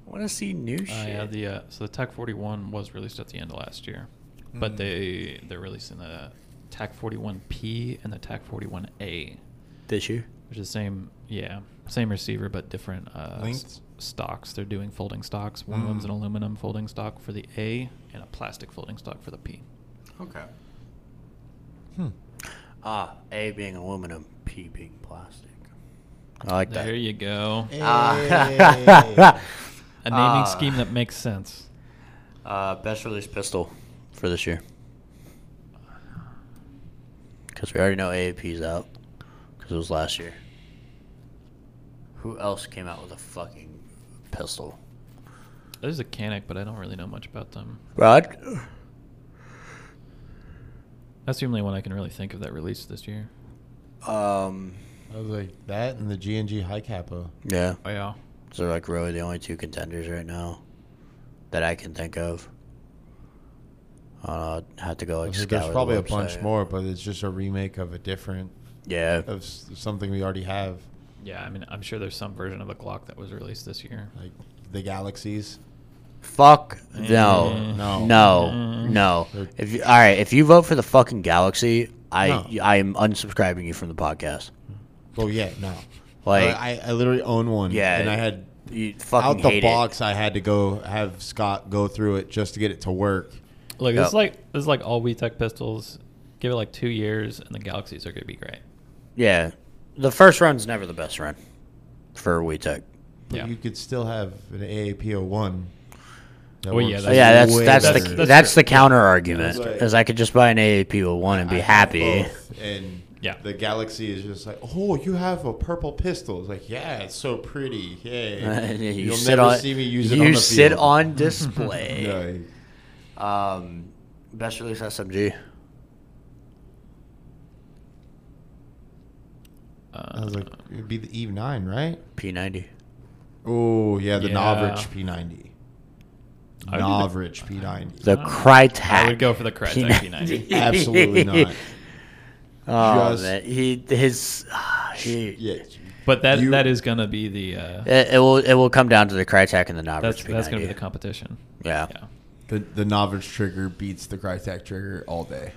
Speaker 2: I want to see new
Speaker 3: Uh,
Speaker 2: shit.
Speaker 3: yeah, the uh, so the Tac 41 was released at the end of last year, but they they're releasing the Tac 41P and the Tac 41A,
Speaker 2: this year.
Speaker 3: which is the same yeah same receiver but different uh, s-
Speaker 4: Lengths?
Speaker 3: stocks. They're doing folding stocks. One of them's an aluminum folding stock for the A and a plastic folding stock for the P.
Speaker 2: Okay.
Speaker 4: Hmm.
Speaker 2: Ah, A being aluminum, P being plastic. I like
Speaker 3: There you go.
Speaker 2: Eh. that.
Speaker 3: A naming scheme that makes sense.
Speaker 2: uh, best release pistol for this year. Because we already know AAP's out. Because it was last year. Who else came out with a fucking pistol?
Speaker 3: There's a Canic, but I don't really know much about them.
Speaker 2: Rod?
Speaker 3: That's the only one I can really think of that released this year.
Speaker 2: Um,
Speaker 4: I was like that and the GNG high capo.
Speaker 2: yeah.
Speaker 3: Oh yeah.
Speaker 2: So like really the only two contenders right now that I can think of. Uh, I'd have to go like scour
Speaker 4: There's
Speaker 2: the
Speaker 4: probably a bunch
Speaker 2: website.
Speaker 4: more, but it's just a remake of a different
Speaker 2: Yeah.
Speaker 4: of s- something we already have,
Speaker 3: Yeah, I mean, I'm sure there's some version of a Glock that was released this year.
Speaker 4: like the galaxies.
Speaker 2: Fuck no,
Speaker 4: No.
Speaker 2: no, Mm. no, no. If you, all right, if you vote for the fucking Galaxy, I
Speaker 4: No.
Speaker 2: I am unsubscribing you from the podcast.
Speaker 4: Oh yeah, no.
Speaker 2: Like-
Speaker 4: I, I, I literally own one.
Speaker 2: Yeah.
Speaker 4: and I had
Speaker 2: You
Speaker 4: out
Speaker 2: fucking
Speaker 4: the
Speaker 2: hate
Speaker 4: box. I had to go have Scott go through it just to get it to work.
Speaker 3: Look,
Speaker 2: Yeah.
Speaker 3: this is like this is like all WeTech pistols. Give it like two years, and the Galaxies are gonna be great.
Speaker 2: it. Yeah, the first run's never the best run for WeTech.
Speaker 4: But
Speaker 3: Yeah.
Speaker 4: you could still have an AAP one.
Speaker 3: Oh, yeah,
Speaker 2: But yeah, that's
Speaker 3: Way
Speaker 2: that's
Speaker 3: better.
Speaker 2: the
Speaker 3: That's
Speaker 2: that's, the counter argument
Speaker 4: Yeah, that's
Speaker 2: is I could just buy an AAP with one and be happy.
Speaker 4: And
Speaker 3: Yeah.
Speaker 4: the galaxy is just like, oh, you have a purple pistol. It's like, yeah, it's so pretty. Yay!
Speaker 2: you
Speaker 4: You'll
Speaker 2: sit
Speaker 4: never
Speaker 2: on,
Speaker 4: see me use it.
Speaker 2: you
Speaker 4: on the
Speaker 2: sit
Speaker 4: field.
Speaker 2: on display.
Speaker 4: Yeah,
Speaker 2: Um, best release SMG.
Speaker 4: I was like, it'd be the Eve nine, right?
Speaker 2: P ninety.
Speaker 4: Oh yeah, the
Speaker 3: Yeah.
Speaker 4: Novrich P ninety.
Speaker 3: I would
Speaker 4: Novrich P ninety.
Speaker 2: The
Speaker 3: Oh.
Speaker 2: Crytek.
Speaker 3: I would go for the Crytek P90.
Speaker 4: Absolutely not.
Speaker 2: Oh,
Speaker 4: Just-
Speaker 2: man. he his ah, he,
Speaker 4: Yeah.
Speaker 3: But that
Speaker 4: You-
Speaker 3: that is gonna be the uh,
Speaker 2: it, it will it will come down to the Crytek and the Navratch.
Speaker 3: that's that's gonna be
Speaker 2: P90.
Speaker 3: the competition.
Speaker 2: yeah.
Speaker 3: Yeah.
Speaker 4: The the Novrich trigger beats the Crytek trigger all day.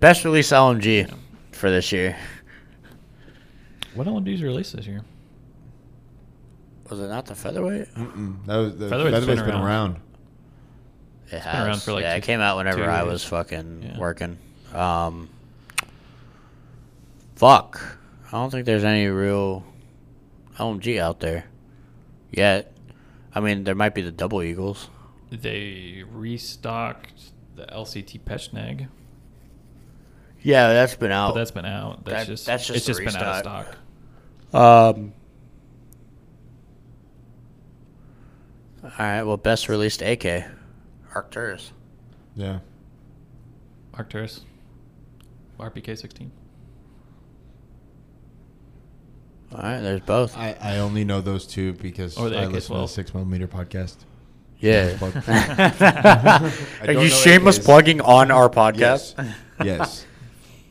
Speaker 2: best release LMG for this year.
Speaker 3: What LMGs released this year?
Speaker 2: Was it not the featherweight?
Speaker 4: Mm-mm. That was the
Speaker 3: Featherweight's
Speaker 4: Featherweight's been,
Speaker 3: been
Speaker 4: around.
Speaker 2: It has.
Speaker 3: around for, like,
Speaker 2: yeah, it
Speaker 3: two-
Speaker 2: came out whenever
Speaker 3: two
Speaker 2: I
Speaker 3: years.
Speaker 2: was fucking
Speaker 3: Yeah.
Speaker 2: working. Um, fuck, I don't think there's any real LMG out there yet. I mean, there might be the double eagles.
Speaker 3: They restocked the LCT Pechneg,
Speaker 2: Yeah, that's been out.
Speaker 3: but that's been out. That's
Speaker 2: Oh. That-
Speaker 3: just
Speaker 2: that's just
Speaker 3: it's
Speaker 2: a
Speaker 3: just been out of
Speaker 2: restock.
Speaker 3: stock.
Speaker 2: Um. All right. Well, best released AK, Arcturus.
Speaker 4: Yeah.
Speaker 3: Arcturus, RPK 16.
Speaker 2: All right. There's both.
Speaker 4: I, I only know those two because
Speaker 3: Or the
Speaker 4: I
Speaker 3: AK-12.
Speaker 4: listen to the six millimeter podcast.
Speaker 2: yeah.
Speaker 4: I
Speaker 2: Are
Speaker 4: don't
Speaker 2: you
Speaker 4: know
Speaker 2: shameless
Speaker 4: AKs.
Speaker 2: plugging on our podcast?
Speaker 4: Yes.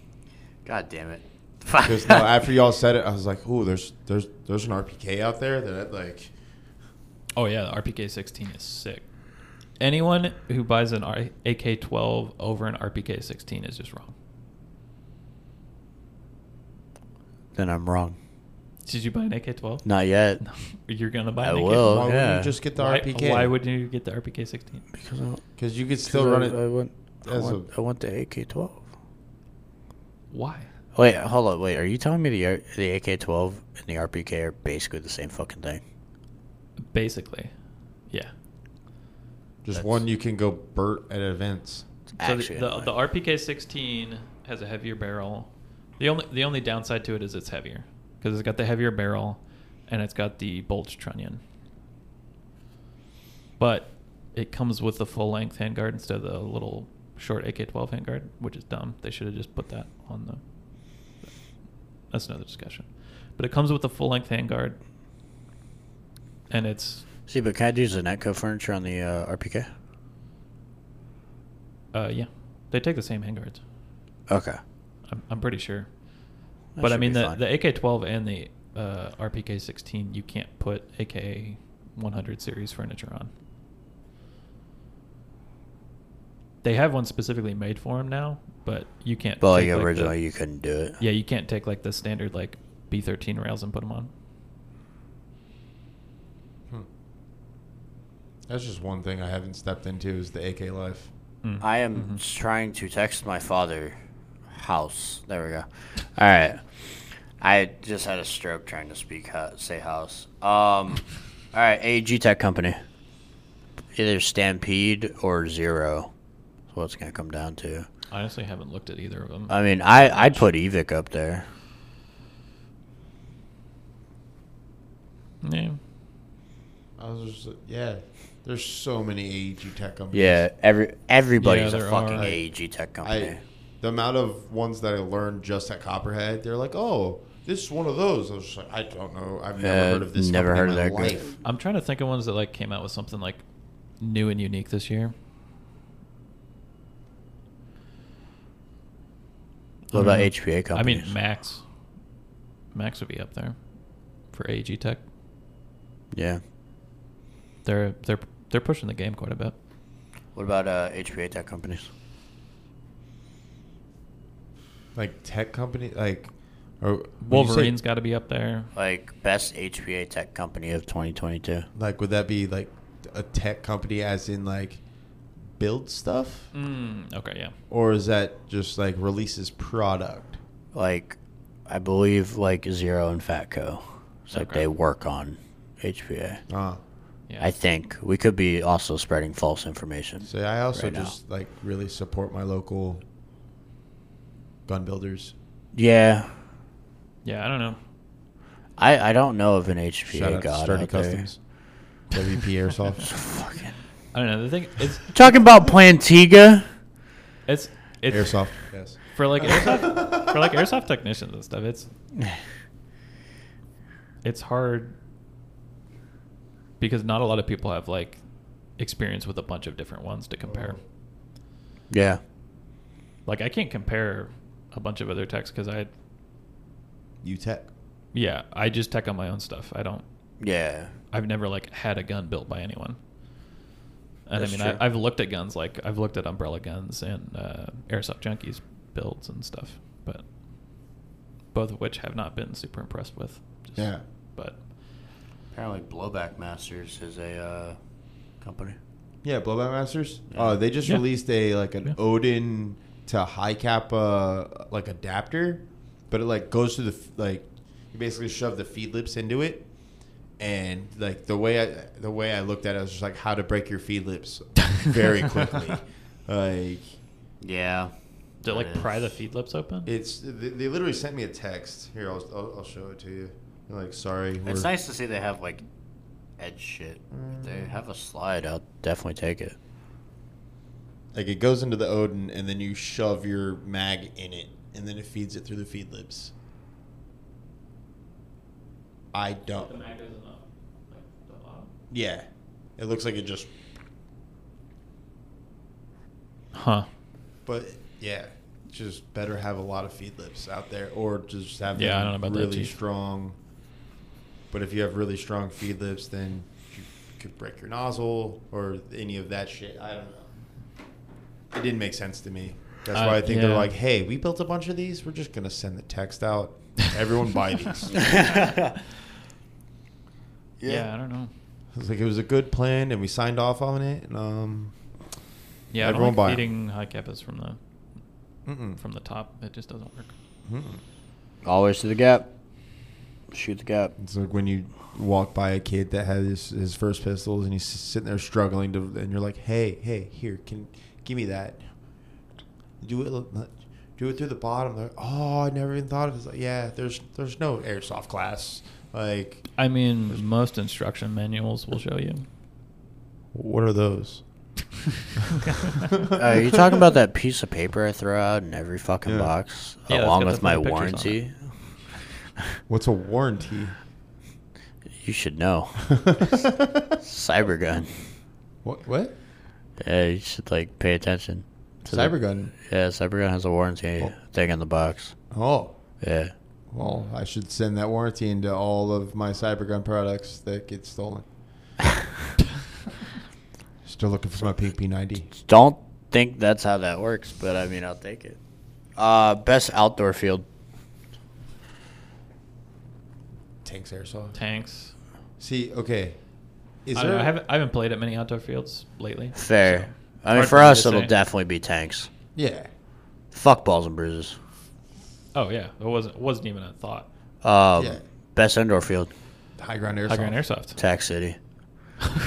Speaker 2: God damn it.
Speaker 4: Because no, after y'all said it, I was like, "Ooh, there's there's there's an RPK out there that like
Speaker 3: Oh yeah, the RPK 16 is sick. Anyone who buys an R- AK 12 over an RPK 16 is just wrong.
Speaker 2: then I'm wrong.
Speaker 3: Did you buy an AK 12?
Speaker 2: Not yet.
Speaker 3: You're gonna buy.
Speaker 2: I
Speaker 3: an AK-12?
Speaker 2: will.
Speaker 4: why wouldn't
Speaker 2: Oh, yeah.
Speaker 4: you just get the
Speaker 3: why,
Speaker 4: RPK?
Speaker 3: Why would you get the RPK 16?
Speaker 2: Because I,
Speaker 4: Because you could still run it.
Speaker 2: want,
Speaker 4: I as want- a-
Speaker 2: the AK-12.
Speaker 3: Why?
Speaker 2: Wait, hold on. Wait, are you telling me the R- the AK-12 and the RPK are basically the same fucking thing?
Speaker 3: Basically, yeah.
Speaker 4: just
Speaker 2: That's-
Speaker 4: one you can go burt at events.
Speaker 3: So
Speaker 2: Actually,
Speaker 3: the, the,
Speaker 2: annoying.
Speaker 3: the RPK 16 has a heavier barrel. The only the only downside to it is it's heavier because it's got the heavier barrel and it's got the bolt trunnion. But it comes with the full length handguard instead of the little short AK12 handguard, which is dumb. They should have just put that on the. That's another discussion. But it comes with the full length handguard, and it's
Speaker 2: See, but can I use the Netco furniture on the uh, RPK?
Speaker 3: uh yeah, they take the same handguards.
Speaker 2: Okay.
Speaker 3: I'm, I'm pretty sure.
Speaker 2: That
Speaker 3: but I
Speaker 2: should
Speaker 3: mean,
Speaker 2: be
Speaker 3: the,
Speaker 2: fine.
Speaker 3: the AK 12 and the uh, RPK 16, you can't put AK 100 series furniture on. They have one specifically made for them now, but you can't.
Speaker 2: But like
Speaker 3: take, the-
Speaker 2: originally, you couldn't do it.
Speaker 3: Yeah, you can't take like the standard like B 13 rails and put them on.
Speaker 4: Hmm. That's just one thing I haven't stepped into is the AK life.
Speaker 3: Mm.
Speaker 2: I am
Speaker 3: Mhm.
Speaker 2: trying to text my father. House. There we go. All right. I just had a stroke trying to speak ho- say house. Um, all right, AG Tech Company. Either Stampede or Zero. That's what it's gonna come down to.
Speaker 3: I honestly haven't looked at either of them.
Speaker 2: I mean, I I'd put Evic up there.
Speaker 3: yeah.
Speaker 4: I was just yeah. There's so many AEG tech companies.
Speaker 2: Yeah, every everybody's
Speaker 3: Yeah,
Speaker 2: a
Speaker 3: there
Speaker 2: fucking
Speaker 3: are.
Speaker 2: AEG Tech Company.
Speaker 4: I Mm-hmm. the amount of ones that I learned just at Copperhead, they're like, oh, this is one of those. I was just like, I don't know. I've never
Speaker 2: Yeah,
Speaker 4: heard of this.
Speaker 2: Uh, never
Speaker 4: company
Speaker 2: heard of
Speaker 4: in my
Speaker 2: that group.
Speaker 4: life.
Speaker 3: I'm trying to think of ones that like came out with something like new and unique this year.
Speaker 2: what about HPA
Speaker 3: I
Speaker 2: companies?
Speaker 3: mean, Max. Max would be up there for AG Tech.
Speaker 2: yeah.
Speaker 3: They're they're they're pushing the game quite a bit.
Speaker 2: What about uh, HPA Tech companies?
Speaker 4: Like tech company, like or when you say-
Speaker 3: Wolverine's got to be up there.
Speaker 2: Like best HPA Tech company of 2022.
Speaker 4: Like, would that be like a tech company, as in like build stuff,
Speaker 3: Mm, okay, yeah.
Speaker 4: or is that just like releases product?
Speaker 2: Like, I believe like Zero and Fatco. It's like
Speaker 3: Okay.
Speaker 2: they work on HPA.
Speaker 4: Ah,
Speaker 3: Yeah.
Speaker 2: I think we could be also spreading false information.
Speaker 4: so I also
Speaker 2: Right now.
Speaker 4: just like really support my local gun builders.
Speaker 2: Yeah,
Speaker 3: yeah, I don't know.
Speaker 2: I, I don't know of an
Speaker 4: Shout
Speaker 2: HPA
Speaker 4: out to
Speaker 2: god
Speaker 4: Sturdy
Speaker 2: out there.
Speaker 4: Customs, WP Airsoft,
Speaker 2: Fucking
Speaker 3: I don't know. The thing it's
Speaker 2: talking about Plantiga.
Speaker 3: it's it's
Speaker 4: Airsoft. Yes.
Speaker 3: for like airsoft for like airsoft technicians and stuff. It's it's hard because not a lot of people have like experience with a bunch of different ones to compare.
Speaker 2: Yeah,
Speaker 3: Like I can't compare a bunch of other techs because I
Speaker 4: U Tech.
Speaker 3: yeah I just tech on my own stuff. I don't
Speaker 2: yeah.
Speaker 3: I've never like had a gun built by anyone. And
Speaker 2: That's
Speaker 3: I mean,
Speaker 2: true.
Speaker 3: I, I've looked at guns like I've looked at umbrella guns and uh, airsoft junkies builds and stuff, but both of which have not been super impressed with. Just-
Speaker 4: Yeah.
Speaker 3: But
Speaker 2: Apparently, Blowback Masters is a uh, company.
Speaker 4: Yeah, Blowback Masters. Uh, they just
Speaker 3: Yeah.
Speaker 4: released a like an
Speaker 3: Yeah.
Speaker 4: Odin to high cap uh, like adapter, but it like goes to the f- like you basically shove the feed lips into it, and like the way I the way I looked at it I was just like how to break your feed lips very quickly. like
Speaker 2: Yeah.
Speaker 3: did it, like
Speaker 2: It is.
Speaker 3: pry the feed lips open?
Speaker 4: it's they, they literally sent me a text. Here, I'll I'll, I'll show it to you. Like sorry,
Speaker 2: It's
Speaker 4: we're-
Speaker 2: nice to see they have like edge shit. If they have a slide, I'll definitely take it.
Speaker 4: Like it goes into the Odin, and then you shove your mag in it, and then it feeds it through the feed lips. I don't.
Speaker 3: mag doesn't up. the bottom.
Speaker 4: Yeah, it looks like it just.
Speaker 3: Huh.
Speaker 4: But yeah, just better have a lot of feed lips out there, or just have
Speaker 3: Yeah, I don't
Speaker 4: them
Speaker 3: know about that,
Speaker 4: really
Speaker 3: Chief.
Speaker 4: strong. But if you have really strong feed lips, then you could break your nozzle or any of that shit. I don't know. It didn't make sense to me. That's
Speaker 3: Uh,
Speaker 4: why I think
Speaker 3: yeah.
Speaker 4: they're like, hey, we built a bunch of these. We're just gonna send the text out. Everyone buy these.
Speaker 2: yeah.
Speaker 3: Yeah. I don't know.
Speaker 4: It was like it was a good plan, and we signed off on it. And um,
Speaker 3: Yeah, Everyone
Speaker 4: Everyone
Speaker 3: I don't
Speaker 4: buy
Speaker 3: like
Speaker 4: 'em.
Speaker 3: feeding high capas from the
Speaker 4: mm-mm.
Speaker 3: from the top. It just doesn't work.
Speaker 4: Mm-mm.
Speaker 2: Always to the gap. Shoot the gap.
Speaker 4: It's like when you walk by a kid that has his, his first pistols and he's sitting there struggling to, and you're like, "Hey, hey, here, can give me that? Do it, do it through the bottom." They're, oh, I never even thought of it. It's like, yeah, there's there's no airsoft class. Like,
Speaker 3: I mean, most instruction manuals will show you.
Speaker 4: what are those?
Speaker 2: Uh, are you talking about that piece of paper I throw out in every fucking
Speaker 4: Yeah.
Speaker 2: box,
Speaker 3: Yeah, that's
Speaker 2: along
Speaker 3: got
Speaker 2: with
Speaker 3: the
Speaker 2: my
Speaker 3: funny pictures on
Speaker 2: warranty?
Speaker 4: What's a warranty?
Speaker 2: You should know. Cybergun.
Speaker 4: what? What?
Speaker 2: Yeah, you should like pay attention. to the-
Speaker 4: Cybergun.
Speaker 2: yeah, Cybergun has a warranty
Speaker 4: Oh.
Speaker 2: thing in the box.
Speaker 4: Oh.
Speaker 2: Yeah.
Speaker 4: Well, I should send that warranty into all of my Cybergun products that get stolen. Still looking for my pink P90.
Speaker 2: Don't think that's how that works, but I mean, I'll take it. Uh, best outdoor field.
Speaker 4: Tanks airsoft.
Speaker 3: Tanks.
Speaker 4: See, okay. Is
Speaker 3: I,
Speaker 4: there?
Speaker 3: don't know, I haven't I haven't played at many outdoor fields lately.
Speaker 2: Fair. I mean,
Speaker 3: Hard
Speaker 2: for
Speaker 3: for me
Speaker 2: us,
Speaker 3: to
Speaker 2: it'll
Speaker 3: say.
Speaker 2: definitely be tanks.
Speaker 4: yeah.
Speaker 2: Fuck balls and bruises.
Speaker 3: Oh yeah, it wasn't it wasn't even a thought.
Speaker 2: Um,
Speaker 4: Yeah.
Speaker 2: Best indoor field,
Speaker 4: High ground airsoft.
Speaker 3: High ground airsoft.
Speaker 2: Tax City. it's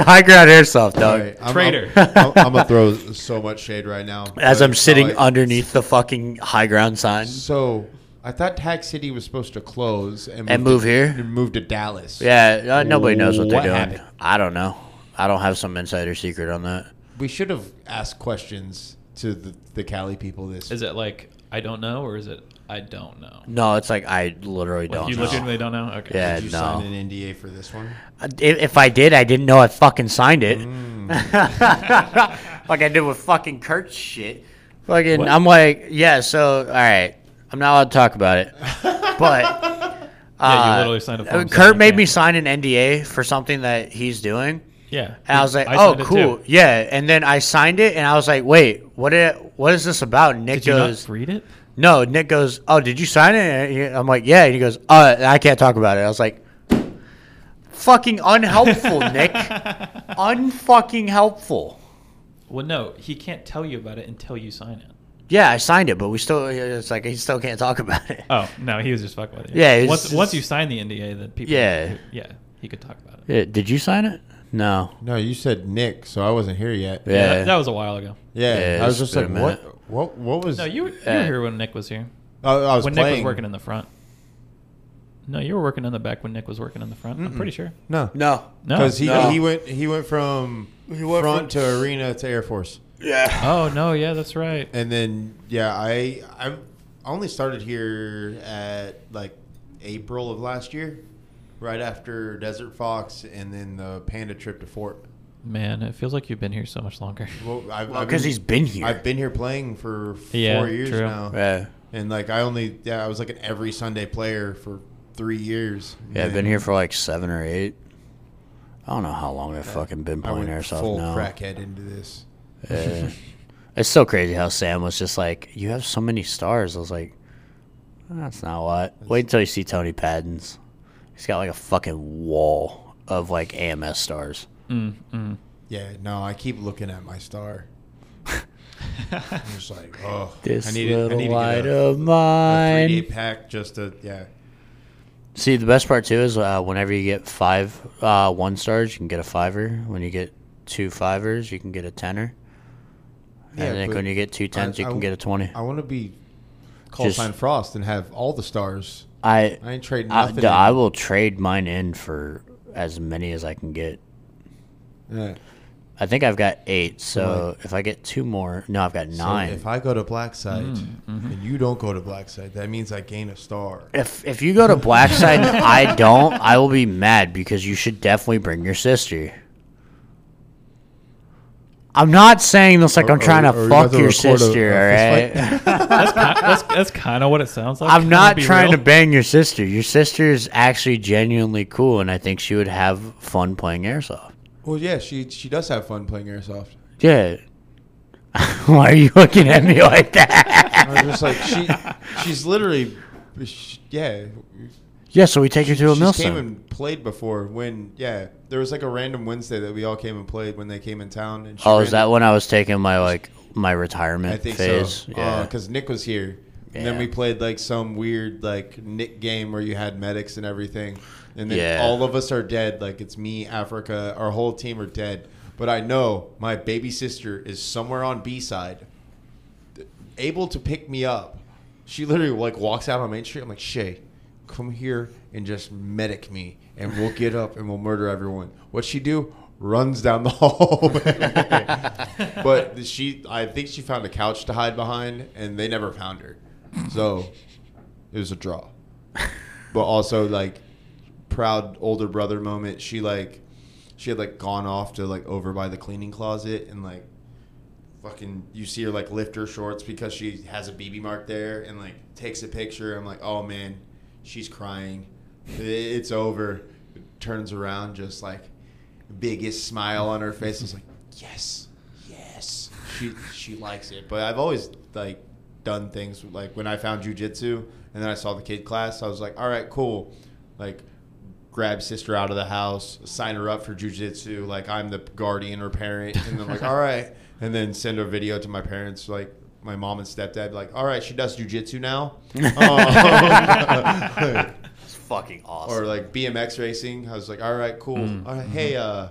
Speaker 2: high ground airsoft, dog.
Speaker 4: Alright, I'm-
Speaker 3: Traitor.
Speaker 4: I'm, I'm, I'm gonna throw so much shade right now.
Speaker 2: As
Speaker 4: but
Speaker 2: I'm sitting
Speaker 4: like-
Speaker 2: underneath the fucking high ground sign.
Speaker 4: So I thought Tax City was supposed to close and
Speaker 2: And move
Speaker 4: to,
Speaker 2: here?
Speaker 4: and move to Dallas.
Speaker 2: Yeah, uh, nobody knows what they're
Speaker 4: What
Speaker 2: doing.
Speaker 4: happened?
Speaker 2: I don't know. I don't have some insider secret on that.
Speaker 4: we should have asked questions to the, the Cali people. This
Speaker 3: Is it like I don't know, or is it I don't know?
Speaker 2: No, it's like I literally don't
Speaker 3: you
Speaker 2: know.
Speaker 3: legitimately don't know. Okay.
Speaker 2: Yeah.
Speaker 4: did you
Speaker 2: no.
Speaker 4: sign an NDA for this one?
Speaker 2: I- If if I did, I didn't know I fucking signed it.
Speaker 4: Mm.
Speaker 2: like I did with fucking Kurt's shit. Fucking,
Speaker 3: What?
Speaker 2: I'm like, yeah. So, all right, I'm not allowed to talk about it. But
Speaker 3: Yeah, you
Speaker 2: uh,
Speaker 3: literally signed a form saying
Speaker 2: Kurt
Speaker 3: you
Speaker 2: made
Speaker 3: can't.
Speaker 2: me sign an NDA for something that he's doing,
Speaker 3: Yeah.
Speaker 2: and I was like, oh,
Speaker 3: signed it
Speaker 2: cool,
Speaker 3: too.
Speaker 2: yeah. And then I signed it, and I was like, wait, what? It, what is this about? And Nick
Speaker 3: Did you
Speaker 2: goes,
Speaker 3: not read it?
Speaker 2: no, Nick goes, "Oh, did you sign it?" And he- I'm like, "Yeah." And he goes, "Uh, I can't talk about it." I was like, "Fucking unhelpful, Nick. Unfucking helpful."
Speaker 3: Well, no, he can't tell you about it until you sign it.
Speaker 2: Yeah, I signed it, but we still. It's like he still can't talk about it.
Speaker 3: Oh no, he was just fucking with you.
Speaker 2: Yeah, it's-
Speaker 3: Once
Speaker 2: it's-
Speaker 3: once you sign the NDA, then people.
Speaker 2: Yeah.
Speaker 3: Yeah, he could talk about it.
Speaker 2: Yeah, did you sign it? No.
Speaker 4: No, you said Nick, so I wasn't here yet.
Speaker 2: Yeah.
Speaker 3: that, that was a while ago.
Speaker 4: Yeah,
Speaker 2: Yeah,
Speaker 4: I was
Speaker 2: it's
Speaker 4: just
Speaker 2: been
Speaker 4: like,
Speaker 2: a
Speaker 4: what?
Speaker 2: minute.
Speaker 4: What? What was?
Speaker 3: No, you were, you
Speaker 2: Yeah.
Speaker 3: were here when Nick was here.
Speaker 4: I, I was
Speaker 3: When
Speaker 4: playing.
Speaker 3: Nick was working in the front. No, you were working in the back when Nick was working in the front. I'm pretty sure.
Speaker 4: no,
Speaker 2: No.
Speaker 3: No.
Speaker 4: because he
Speaker 2: No.
Speaker 4: he went he went from
Speaker 2: went
Speaker 4: front
Speaker 2: from-
Speaker 4: to arena to Air Force,
Speaker 2: Yeah.
Speaker 3: Oh no, yeah, that's right.
Speaker 4: and then yeah, I I only started here at like April of last year, right after Desert Fox, and then the Panda trip to Fort.
Speaker 3: Man, it feels like you've been here so much longer.
Speaker 4: Well, I- I've
Speaker 2: Because
Speaker 4: been-
Speaker 2: he's been here.
Speaker 4: I've been here playing for four
Speaker 3: Yeah,
Speaker 4: years
Speaker 3: true.
Speaker 4: now.
Speaker 2: yeah.
Speaker 4: And like I only yeah, I was like an every Sunday player for three years.
Speaker 2: Yeah, I've
Speaker 4: And
Speaker 2: been here for like seven or eight. I don't know how long I've fucking been
Speaker 4: I
Speaker 2: playing
Speaker 4: went
Speaker 2: airsoft
Speaker 4: full
Speaker 2: now.
Speaker 4: crackhead into this.
Speaker 2: Yeah. Uh, it's so crazy how Sam was just like, "You have so many stars." I was like, "That's not what." Wait until you see Tony Paddens. He's got like a fucking wall of like AMS stars.
Speaker 3: Mm, mm.
Speaker 4: Yeah, no, I keep looking at my star. I'm just like, oh,
Speaker 2: This
Speaker 4: I need it. I
Speaker 2: little
Speaker 4: need to
Speaker 2: light
Speaker 4: get a,
Speaker 2: of
Speaker 4: a three day
Speaker 2: mine.
Speaker 4: pack just to yeah.
Speaker 2: See, the best part too is uh, whenever you get five uh, one stars, you can get a fiver. When you get two fivers, you can get a tenner.
Speaker 4: Yeah,
Speaker 2: and then
Speaker 4: but
Speaker 2: when you get two tens,
Speaker 4: I-
Speaker 2: you
Speaker 4: I
Speaker 2: can
Speaker 4: w-
Speaker 2: get a twenty.
Speaker 4: I want to be call
Speaker 2: Just-
Speaker 4: sign Frost and have all the stars.
Speaker 2: I
Speaker 4: I ain't trading
Speaker 2: I,
Speaker 4: nothing.
Speaker 2: duh, I
Speaker 4: in.
Speaker 2: will trade mine in for as many as I can get.
Speaker 4: yeah.
Speaker 2: I think I've got eight. So if I get two more, no, I've got
Speaker 4: So
Speaker 2: nine.
Speaker 4: if I go to Black Side and you don't go to Black Side, that means I gain a star.
Speaker 2: if if you go to black side, and I don't. I will be mad because you should definitely bring your sister. I'm not saying this like
Speaker 4: Are-
Speaker 2: I'm trying
Speaker 4: are-
Speaker 2: to
Speaker 4: are you
Speaker 2: fuck
Speaker 4: about to
Speaker 2: your
Speaker 4: record a-
Speaker 2: sister,
Speaker 4: a fist
Speaker 2: all right?
Speaker 3: That's kind, that's, that's kind of what it sounds like.
Speaker 2: I'm
Speaker 3: Can
Speaker 2: not
Speaker 3: I be
Speaker 2: trying to
Speaker 3: real?
Speaker 2: bang your sister. Your sister is actually genuinely cool, and I think she would have fun playing airsoft.
Speaker 4: Well, yeah, she she does have fun playing airsoft.
Speaker 2: Yeah. Why are you looking at me like that?
Speaker 4: I was just like she she's literally she, yeah.
Speaker 2: Yeah, so we take her to a
Speaker 4: She came
Speaker 2: millstone.
Speaker 4: and played before when yeah there was like a random Wednesday that we all came and played when they came in town. And she
Speaker 2: Oh, is
Speaker 4: ran-
Speaker 2: that when I was taking my like my
Speaker 4: I
Speaker 2: retirement
Speaker 4: think
Speaker 2: phase?
Speaker 4: so. Oh,
Speaker 2: Yeah.
Speaker 4: because Nick was here. And then
Speaker 2: Yeah.
Speaker 4: we played like some weird like Nick game where you had medics and everything, and then
Speaker 2: Yeah.
Speaker 4: all of us are dead. Like it's me, Africa, our whole team are dead. But I know my baby sister is somewhere on B side, able to pick me up. She literally like walks out on Main Street. I'm like, Shay, come here and just medic me, and we'll get up and we'll murder everyone. What she do? Runs down the hallway. but she, I think she found a couch to hide behind, and they never found her. So it was a draw. But also like proud older brother moment. She like she had like gone off to like over by the cleaning closet and like fucking you see her like lift her shorts because she has a BB mark there and like takes a picture. I'm like, oh man, she's crying. I- It's over. Turns around, just like biggest smile on her face. I was like, yes, yes. She she likes it. But I've always like done things like when I found jujitsu and then I saw the kid class. I was like, all right, cool. Like grab sister out of the house, sign her up for jujitsu, like I'm the guardian or parent, and then like, all right, and then send a video to my parents, like my mom and stepdad be like, all right, she does jujitsu now. Oh.
Speaker 2: It's fucking awesome.
Speaker 4: or like BMX racing. I was like, all right, cool. All right, hey, uh,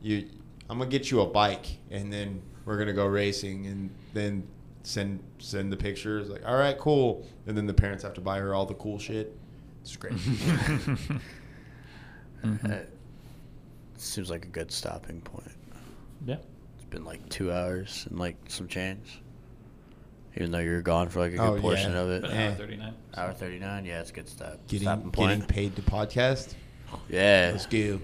Speaker 4: you, I'm gonna get you a bike, and then we're gonna go racing, and then send send the pictures. Like, all right, cool. And then the parents have to buy her all the cool shit. It's great.
Speaker 3: Mm-hmm.
Speaker 2: Uh, seems like a good stopping point.
Speaker 3: Yeah.
Speaker 2: It's been like two hours and like some change. Even though you were gone for like a good
Speaker 4: Oh,
Speaker 2: portion
Speaker 4: yeah.
Speaker 2: of
Speaker 3: But
Speaker 2: it.
Speaker 3: hour
Speaker 4: Yeah.
Speaker 3: 39.
Speaker 2: Eh. Hour thirty nine, yeah, it's a good stop.
Speaker 4: getting
Speaker 2: stopping point.
Speaker 4: getting paid to podcast.
Speaker 2: Yeah.
Speaker 4: Let's go.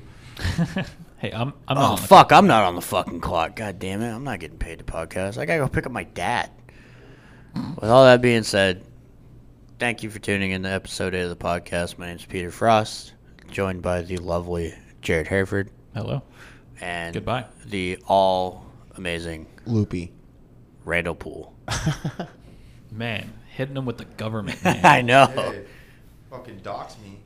Speaker 3: hey, I'm, I'm not
Speaker 2: Oh
Speaker 3: on the
Speaker 2: fuck! I'm not on the fucking clock. God damn it! I'm not getting paid to podcast. I gotta go pick up my dad. With all that being said, thank you for tuning in to episode eight of the podcast. My name's Peter Frost, joined by the lovely Jared Hereford
Speaker 3: Hello.
Speaker 2: and
Speaker 3: Goodbye.
Speaker 2: the all amazing
Speaker 4: Loopy.
Speaker 2: Randall Pool.
Speaker 3: Man, hitting them with the government. Man.
Speaker 2: I know.
Speaker 4: Fucking dox me.